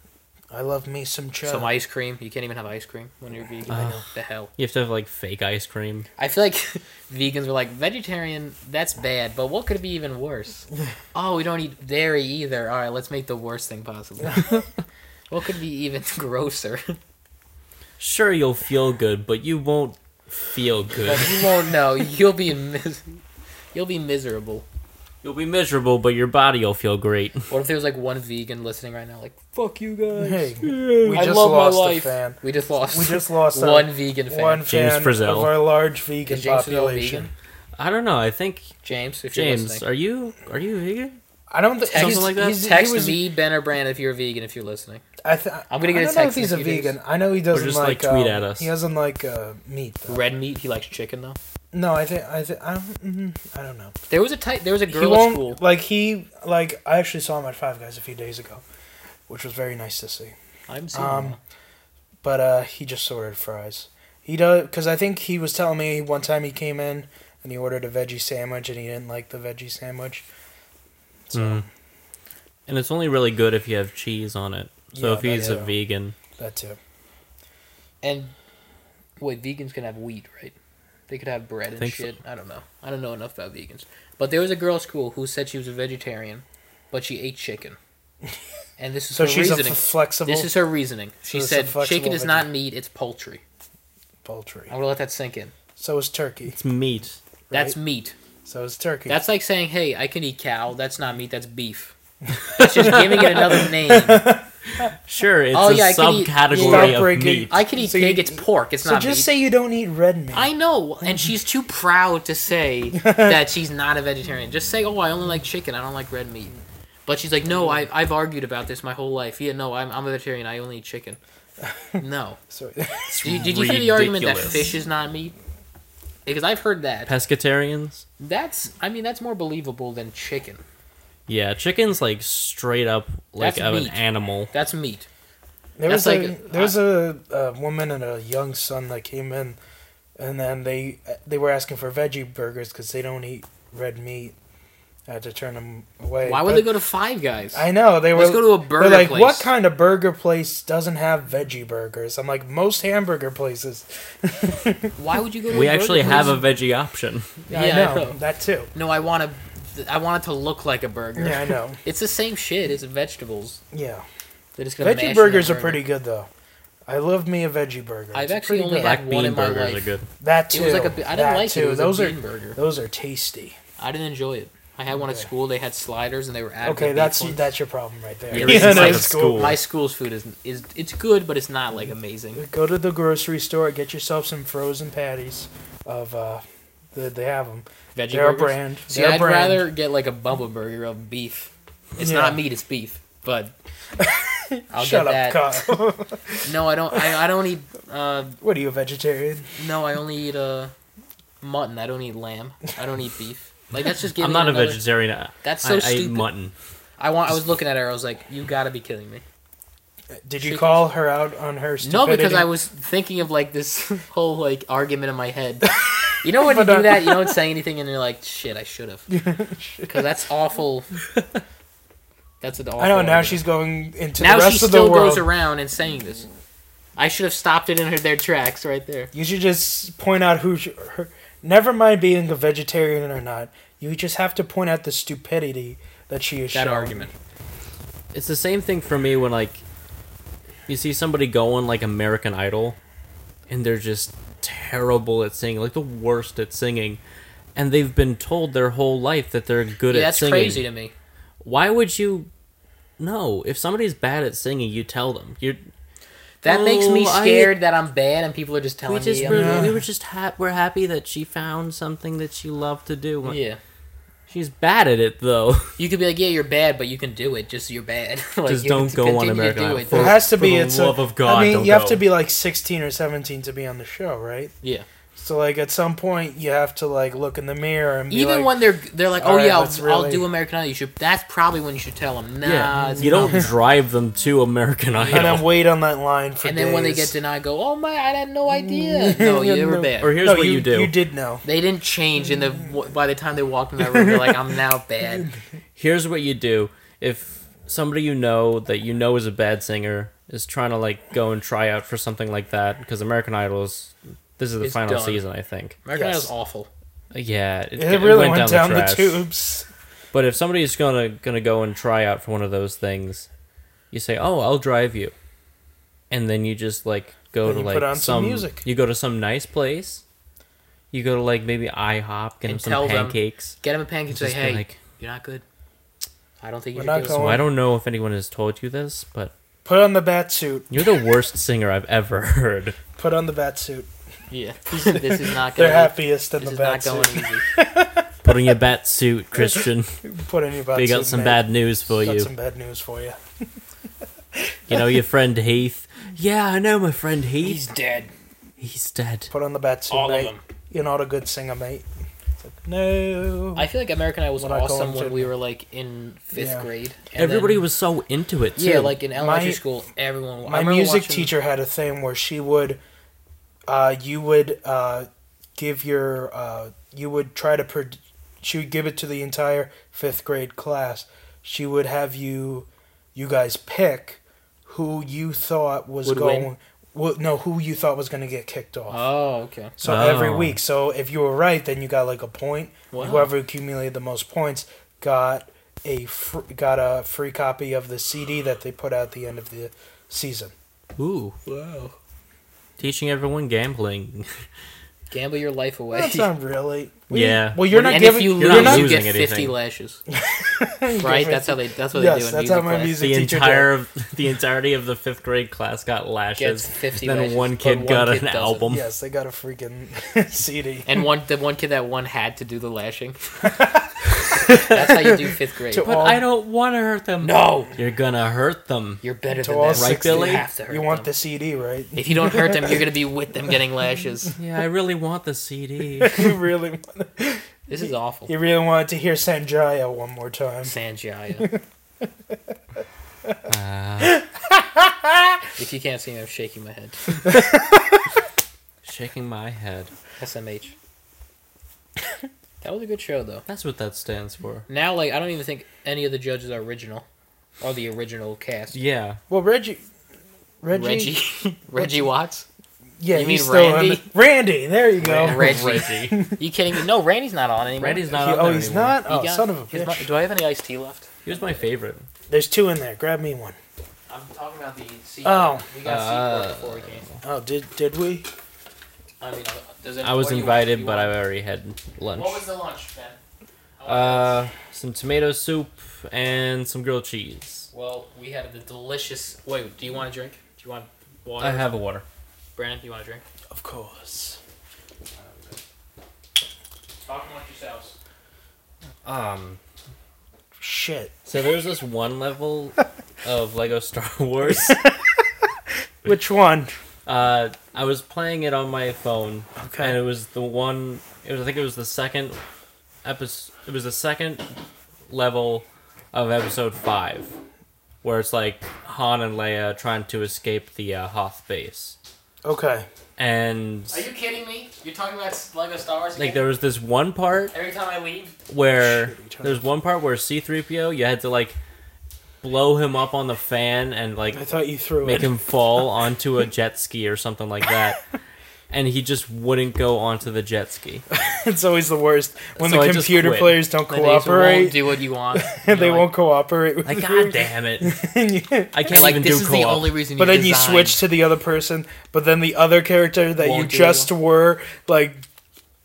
[SPEAKER 3] I love me some cheddar.
[SPEAKER 4] Some ice cream. You can't even have ice cream when you're vegan. I know. The hell.
[SPEAKER 2] You have to have like fake ice cream.
[SPEAKER 4] I feel like vegans were like vegetarian. That's bad, but what could be even worse? oh, we don't eat dairy either. All right, let's make the worst thing possible. what could be even grosser?
[SPEAKER 2] Sure, you'll feel good, but you won't feel good.
[SPEAKER 4] but you won't know. You'll be in mis- you'll be miserable.
[SPEAKER 2] You'll be miserable, but your body will feel great.
[SPEAKER 4] What if there was like one vegan listening right now, like fuck you guys.
[SPEAKER 3] Hey, we
[SPEAKER 4] I
[SPEAKER 3] just
[SPEAKER 4] love
[SPEAKER 3] lost
[SPEAKER 4] my
[SPEAKER 3] a
[SPEAKER 4] life.
[SPEAKER 3] fan.
[SPEAKER 4] We just lost.
[SPEAKER 3] We just lost a-
[SPEAKER 4] one vegan fan.
[SPEAKER 3] One
[SPEAKER 2] James
[SPEAKER 3] fan
[SPEAKER 2] Frizzell.
[SPEAKER 3] of our large vegan
[SPEAKER 4] Is James Frizzell
[SPEAKER 3] population.
[SPEAKER 4] vegan?
[SPEAKER 2] I don't know. I think
[SPEAKER 4] James, if you're
[SPEAKER 2] James,
[SPEAKER 4] listening,
[SPEAKER 2] are you are you vegan?
[SPEAKER 3] I don't think
[SPEAKER 4] Text-
[SPEAKER 3] he's-
[SPEAKER 2] like that?
[SPEAKER 3] he's- he
[SPEAKER 4] text
[SPEAKER 3] was-
[SPEAKER 4] me Ben or Brand if you're a vegan. If you're listening,
[SPEAKER 3] I th-
[SPEAKER 4] I'm gonna get
[SPEAKER 3] I
[SPEAKER 4] a
[SPEAKER 3] don't know if
[SPEAKER 4] text in
[SPEAKER 3] he's
[SPEAKER 4] a
[SPEAKER 3] a
[SPEAKER 4] few days.
[SPEAKER 3] vegan. I know he doesn't
[SPEAKER 2] just,
[SPEAKER 3] like,
[SPEAKER 2] like, tweet
[SPEAKER 3] um,
[SPEAKER 2] at us.
[SPEAKER 3] He doesn't like uh, meat. Though.
[SPEAKER 4] red meat. He likes chicken though.
[SPEAKER 3] No, I think I think I don't. mm, I don't know.
[SPEAKER 4] There was a type. There was a
[SPEAKER 3] he
[SPEAKER 4] girl at
[SPEAKER 3] won't
[SPEAKER 4] school.
[SPEAKER 3] like he like. I actually saw him at Five Guys a few days ago, which was very nice to see.
[SPEAKER 4] I'm seeing
[SPEAKER 3] Um, but uh, he just ordered fries. He does because I think he was telling me one time he came in and he ordered a veggie sandwich and he didn't like the veggie sandwich. So
[SPEAKER 2] Mm. And it's only really good if you have cheese on it. So
[SPEAKER 3] Yeah,
[SPEAKER 2] if he's
[SPEAKER 3] that-
[SPEAKER 2] a vegan,
[SPEAKER 3] that too.
[SPEAKER 4] and wait, vegans can have wheat, right? They could have bread and
[SPEAKER 2] think so.
[SPEAKER 4] shit. I don't know. I don't know enough about vegans. But there was a girl at school who said she was a vegetarian, but she ate chicken. And this is
[SPEAKER 3] So
[SPEAKER 4] her
[SPEAKER 3] she's a
[SPEAKER 4] reasoning.
[SPEAKER 3] f- flexible
[SPEAKER 4] this is her reasoning. She
[SPEAKER 3] it's a
[SPEAKER 4] said
[SPEAKER 3] flexible
[SPEAKER 4] chicken is
[SPEAKER 3] veggie.
[SPEAKER 4] not meat; it's poultry.
[SPEAKER 3] poultry.
[SPEAKER 4] I'm gonna let that sink in.
[SPEAKER 3] So is turkey.
[SPEAKER 2] it's meat.
[SPEAKER 4] That's
[SPEAKER 3] Right.
[SPEAKER 4] meat.
[SPEAKER 3] So is turkey.
[SPEAKER 4] That's like saying, "Hey, I can eat cow." That's not meat. That's beef. That's just giving it another name.
[SPEAKER 2] Sure, it's
[SPEAKER 4] Oh,
[SPEAKER 2] a
[SPEAKER 4] yeah, I could eat- Stop
[SPEAKER 2] subcategory of
[SPEAKER 3] breaking-
[SPEAKER 2] meat.
[SPEAKER 4] I can eat
[SPEAKER 3] So you-
[SPEAKER 4] pig. It's pork. It's
[SPEAKER 3] so
[SPEAKER 4] not
[SPEAKER 3] just
[SPEAKER 4] meat.
[SPEAKER 3] say you don't eat red meat.
[SPEAKER 4] I know, and she's too proud to say that she's not a vegetarian. Just say, "Oh, I only like chicken. I don't like red meat." But she's like, "No, I, I've argued about this my whole life. Yeah, no, I'm, I'm a vegetarian. I only eat chicken." No.
[SPEAKER 3] so,
[SPEAKER 4] Did you, did you hear the argument that
[SPEAKER 2] ridiculous.
[SPEAKER 4] fish is not meat? Because I've heard that.
[SPEAKER 2] Pescatarians?
[SPEAKER 4] That's, I mean, that's more believable than chicken.
[SPEAKER 2] Yeah, chicken's like straight up like
[SPEAKER 4] That's
[SPEAKER 2] of an
[SPEAKER 4] meat.
[SPEAKER 2] animal.
[SPEAKER 4] That's meat.
[SPEAKER 3] there was
[SPEAKER 4] That's
[SPEAKER 3] a,
[SPEAKER 4] like-
[SPEAKER 3] there was a, a woman and a young son that came in, and then they they were asking for veggie burgers because they don't eat red meat. I had to turn them away.
[SPEAKER 4] Why would
[SPEAKER 3] But-
[SPEAKER 4] they go to Five Guys?
[SPEAKER 3] I know they were.
[SPEAKER 4] Let's go to a
[SPEAKER 3] they're
[SPEAKER 4] burger
[SPEAKER 3] like,
[SPEAKER 4] place.
[SPEAKER 3] What kind of burger place doesn't have veggie burgers? I'm like, most hamburger places.
[SPEAKER 4] Why would you go to?
[SPEAKER 2] We
[SPEAKER 4] a burger
[SPEAKER 2] actually have a
[SPEAKER 4] place?
[SPEAKER 2] veggie option.
[SPEAKER 3] Yeah,
[SPEAKER 4] Yeah, I
[SPEAKER 3] I know
[SPEAKER 4] know.
[SPEAKER 3] that too.
[SPEAKER 4] No, I want to. I want it to look like a burger.
[SPEAKER 3] Yeah, I know.
[SPEAKER 4] It's the same shit. It's vegetables.
[SPEAKER 3] Yeah,
[SPEAKER 4] They're just gonna mash it in
[SPEAKER 3] veggie
[SPEAKER 4] a
[SPEAKER 3] burgers are
[SPEAKER 4] burger.
[SPEAKER 3] pretty good though. I love me a veggie burger.
[SPEAKER 4] I've
[SPEAKER 3] It's
[SPEAKER 4] actually
[SPEAKER 3] pretty
[SPEAKER 4] only
[SPEAKER 3] good.
[SPEAKER 2] Black
[SPEAKER 4] had- one
[SPEAKER 2] bean
[SPEAKER 4] in my
[SPEAKER 2] burgers
[SPEAKER 4] life.
[SPEAKER 2] are good.
[SPEAKER 3] that
[SPEAKER 4] It
[SPEAKER 3] too.
[SPEAKER 4] was like a bi- I didn't
[SPEAKER 3] that
[SPEAKER 4] like it. It
[SPEAKER 3] too.
[SPEAKER 4] was a
[SPEAKER 3] those are
[SPEAKER 4] bean burger.
[SPEAKER 3] those are tasty.
[SPEAKER 4] I didn't enjoy it. I had one at
[SPEAKER 3] Okay.
[SPEAKER 4] school. They had sliders and they were added.
[SPEAKER 3] Okay,
[SPEAKER 4] beef
[SPEAKER 3] that's
[SPEAKER 4] ones.
[SPEAKER 3] that's your problem right there.
[SPEAKER 2] Yeah, it's like
[SPEAKER 3] no,
[SPEAKER 2] a
[SPEAKER 3] it's cool.
[SPEAKER 2] school.
[SPEAKER 4] My school's food is is it's good, but it's not like amazing.
[SPEAKER 3] Go to the grocery store, get yourself some frozen patties of uh, the, they have them.
[SPEAKER 4] Veggie
[SPEAKER 3] They're a
[SPEAKER 4] burgers?
[SPEAKER 3] brand.
[SPEAKER 4] See,
[SPEAKER 3] They're a
[SPEAKER 4] I'd
[SPEAKER 3] brand.
[SPEAKER 4] rather get like a Bubba Burger of beef. It's
[SPEAKER 3] Yeah.
[SPEAKER 4] not meat; it's beef. But I'll
[SPEAKER 3] Shut
[SPEAKER 4] get
[SPEAKER 3] up,
[SPEAKER 4] that.
[SPEAKER 3] Kyle.
[SPEAKER 4] No, I don't. I, I don't eat. Uh,
[SPEAKER 3] what are you a vegetarian?
[SPEAKER 4] no, I only eat uh, mutton. I don't eat lamb. I don't eat beef. Like that's just. Giving
[SPEAKER 2] I'm not a
[SPEAKER 4] it another-
[SPEAKER 2] vegetarian. I-
[SPEAKER 4] That's
[SPEAKER 2] I,
[SPEAKER 4] so
[SPEAKER 2] I eat
[SPEAKER 4] stupid.
[SPEAKER 2] mutton.
[SPEAKER 4] I want. I was looking at her. I was like, "You gotta be kidding me."
[SPEAKER 3] Did you
[SPEAKER 4] Chicken.
[SPEAKER 3] call her out on her stupidity?
[SPEAKER 4] No, because I was thinking of like this whole like argument in my head. You know when you
[SPEAKER 3] But not-
[SPEAKER 4] do that, you don't say anything, and you're like, "Shit, I should have," because that's awful. That's an awful.
[SPEAKER 3] I know now
[SPEAKER 4] argument.
[SPEAKER 3] she's going into
[SPEAKER 4] now
[SPEAKER 3] the rest
[SPEAKER 4] she still
[SPEAKER 3] of the world.
[SPEAKER 4] goes around and saying this. I should have stopped it in her their tracks right there.
[SPEAKER 3] You should just point out who. sh- Her, never mind being a vegetarian or not. You just have to point out the stupidity that she is
[SPEAKER 4] That
[SPEAKER 3] showing.
[SPEAKER 4] argument.
[SPEAKER 2] It's the same thing for me when like you see somebody going like American Idol and they're just terrible at singing, like the worst at singing. And they've been told their whole life that they're good
[SPEAKER 4] Yeah,
[SPEAKER 2] at
[SPEAKER 4] that's
[SPEAKER 2] singing.
[SPEAKER 4] crazy to me.
[SPEAKER 2] Why would you No, if somebody's bad at singing, you tell them. You're
[SPEAKER 4] That makes me
[SPEAKER 2] Oh, I-
[SPEAKER 4] scared that I'm bad and people are just
[SPEAKER 2] we
[SPEAKER 4] telling
[SPEAKER 2] just
[SPEAKER 4] me.
[SPEAKER 2] were,
[SPEAKER 4] I'm-
[SPEAKER 2] we were just ha- we're happy that she found something that she loved to do.
[SPEAKER 4] yeah,
[SPEAKER 2] She's bad at it though.
[SPEAKER 4] you could be like, "Yeah, you're bad, but you can do it. Just you're bad." like,
[SPEAKER 2] Just
[SPEAKER 4] you
[SPEAKER 2] don't
[SPEAKER 4] can
[SPEAKER 2] go on
[SPEAKER 4] continue to
[SPEAKER 2] American
[SPEAKER 4] do
[SPEAKER 2] Idol.
[SPEAKER 4] it.
[SPEAKER 2] For-
[SPEAKER 3] It has to
[SPEAKER 2] for
[SPEAKER 3] be.
[SPEAKER 2] the
[SPEAKER 3] it's a-
[SPEAKER 2] love of God,
[SPEAKER 3] I mean,
[SPEAKER 2] don't
[SPEAKER 3] you have
[SPEAKER 2] go.
[SPEAKER 3] to be like sixteen or seventeen to be on the show, right?
[SPEAKER 4] Yeah.
[SPEAKER 3] So like at some point you have to like look in the mirror and be
[SPEAKER 4] Even
[SPEAKER 3] like,
[SPEAKER 4] when they're they're like, oh
[SPEAKER 3] "All right,
[SPEAKER 4] yeah, I'll,
[SPEAKER 3] let's
[SPEAKER 4] I'll
[SPEAKER 3] really-
[SPEAKER 4] do American Idol. You should. That's probably when you should tell them. Nah. it's
[SPEAKER 2] you
[SPEAKER 4] not."
[SPEAKER 2] don't drive them to American Idol.
[SPEAKER 3] and then wait on that line for
[SPEAKER 4] And then when they get
[SPEAKER 3] days.
[SPEAKER 4] denied, go, oh my, I had no idea. No, you were
[SPEAKER 3] No.
[SPEAKER 4] bad.
[SPEAKER 2] Or here's
[SPEAKER 3] No,
[SPEAKER 2] what you,
[SPEAKER 3] you
[SPEAKER 2] do.
[SPEAKER 3] You did know.
[SPEAKER 4] they didn't change in the by the time they walked in that room. They're like, I'm now bad.
[SPEAKER 2] here's what you do if somebody you know that you know is a bad singer is trying to like go and try out for something like that because american idol is this is the
[SPEAKER 4] It's
[SPEAKER 2] final
[SPEAKER 4] done.
[SPEAKER 2] season i think
[SPEAKER 4] American
[SPEAKER 3] Yes.
[SPEAKER 4] Idol's awful.
[SPEAKER 2] yeah
[SPEAKER 3] It, really went, down,
[SPEAKER 2] the
[SPEAKER 3] the
[SPEAKER 2] trash.
[SPEAKER 3] tubes.
[SPEAKER 2] but if somebody's gonna gonna go and try out for one of those things you say oh i'll drive you and then you just like go
[SPEAKER 3] Then
[SPEAKER 2] to
[SPEAKER 3] you
[SPEAKER 2] like
[SPEAKER 3] put on some
[SPEAKER 2] some
[SPEAKER 3] music.
[SPEAKER 2] you go to some nice place you go to like maybe ihop get
[SPEAKER 4] And
[SPEAKER 2] them
[SPEAKER 4] tell
[SPEAKER 2] some
[SPEAKER 4] them-
[SPEAKER 2] pancakes
[SPEAKER 4] Get him a pancake. and Say,
[SPEAKER 2] Just be
[SPEAKER 4] hey,
[SPEAKER 2] like-
[SPEAKER 4] you're not good. I don't think you
[SPEAKER 3] We're
[SPEAKER 4] should
[SPEAKER 3] not
[SPEAKER 4] do this.
[SPEAKER 3] going-
[SPEAKER 2] well, i don't know if anyone has told you this but
[SPEAKER 3] Put on the bat suit.
[SPEAKER 2] You're the worst singer I've ever heard.
[SPEAKER 3] Put on the bat suit.
[SPEAKER 4] Yeah, this is not
[SPEAKER 3] They're
[SPEAKER 4] going. to
[SPEAKER 3] happiest in
[SPEAKER 4] This
[SPEAKER 3] the
[SPEAKER 4] is
[SPEAKER 3] bat
[SPEAKER 4] not going
[SPEAKER 3] suit.
[SPEAKER 4] easy.
[SPEAKER 2] Put on your bat suit, Christian.
[SPEAKER 3] Put on your bat
[SPEAKER 2] We
[SPEAKER 3] suit.
[SPEAKER 2] got some
[SPEAKER 3] man.
[SPEAKER 2] bad news for
[SPEAKER 3] got
[SPEAKER 2] you.
[SPEAKER 3] some bad news for you.
[SPEAKER 2] You know your friend Heath. Yeah, I know my friend Heath.
[SPEAKER 4] He's dead.
[SPEAKER 2] He's dead.
[SPEAKER 3] Put on the bat suit,
[SPEAKER 4] All of
[SPEAKER 3] mate.
[SPEAKER 4] them.
[SPEAKER 3] You're not a good singer, mate. Like, no.
[SPEAKER 4] I feel like American Idol was
[SPEAKER 3] What I call
[SPEAKER 4] awesome
[SPEAKER 3] them,
[SPEAKER 4] when
[SPEAKER 3] too.
[SPEAKER 4] we were like in fifth
[SPEAKER 3] Yeah.
[SPEAKER 4] grade. and
[SPEAKER 2] Everybody
[SPEAKER 4] then-
[SPEAKER 2] was so into it too.
[SPEAKER 4] yeah, like in elementary
[SPEAKER 3] My-
[SPEAKER 4] school, everyone. I
[SPEAKER 3] my
[SPEAKER 4] remember
[SPEAKER 3] music
[SPEAKER 4] watching-
[SPEAKER 3] teacher had a thing where she would uh, you would uh, give your uh, you would try to pro- she would give it to the entire fifth grade class she would have you you guys pick who you thought was
[SPEAKER 4] Would win?
[SPEAKER 3] going well, no who you thought was going to get kicked off
[SPEAKER 4] Oh, okay.
[SPEAKER 3] so
[SPEAKER 2] Oh.
[SPEAKER 3] every week so if you were right then you got like a point
[SPEAKER 4] Wow.
[SPEAKER 3] whoever accumulated the most points got a fr- got a free copy of the cd that they put out at the end of the season
[SPEAKER 2] ooh,
[SPEAKER 4] Wow.
[SPEAKER 2] teaching everyone gambling.
[SPEAKER 4] Gamble your life away.
[SPEAKER 3] That's not really. We-
[SPEAKER 2] Yeah.
[SPEAKER 3] Well, you're not
[SPEAKER 4] and
[SPEAKER 3] giving.
[SPEAKER 4] if you
[SPEAKER 3] you
[SPEAKER 2] you're
[SPEAKER 4] lose,
[SPEAKER 2] not
[SPEAKER 4] you
[SPEAKER 2] losing
[SPEAKER 4] get
[SPEAKER 2] anything.
[SPEAKER 4] fifty lashes. right? That's how they. That's what
[SPEAKER 3] yes,
[SPEAKER 4] they do.
[SPEAKER 3] that's
[SPEAKER 4] In music
[SPEAKER 3] how my
[SPEAKER 4] class.
[SPEAKER 3] music
[SPEAKER 2] the
[SPEAKER 3] teacher
[SPEAKER 2] entire of, the entirety of the fifth grade class got
[SPEAKER 4] Gets
[SPEAKER 2] lashes.
[SPEAKER 4] 50
[SPEAKER 2] then
[SPEAKER 4] lashes,
[SPEAKER 2] one
[SPEAKER 4] but
[SPEAKER 2] kid
[SPEAKER 4] one
[SPEAKER 2] got
[SPEAKER 4] kid
[SPEAKER 2] an
[SPEAKER 4] doesn't.
[SPEAKER 2] album.
[SPEAKER 3] Did. Yes, they got a freaking CD.
[SPEAKER 4] And one, the one kid that one had to do the lashing. that's how you do fifth grade.
[SPEAKER 3] To
[SPEAKER 2] But
[SPEAKER 3] all,
[SPEAKER 2] I don't want to hurt them.
[SPEAKER 4] No,
[SPEAKER 2] You're gonna hurt them.
[SPEAKER 4] you're better
[SPEAKER 3] to
[SPEAKER 4] than
[SPEAKER 3] all
[SPEAKER 4] that.
[SPEAKER 2] right,
[SPEAKER 3] 60,
[SPEAKER 2] Billy?
[SPEAKER 4] You have to hurt
[SPEAKER 3] You want
[SPEAKER 4] them.
[SPEAKER 3] the CD, right?
[SPEAKER 4] If you don't hurt them, you're gonna be with them getting lashes.
[SPEAKER 2] Yeah, I really want the CD.
[SPEAKER 3] you really, wanted,
[SPEAKER 4] This is awful.
[SPEAKER 3] you really wanted to hear Sanjaya one more time.
[SPEAKER 4] Sanjaya.
[SPEAKER 2] Ah,
[SPEAKER 4] If you can't see me, I'm shaking my head.
[SPEAKER 2] shaking my head.
[SPEAKER 4] SMH. That was a good show, though.
[SPEAKER 2] That's what that stands for.
[SPEAKER 4] Now, like, I don't even think any of the judges are original, or the original cast.
[SPEAKER 2] Yeah.
[SPEAKER 3] Well, Reggie. Reggie.
[SPEAKER 4] Reggie, Reggie Watts.
[SPEAKER 3] Yeah,
[SPEAKER 4] You
[SPEAKER 3] he's
[SPEAKER 4] mean
[SPEAKER 3] still on
[SPEAKER 4] Randy?
[SPEAKER 3] the- Randy, there you go.
[SPEAKER 4] Randy. Reggie. You kidding me? No, Randy's not on anymore.
[SPEAKER 2] Randy's
[SPEAKER 3] He-
[SPEAKER 2] not on
[SPEAKER 3] oh,
[SPEAKER 2] there
[SPEAKER 3] he's
[SPEAKER 2] anymore.
[SPEAKER 3] not.
[SPEAKER 4] He
[SPEAKER 3] Oh,
[SPEAKER 4] got-
[SPEAKER 3] son of a
[SPEAKER 4] here's
[SPEAKER 3] bitch.
[SPEAKER 4] my- do I have any iced tea left?
[SPEAKER 2] He was my favorite.
[SPEAKER 3] There's two in there. Grab me one.
[SPEAKER 4] I'm talking about the sequel.
[SPEAKER 3] Oh.
[SPEAKER 4] we
[SPEAKER 2] got a sequel
[SPEAKER 4] before we came.
[SPEAKER 3] Oh, did did we?
[SPEAKER 4] I mean, uh, does
[SPEAKER 2] I was invited, but I already had lunch.
[SPEAKER 4] the lunch, Ben?
[SPEAKER 2] Uh, some tomato soup and some grilled cheese.
[SPEAKER 4] Well, we had the delicious. Wait, do you want a drink? Do you want water?
[SPEAKER 2] I have a water.
[SPEAKER 4] Brandon, you want a drink?
[SPEAKER 3] Of course.
[SPEAKER 4] Talk amongst yourselves.
[SPEAKER 2] Um,
[SPEAKER 3] Shit.
[SPEAKER 2] so there's this one level of Lego Star Wars.
[SPEAKER 3] Which one?
[SPEAKER 2] Uh, I was playing it on my phone,
[SPEAKER 3] Okay.
[SPEAKER 2] and it was the one. It was I think it was the second episode. It was the second level of episode five, where it's like Han and Leia trying to escape the uh, Hoth base,
[SPEAKER 3] Okay.
[SPEAKER 2] and
[SPEAKER 4] Are you kidding me? You're talking about Lego Star Wars.
[SPEAKER 2] like
[SPEAKER 4] again?
[SPEAKER 2] there was this one part
[SPEAKER 4] Every time I leave,
[SPEAKER 2] where
[SPEAKER 3] Shitty turn.
[SPEAKER 2] there's one part where C3PO you had to like blow him up on the fan and like
[SPEAKER 3] I thought you threw
[SPEAKER 2] make
[SPEAKER 3] it.
[SPEAKER 2] him fall onto a jet ski or something like that. And he just wouldn't go onto the jet ski.
[SPEAKER 3] It's always the worst when
[SPEAKER 2] So I
[SPEAKER 3] the
[SPEAKER 2] just
[SPEAKER 3] computer
[SPEAKER 2] quit.
[SPEAKER 3] players don't
[SPEAKER 4] like, they just won't
[SPEAKER 3] cooperate.
[SPEAKER 4] do what you want.
[SPEAKER 3] And they
[SPEAKER 4] You're
[SPEAKER 3] won't cooperate with
[SPEAKER 2] Like,
[SPEAKER 3] you.
[SPEAKER 2] god damn it.
[SPEAKER 3] And you-
[SPEAKER 2] I can't
[SPEAKER 4] Like, like
[SPEAKER 2] even
[SPEAKER 4] this
[SPEAKER 2] do
[SPEAKER 4] is
[SPEAKER 2] co
[SPEAKER 4] the
[SPEAKER 2] op.
[SPEAKER 4] only reason.
[SPEAKER 3] but
[SPEAKER 4] you
[SPEAKER 3] then you
[SPEAKER 4] designed-
[SPEAKER 3] switch to the other person. But then the other character that you
[SPEAKER 4] Won't do
[SPEAKER 3] just were like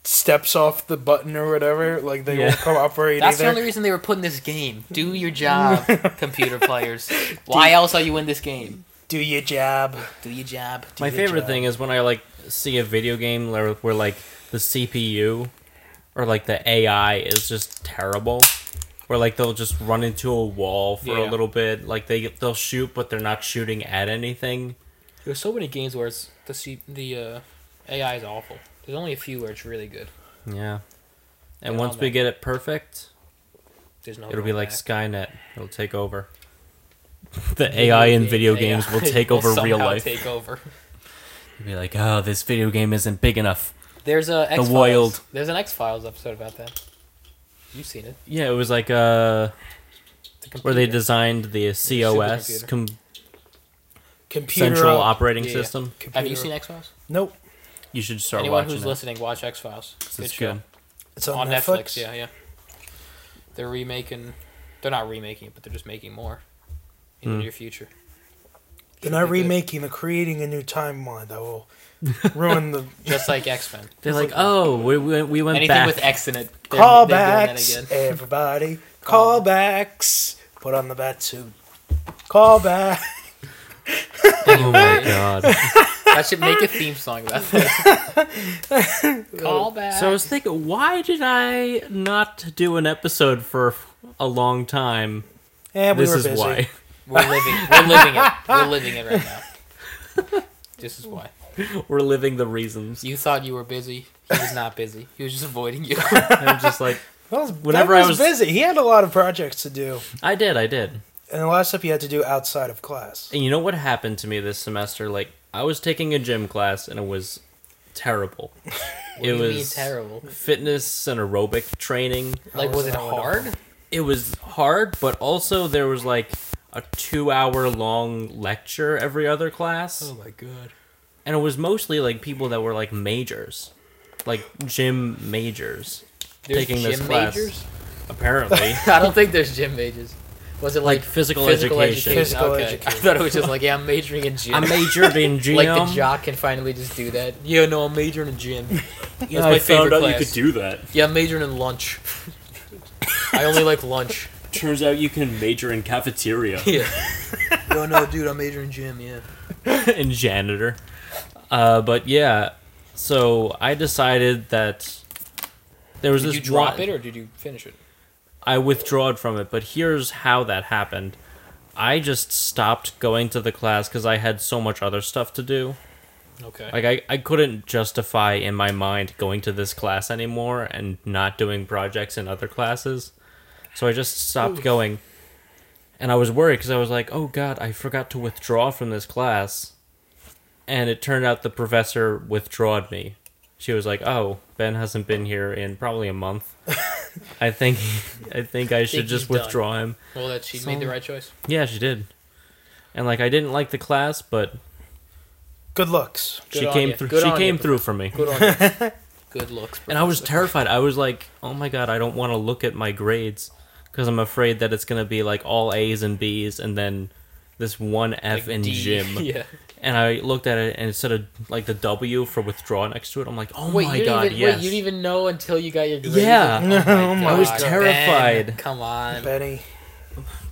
[SPEAKER 3] steps off the button or whatever. Like they
[SPEAKER 2] Yeah.
[SPEAKER 3] won't cooperate
[SPEAKER 4] That's the
[SPEAKER 3] either.
[SPEAKER 4] only reason they were put in this game. Do your job, computer players. Why else are you in this game?
[SPEAKER 3] do your job.
[SPEAKER 4] Do your job.
[SPEAKER 3] Do
[SPEAKER 2] My
[SPEAKER 3] your
[SPEAKER 2] favorite
[SPEAKER 3] job.
[SPEAKER 2] thing is when I like see a video game where, where like the CPU or like the AI is just terrible. Where like they'll just run into a wall for a
[SPEAKER 4] Yeah.
[SPEAKER 2] little bit. Like they they'll shoot but they're not shooting at anything.
[SPEAKER 4] There's so many games where it's the C- the uh, AI is awful. There's only a few where it's really good.
[SPEAKER 2] Yeah. And
[SPEAKER 4] Get
[SPEAKER 2] once
[SPEAKER 4] on
[SPEAKER 2] we
[SPEAKER 4] that.
[SPEAKER 2] get it perfect,
[SPEAKER 4] There's no.
[SPEAKER 2] it'll
[SPEAKER 4] going
[SPEAKER 2] be like
[SPEAKER 4] back.
[SPEAKER 2] Skynet. It'll take over. The AI in video
[SPEAKER 4] AI
[SPEAKER 2] games will take over real
[SPEAKER 4] somehow
[SPEAKER 2] life.
[SPEAKER 4] Take over.
[SPEAKER 2] You'll be like, oh, this video game isn't big enough.
[SPEAKER 4] There's a X-Files.
[SPEAKER 2] wild.
[SPEAKER 4] There's an X Files episode about that. You've seen it.
[SPEAKER 2] Yeah, it was like uh,
[SPEAKER 4] The
[SPEAKER 2] where they
[SPEAKER 4] computer.
[SPEAKER 2] designed the COS,
[SPEAKER 4] supercomputer.
[SPEAKER 2] com-
[SPEAKER 3] Computer
[SPEAKER 2] Central
[SPEAKER 3] up.
[SPEAKER 2] Operating
[SPEAKER 4] Yeah.
[SPEAKER 2] System.
[SPEAKER 4] Have you
[SPEAKER 3] Computer
[SPEAKER 4] seen
[SPEAKER 3] up.
[SPEAKER 4] X Files?
[SPEAKER 3] Nope.
[SPEAKER 2] You should start
[SPEAKER 4] Anyone
[SPEAKER 2] watching
[SPEAKER 4] who's
[SPEAKER 2] it.
[SPEAKER 4] listening, watch X Files.
[SPEAKER 2] It's
[SPEAKER 4] Good
[SPEAKER 2] good.
[SPEAKER 4] show.
[SPEAKER 3] It's on,
[SPEAKER 4] on
[SPEAKER 3] Netflix.
[SPEAKER 4] Netflix. Yeah, yeah. They're remaking. They're not remaking it, but they're just making more in the
[SPEAKER 2] Hmm.
[SPEAKER 4] near future.
[SPEAKER 3] They're
[SPEAKER 4] Should
[SPEAKER 3] not
[SPEAKER 4] be good.
[SPEAKER 3] remaking. They're creating a new timeline that will ruin the
[SPEAKER 4] just like X Men.
[SPEAKER 2] They're like, oh, we, we, we went
[SPEAKER 4] Anything
[SPEAKER 2] back.
[SPEAKER 4] with X in it, they're, they're doing that
[SPEAKER 3] Callbacks, Eh.
[SPEAKER 4] again.
[SPEAKER 3] everybody. Callbacks. Put on the bat suit. Callback.
[SPEAKER 2] oh my god.
[SPEAKER 4] I should make a theme song about that. Call back.
[SPEAKER 2] So I was thinking, why did I not do an episode for a long time?
[SPEAKER 3] And we
[SPEAKER 2] this
[SPEAKER 3] were
[SPEAKER 2] is
[SPEAKER 3] busy.
[SPEAKER 2] why.
[SPEAKER 4] we're living, we're living it, we're living it right now. This is why.
[SPEAKER 2] We're living the reasons.
[SPEAKER 4] You thought you were busy. He was not busy. He was just avoiding you.
[SPEAKER 2] I'm just like,
[SPEAKER 3] That was,
[SPEAKER 2] Whenever
[SPEAKER 3] that
[SPEAKER 2] I
[SPEAKER 3] was,
[SPEAKER 2] was-
[SPEAKER 3] busy. He had a lot of projects to do,
[SPEAKER 2] I did, I did.
[SPEAKER 3] and a lot of stuff he had to do outside of class.
[SPEAKER 2] And you know what happened to me this semester? Like, I was taking a gym class and it was terrible. it
[SPEAKER 4] You
[SPEAKER 2] was
[SPEAKER 4] mean terrible.
[SPEAKER 2] fitness and aerobic training.
[SPEAKER 4] Like, was it hard?
[SPEAKER 2] It was hard, but also there was like a two hour long lecture every other class.
[SPEAKER 4] my god.
[SPEAKER 2] And it was mostly like people that were like majors, like gym majors,
[SPEAKER 4] There's
[SPEAKER 2] Taking
[SPEAKER 4] gym
[SPEAKER 2] this class.
[SPEAKER 4] majors?
[SPEAKER 2] apparently.
[SPEAKER 4] I don't think there's gym majors. Was it like,
[SPEAKER 2] Like physical education.
[SPEAKER 3] Physical
[SPEAKER 4] okay. I
[SPEAKER 3] education.
[SPEAKER 4] thought it was just like, yeah, I'm majoring in gym.
[SPEAKER 2] I majored in
[SPEAKER 4] like
[SPEAKER 2] genome.
[SPEAKER 4] the jock can finally just do that. Yeah, no, I'm majoring in gym. That's
[SPEAKER 2] Yeah,
[SPEAKER 4] my favorite class.
[SPEAKER 2] do that.
[SPEAKER 4] Yeah, I'm majoring in lunch. I only like lunch.
[SPEAKER 2] Turns out you can major in cafeteria.
[SPEAKER 4] Yeah. no, no, dude, I'm majoring in gym. Yeah.
[SPEAKER 2] and janitor. Uh, but yeah, so I decided that there was
[SPEAKER 4] Did
[SPEAKER 2] this.
[SPEAKER 4] you drop
[SPEAKER 2] one-
[SPEAKER 4] it or did you finish it?
[SPEAKER 2] I withdrawed from it, but here's how that happened. I just stopped going to the class because I had so much other stuff to do.
[SPEAKER 4] Okay.
[SPEAKER 2] Like I, I couldn't justify in my mind going to this class anymore and not doing projects in other classes. So I just stopped going. And I was worried because I was like, "Oh god, I forgot to withdraw from this class." And it turned out the professor withdrawed me. She was like, "Oh, Ben hasn't been here in probably a month. I think I think I should
[SPEAKER 4] he's
[SPEAKER 2] just
[SPEAKER 4] done."
[SPEAKER 2] withdraw him."
[SPEAKER 4] well, that she made the right choice.
[SPEAKER 2] Yeah, she did. And like I didn't like the class, but
[SPEAKER 3] Good looks.
[SPEAKER 4] Good
[SPEAKER 2] she
[SPEAKER 4] on
[SPEAKER 2] came
[SPEAKER 4] ya.
[SPEAKER 2] through
[SPEAKER 4] Good
[SPEAKER 2] she
[SPEAKER 4] on
[SPEAKER 2] came
[SPEAKER 4] ya.
[SPEAKER 2] through for me.
[SPEAKER 4] Good on you. Good looks.
[SPEAKER 2] And I was
[SPEAKER 4] professor.
[SPEAKER 2] terrified. I was like, oh my god, I don't want to look at my grades because I'm afraid that it's going to be like all A's and B's and then this one F
[SPEAKER 4] Like
[SPEAKER 2] in
[SPEAKER 4] D.
[SPEAKER 2] gym.
[SPEAKER 4] Yeah.
[SPEAKER 2] And I looked at it and instead of like the W for withdraw next to it, I'm like, oh
[SPEAKER 4] Wait,
[SPEAKER 2] my
[SPEAKER 4] you
[SPEAKER 2] god,
[SPEAKER 4] didn't even,
[SPEAKER 2] yes.
[SPEAKER 4] wait, you didn't even know until you got your grades.
[SPEAKER 2] Yeah.
[SPEAKER 4] oh my
[SPEAKER 2] I was
[SPEAKER 4] God.
[SPEAKER 2] terrified.
[SPEAKER 4] Ben, come on.
[SPEAKER 3] Benny.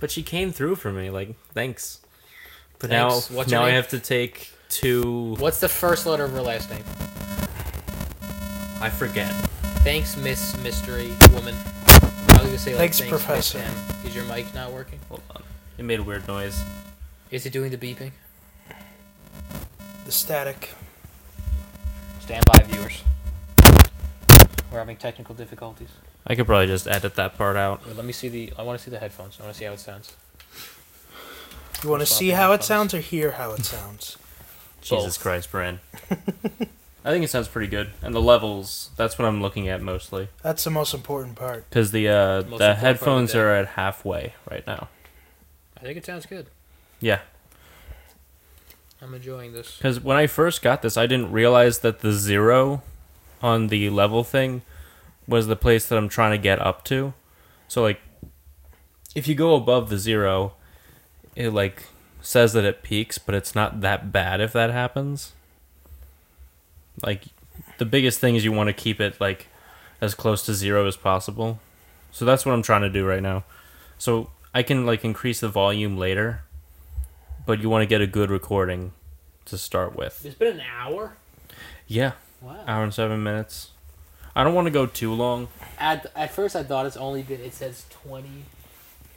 [SPEAKER 2] But she came through for me. Like, thanks. But
[SPEAKER 4] Thanks.
[SPEAKER 2] now,
[SPEAKER 4] What's your
[SPEAKER 2] now I
[SPEAKER 4] name?
[SPEAKER 2] have to take two.
[SPEAKER 4] What's the first letter of her last name?
[SPEAKER 2] I forget.
[SPEAKER 4] Thanks, Miss Mystery Woman. I was gonna say like,
[SPEAKER 3] Thanks,
[SPEAKER 4] thanks, Miss
[SPEAKER 3] Professor.
[SPEAKER 4] M. Is your mic not working?
[SPEAKER 2] Hold on. It made a weird noise.
[SPEAKER 4] Is it doing the beeping?
[SPEAKER 3] The static.
[SPEAKER 4] Stand by, viewers. We're having technical difficulties.
[SPEAKER 2] I could probably just edit that part out.
[SPEAKER 4] Wait, let me see the. I want to see the headphones. I want to see how it sounds.
[SPEAKER 3] You want to
[SPEAKER 4] Stop
[SPEAKER 3] see
[SPEAKER 4] the
[SPEAKER 3] how it
[SPEAKER 4] headphones.
[SPEAKER 3] sounds or hear how it sounds?
[SPEAKER 2] Jesus
[SPEAKER 4] Both.
[SPEAKER 2] Christ, Bran. I think it sounds pretty good, and the levels—that's what I'm looking at mostly.
[SPEAKER 3] That's the most important part.
[SPEAKER 2] Because the uh,
[SPEAKER 4] Most important part
[SPEAKER 2] the
[SPEAKER 4] of
[SPEAKER 2] headphones
[SPEAKER 4] the day.
[SPEAKER 2] are at halfway right now.
[SPEAKER 4] I think it sounds good.
[SPEAKER 2] Yeah,
[SPEAKER 4] I'm enjoying this.
[SPEAKER 2] because when I first got this, I didn't realize that the zero on the level thing was the place that I'm trying to get up to. So like, if you go above the zero, it like says that it peaks, but it's not that bad if that happens. Like, the biggest thing is you want to keep it like as close to zero as possible. So that's what I'm trying to do right now. So I can like increase the volume later, but you want to get a good recording to start with.
[SPEAKER 4] It's been an hour.
[SPEAKER 2] Yeah,
[SPEAKER 4] Wow.
[SPEAKER 2] hour and seven minutes. I don't want to go too long.
[SPEAKER 4] At, at first, I thought it's only been. It says 20,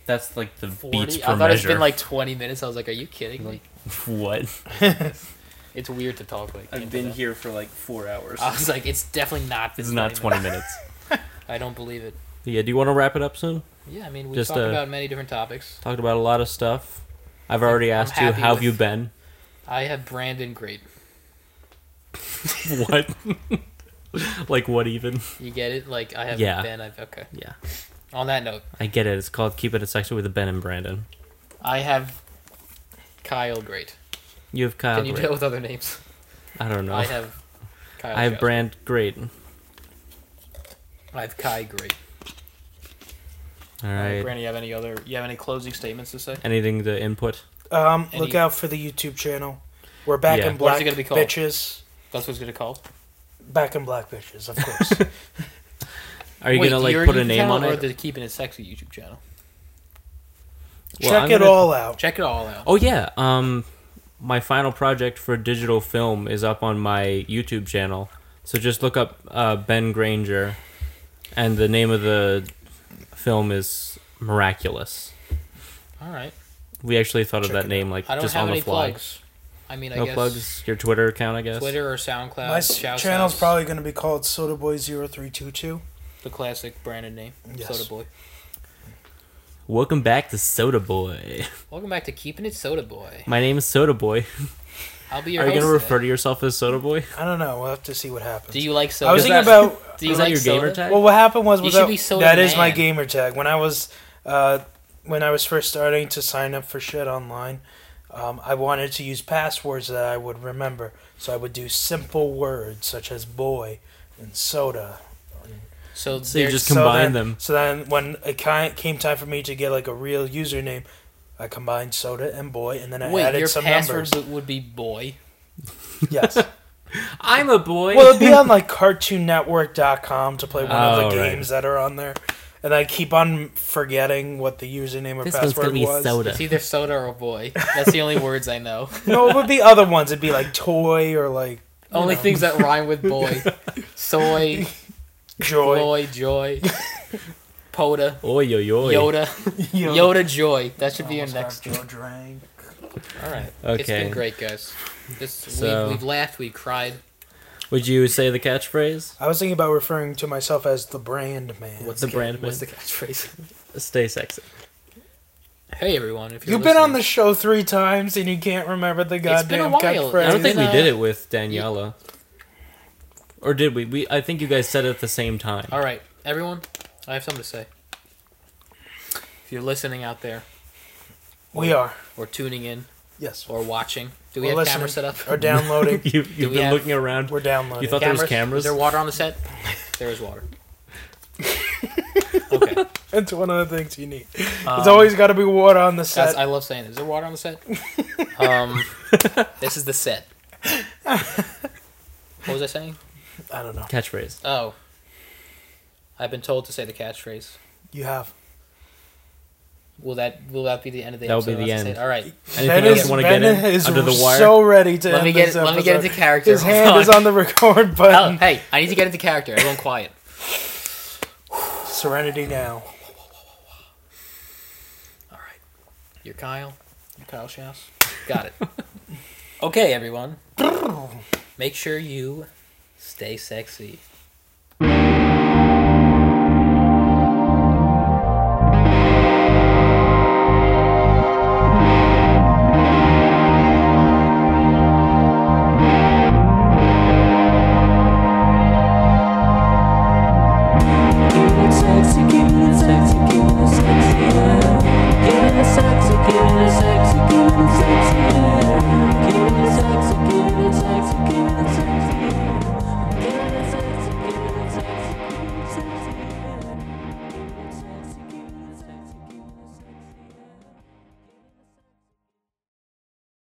[SPEAKER 2] That's like the
[SPEAKER 4] 40.
[SPEAKER 2] beats
[SPEAKER 4] I
[SPEAKER 2] per
[SPEAKER 4] thought
[SPEAKER 2] measure.
[SPEAKER 4] it's been like 20 minutes. I was like, are you kidding me?
[SPEAKER 2] what?
[SPEAKER 4] It's weird to talk like. into that.
[SPEAKER 2] here for like four hours.
[SPEAKER 4] I was like, it's definitely not. been
[SPEAKER 2] It's not twenty minutes.
[SPEAKER 4] minutes. I don't believe it.
[SPEAKER 2] yeah. Do you want to wrap it up soon?
[SPEAKER 4] Yeah, I mean, we
[SPEAKER 2] Just,
[SPEAKER 4] talked
[SPEAKER 2] uh,
[SPEAKER 4] about many different topics.
[SPEAKER 2] Talked about a lot of stuff. I've already
[SPEAKER 4] I'm
[SPEAKER 2] asked you
[SPEAKER 4] happy
[SPEAKER 2] how have
[SPEAKER 4] with-
[SPEAKER 2] you been.
[SPEAKER 4] I have Brandon great.
[SPEAKER 2] what? like what even?
[SPEAKER 4] You get it? Like I have
[SPEAKER 2] Yeah.
[SPEAKER 4] Ben. I've okay.
[SPEAKER 2] Yeah,
[SPEAKER 4] On that note,
[SPEAKER 2] I get it. It's called Keep It a Sexual with Ben and Brandon.
[SPEAKER 4] I have Kyle great.
[SPEAKER 2] You have Kyle.
[SPEAKER 4] Can you
[SPEAKER 2] Great.
[SPEAKER 4] deal with other names?
[SPEAKER 2] I don't know.
[SPEAKER 4] I have Kyle.
[SPEAKER 2] I have
[SPEAKER 4] Joseph.
[SPEAKER 2] Brand Great. All
[SPEAKER 4] I have Kai great.
[SPEAKER 2] right.
[SPEAKER 4] Brandon, you have any other? You have any closing statements to say?
[SPEAKER 2] Anything to input?
[SPEAKER 3] Um,
[SPEAKER 4] Any-
[SPEAKER 3] look out for the YouTube channel. We're back
[SPEAKER 2] Yeah.
[SPEAKER 3] in
[SPEAKER 4] What is
[SPEAKER 3] black
[SPEAKER 4] it gonna be called?
[SPEAKER 3] bitches.
[SPEAKER 4] That's what it's gonna call.
[SPEAKER 3] Back in black bitches, of course.
[SPEAKER 2] Are you
[SPEAKER 4] Wait,
[SPEAKER 2] gonna like
[SPEAKER 4] your
[SPEAKER 2] put a
[SPEAKER 4] YouTube
[SPEAKER 2] name
[SPEAKER 4] channel
[SPEAKER 2] on
[SPEAKER 4] or
[SPEAKER 2] it?
[SPEAKER 4] The Keeping It Sexy YouTube channel.
[SPEAKER 2] Well,
[SPEAKER 3] Check
[SPEAKER 2] I'm
[SPEAKER 3] it
[SPEAKER 2] gonna-
[SPEAKER 3] all out.
[SPEAKER 4] Check it all out.
[SPEAKER 2] Oh yeah. Um, my final project for digital film is up on my YouTube channel. So just look up uh, Ben Granger, and the name of the film is Miraculous.
[SPEAKER 4] All right.
[SPEAKER 2] We actually thought of
[SPEAKER 3] Check
[SPEAKER 2] that
[SPEAKER 3] it
[SPEAKER 2] name like
[SPEAKER 4] I don't
[SPEAKER 2] just
[SPEAKER 4] have
[SPEAKER 2] on
[SPEAKER 4] any
[SPEAKER 2] the fly.
[SPEAKER 4] plugs. I mean, I
[SPEAKER 2] No
[SPEAKER 4] guess
[SPEAKER 2] plugs. Your Twitter account, I guess.
[SPEAKER 4] Twitter or SoundCloud.
[SPEAKER 3] My s-
[SPEAKER 4] Shouse
[SPEAKER 3] channel's
[SPEAKER 4] outs,
[SPEAKER 3] probably going to be called SodaBoy0322.
[SPEAKER 4] the classic branded name,
[SPEAKER 3] Yes.
[SPEAKER 4] Soda Boy.
[SPEAKER 2] Welcome back to Soda Boy.
[SPEAKER 4] Welcome back to Keeping It Soda Boy.
[SPEAKER 2] My name is Soda Boy.
[SPEAKER 4] I'll be your
[SPEAKER 2] Are you
[SPEAKER 4] host.
[SPEAKER 2] gonna refer
[SPEAKER 4] today.
[SPEAKER 2] to yourself as Soda Boy?
[SPEAKER 3] I don't know. We'll have to see what happens.
[SPEAKER 4] Do you like soda?
[SPEAKER 3] I was
[SPEAKER 2] Is
[SPEAKER 3] thinking
[SPEAKER 2] that-
[SPEAKER 3] about
[SPEAKER 4] Do you
[SPEAKER 2] Is
[SPEAKER 4] like
[SPEAKER 2] that your
[SPEAKER 4] soda?
[SPEAKER 2] gamer tag?
[SPEAKER 3] Well, what happened was,
[SPEAKER 4] You
[SPEAKER 3] was
[SPEAKER 4] should
[SPEAKER 3] that,
[SPEAKER 4] be Soda
[SPEAKER 3] that is my
[SPEAKER 4] Man.
[SPEAKER 3] gamer tag. When I was uh, when I was first starting to sign up for shit online, um, I wanted to use passwords that I would remember. So I would do simple words such as boy and soda.
[SPEAKER 4] So,
[SPEAKER 2] So you
[SPEAKER 4] there's-
[SPEAKER 2] just combine
[SPEAKER 3] so then,
[SPEAKER 2] them.
[SPEAKER 3] So then when it ki- came time for me to get like a real username, I combined soda and boy, and then I
[SPEAKER 4] wait,
[SPEAKER 3] added
[SPEAKER 4] your
[SPEAKER 3] some
[SPEAKER 4] password
[SPEAKER 3] numbers.
[SPEAKER 4] bo- would be boy.
[SPEAKER 3] yes.
[SPEAKER 2] I'm a boy.
[SPEAKER 3] Well, it'd be on like CartoonNetwork.com to play one
[SPEAKER 2] Oh,
[SPEAKER 3] of the
[SPEAKER 2] right.
[SPEAKER 3] games that are on there, and I keep on forgetting what the username or
[SPEAKER 2] this one's gonna
[SPEAKER 3] password
[SPEAKER 2] be
[SPEAKER 3] was.
[SPEAKER 2] soda.
[SPEAKER 4] It's either soda or boy. That's the only words I know.
[SPEAKER 3] No, it would be other ones. It'd be like toy or like
[SPEAKER 4] only things that rhyme with boy: soy,
[SPEAKER 3] joy.
[SPEAKER 4] boy, joy, poda,
[SPEAKER 2] Oi, yo, yo.
[SPEAKER 4] Yoda, Yoda joy. That should be your next.
[SPEAKER 3] Joe drank.
[SPEAKER 4] All right. It's
[SPEAKER 2] Okay.
[SPEAKER 4] been great, guys. This
[SPEAKER 2] So-
[SPEAKER 4] we, we've laughed, we cried.
[SPEAKER 2] Would you say the catchphrase?
[SPEAKER 3] I was thinking about referring to myself as the brand man.
[SPEAKER 2] What's the brand?
[SPEAKER 4] What's the
[SPEAKER 2] name?
[SPEAKER 4] catchphrase?
[SPEAKER 2] Stay sexy.
[SPEAKER 4] Hey everyone, if you're
[SPEAKER 3] You've been on the
[SPEAKER 4] listening-
[SPEAKER 3] show three times and you can't remember the
[SPEAKER 4] It's been a
[SPEAKER 3] goddamn
[SPEAKER 4] while.
[SPEAKER 3] catchphrase.
[SPEAKER 2] I don't think we
[SPEAKER 4] Dana-
[SPEAKER 2] did it with Daniela. Or did we? We I think you guys said it at the same time.
[SPEAKER 4] All right, everyone, I have something to say. If you're listening out there,
[SPEAKER 3] we are.
[SPEAKER 4] or tuning in,
[SPEAKER 3] Yes.
[SPEAKER 4] or watching, do we
[SPEAKER 3] We're
[SPEAKER 4] have
[SPEAKER 3] listening.
[SPEAKER 4] camera set up?
[SPEAKER 3] Or downloading.
[SPEAKER 2] You, you've
[SPEAKER 4] we
[SPEAKER 2] been
[SPEAKER 4] have-
[SPEAKER 2] looking around.
[SPEAKER 3] We're downloading.
[SPEAKER 2] You thought there was cameras?
[SPEAKER 4] Is there water on the set? there is water. okay.
[SPEAKER 3] It's one of the things you need.
[SPEAKER 4] Um,
[SPEAKER 3] There's always got to be water on the
[SPEAKER 4] guys,
[SPEAKER 3] set.
[SPEAKER 4] I love saying, "Is there water on the set?" um, this is the set. What was I saying?
[SPEAKER 3] I don't know.
[SPEAKER 2] Catchphrase.
[SPEAKER 4] Oh, I've been told to say the catchphrase.
[SPEAKER 3] You have.
[SPEAKER 4] Will that will that be the end of the
[SPEAKER 2] That'll
[SPEAKER 4] episode?
[SPEAKER 2] be the
[SPEAKER 4] I'll have to
[SPEAKER 2] end.
[SPEAKER 4] say it. All right.
[SPEAKER 2] Anything
[SPEAKER 3] ben
[SPEAKER 2] else
[SPEAKER 3] is,
[SPEAKER 2] you want to
[SPEAKER 3] ben
[SPEAKER 2] get in?
[SPEAKER 3] is
[SPEAKER 2] Under the wire?
[SPEAKER 3] so ready to
[SPEAKER 4] Let
[SPEAKER 3] end
[SPEAKER 4] me get
[SPEAKER 3] this
[SPEAKER 4] let me get into
[SPEAKER 3] episode.
[SPEAKER 4] character.
[SPEAKER 3] His
[SPEAKER 4] Hold
[SPEAKER 3] hand is on the record
[SPEAKER 4] Oh,
[SPEAKER 3] button.
[SPEAKER 4] hey, I need to get into character. Everyone quiet.
[SPEAKER 3] Serenity now.
[SPEAKER 4] You're Kyle. You're Kyle Schaus. Got it. Okay, everyone. Make sure you stay sexy.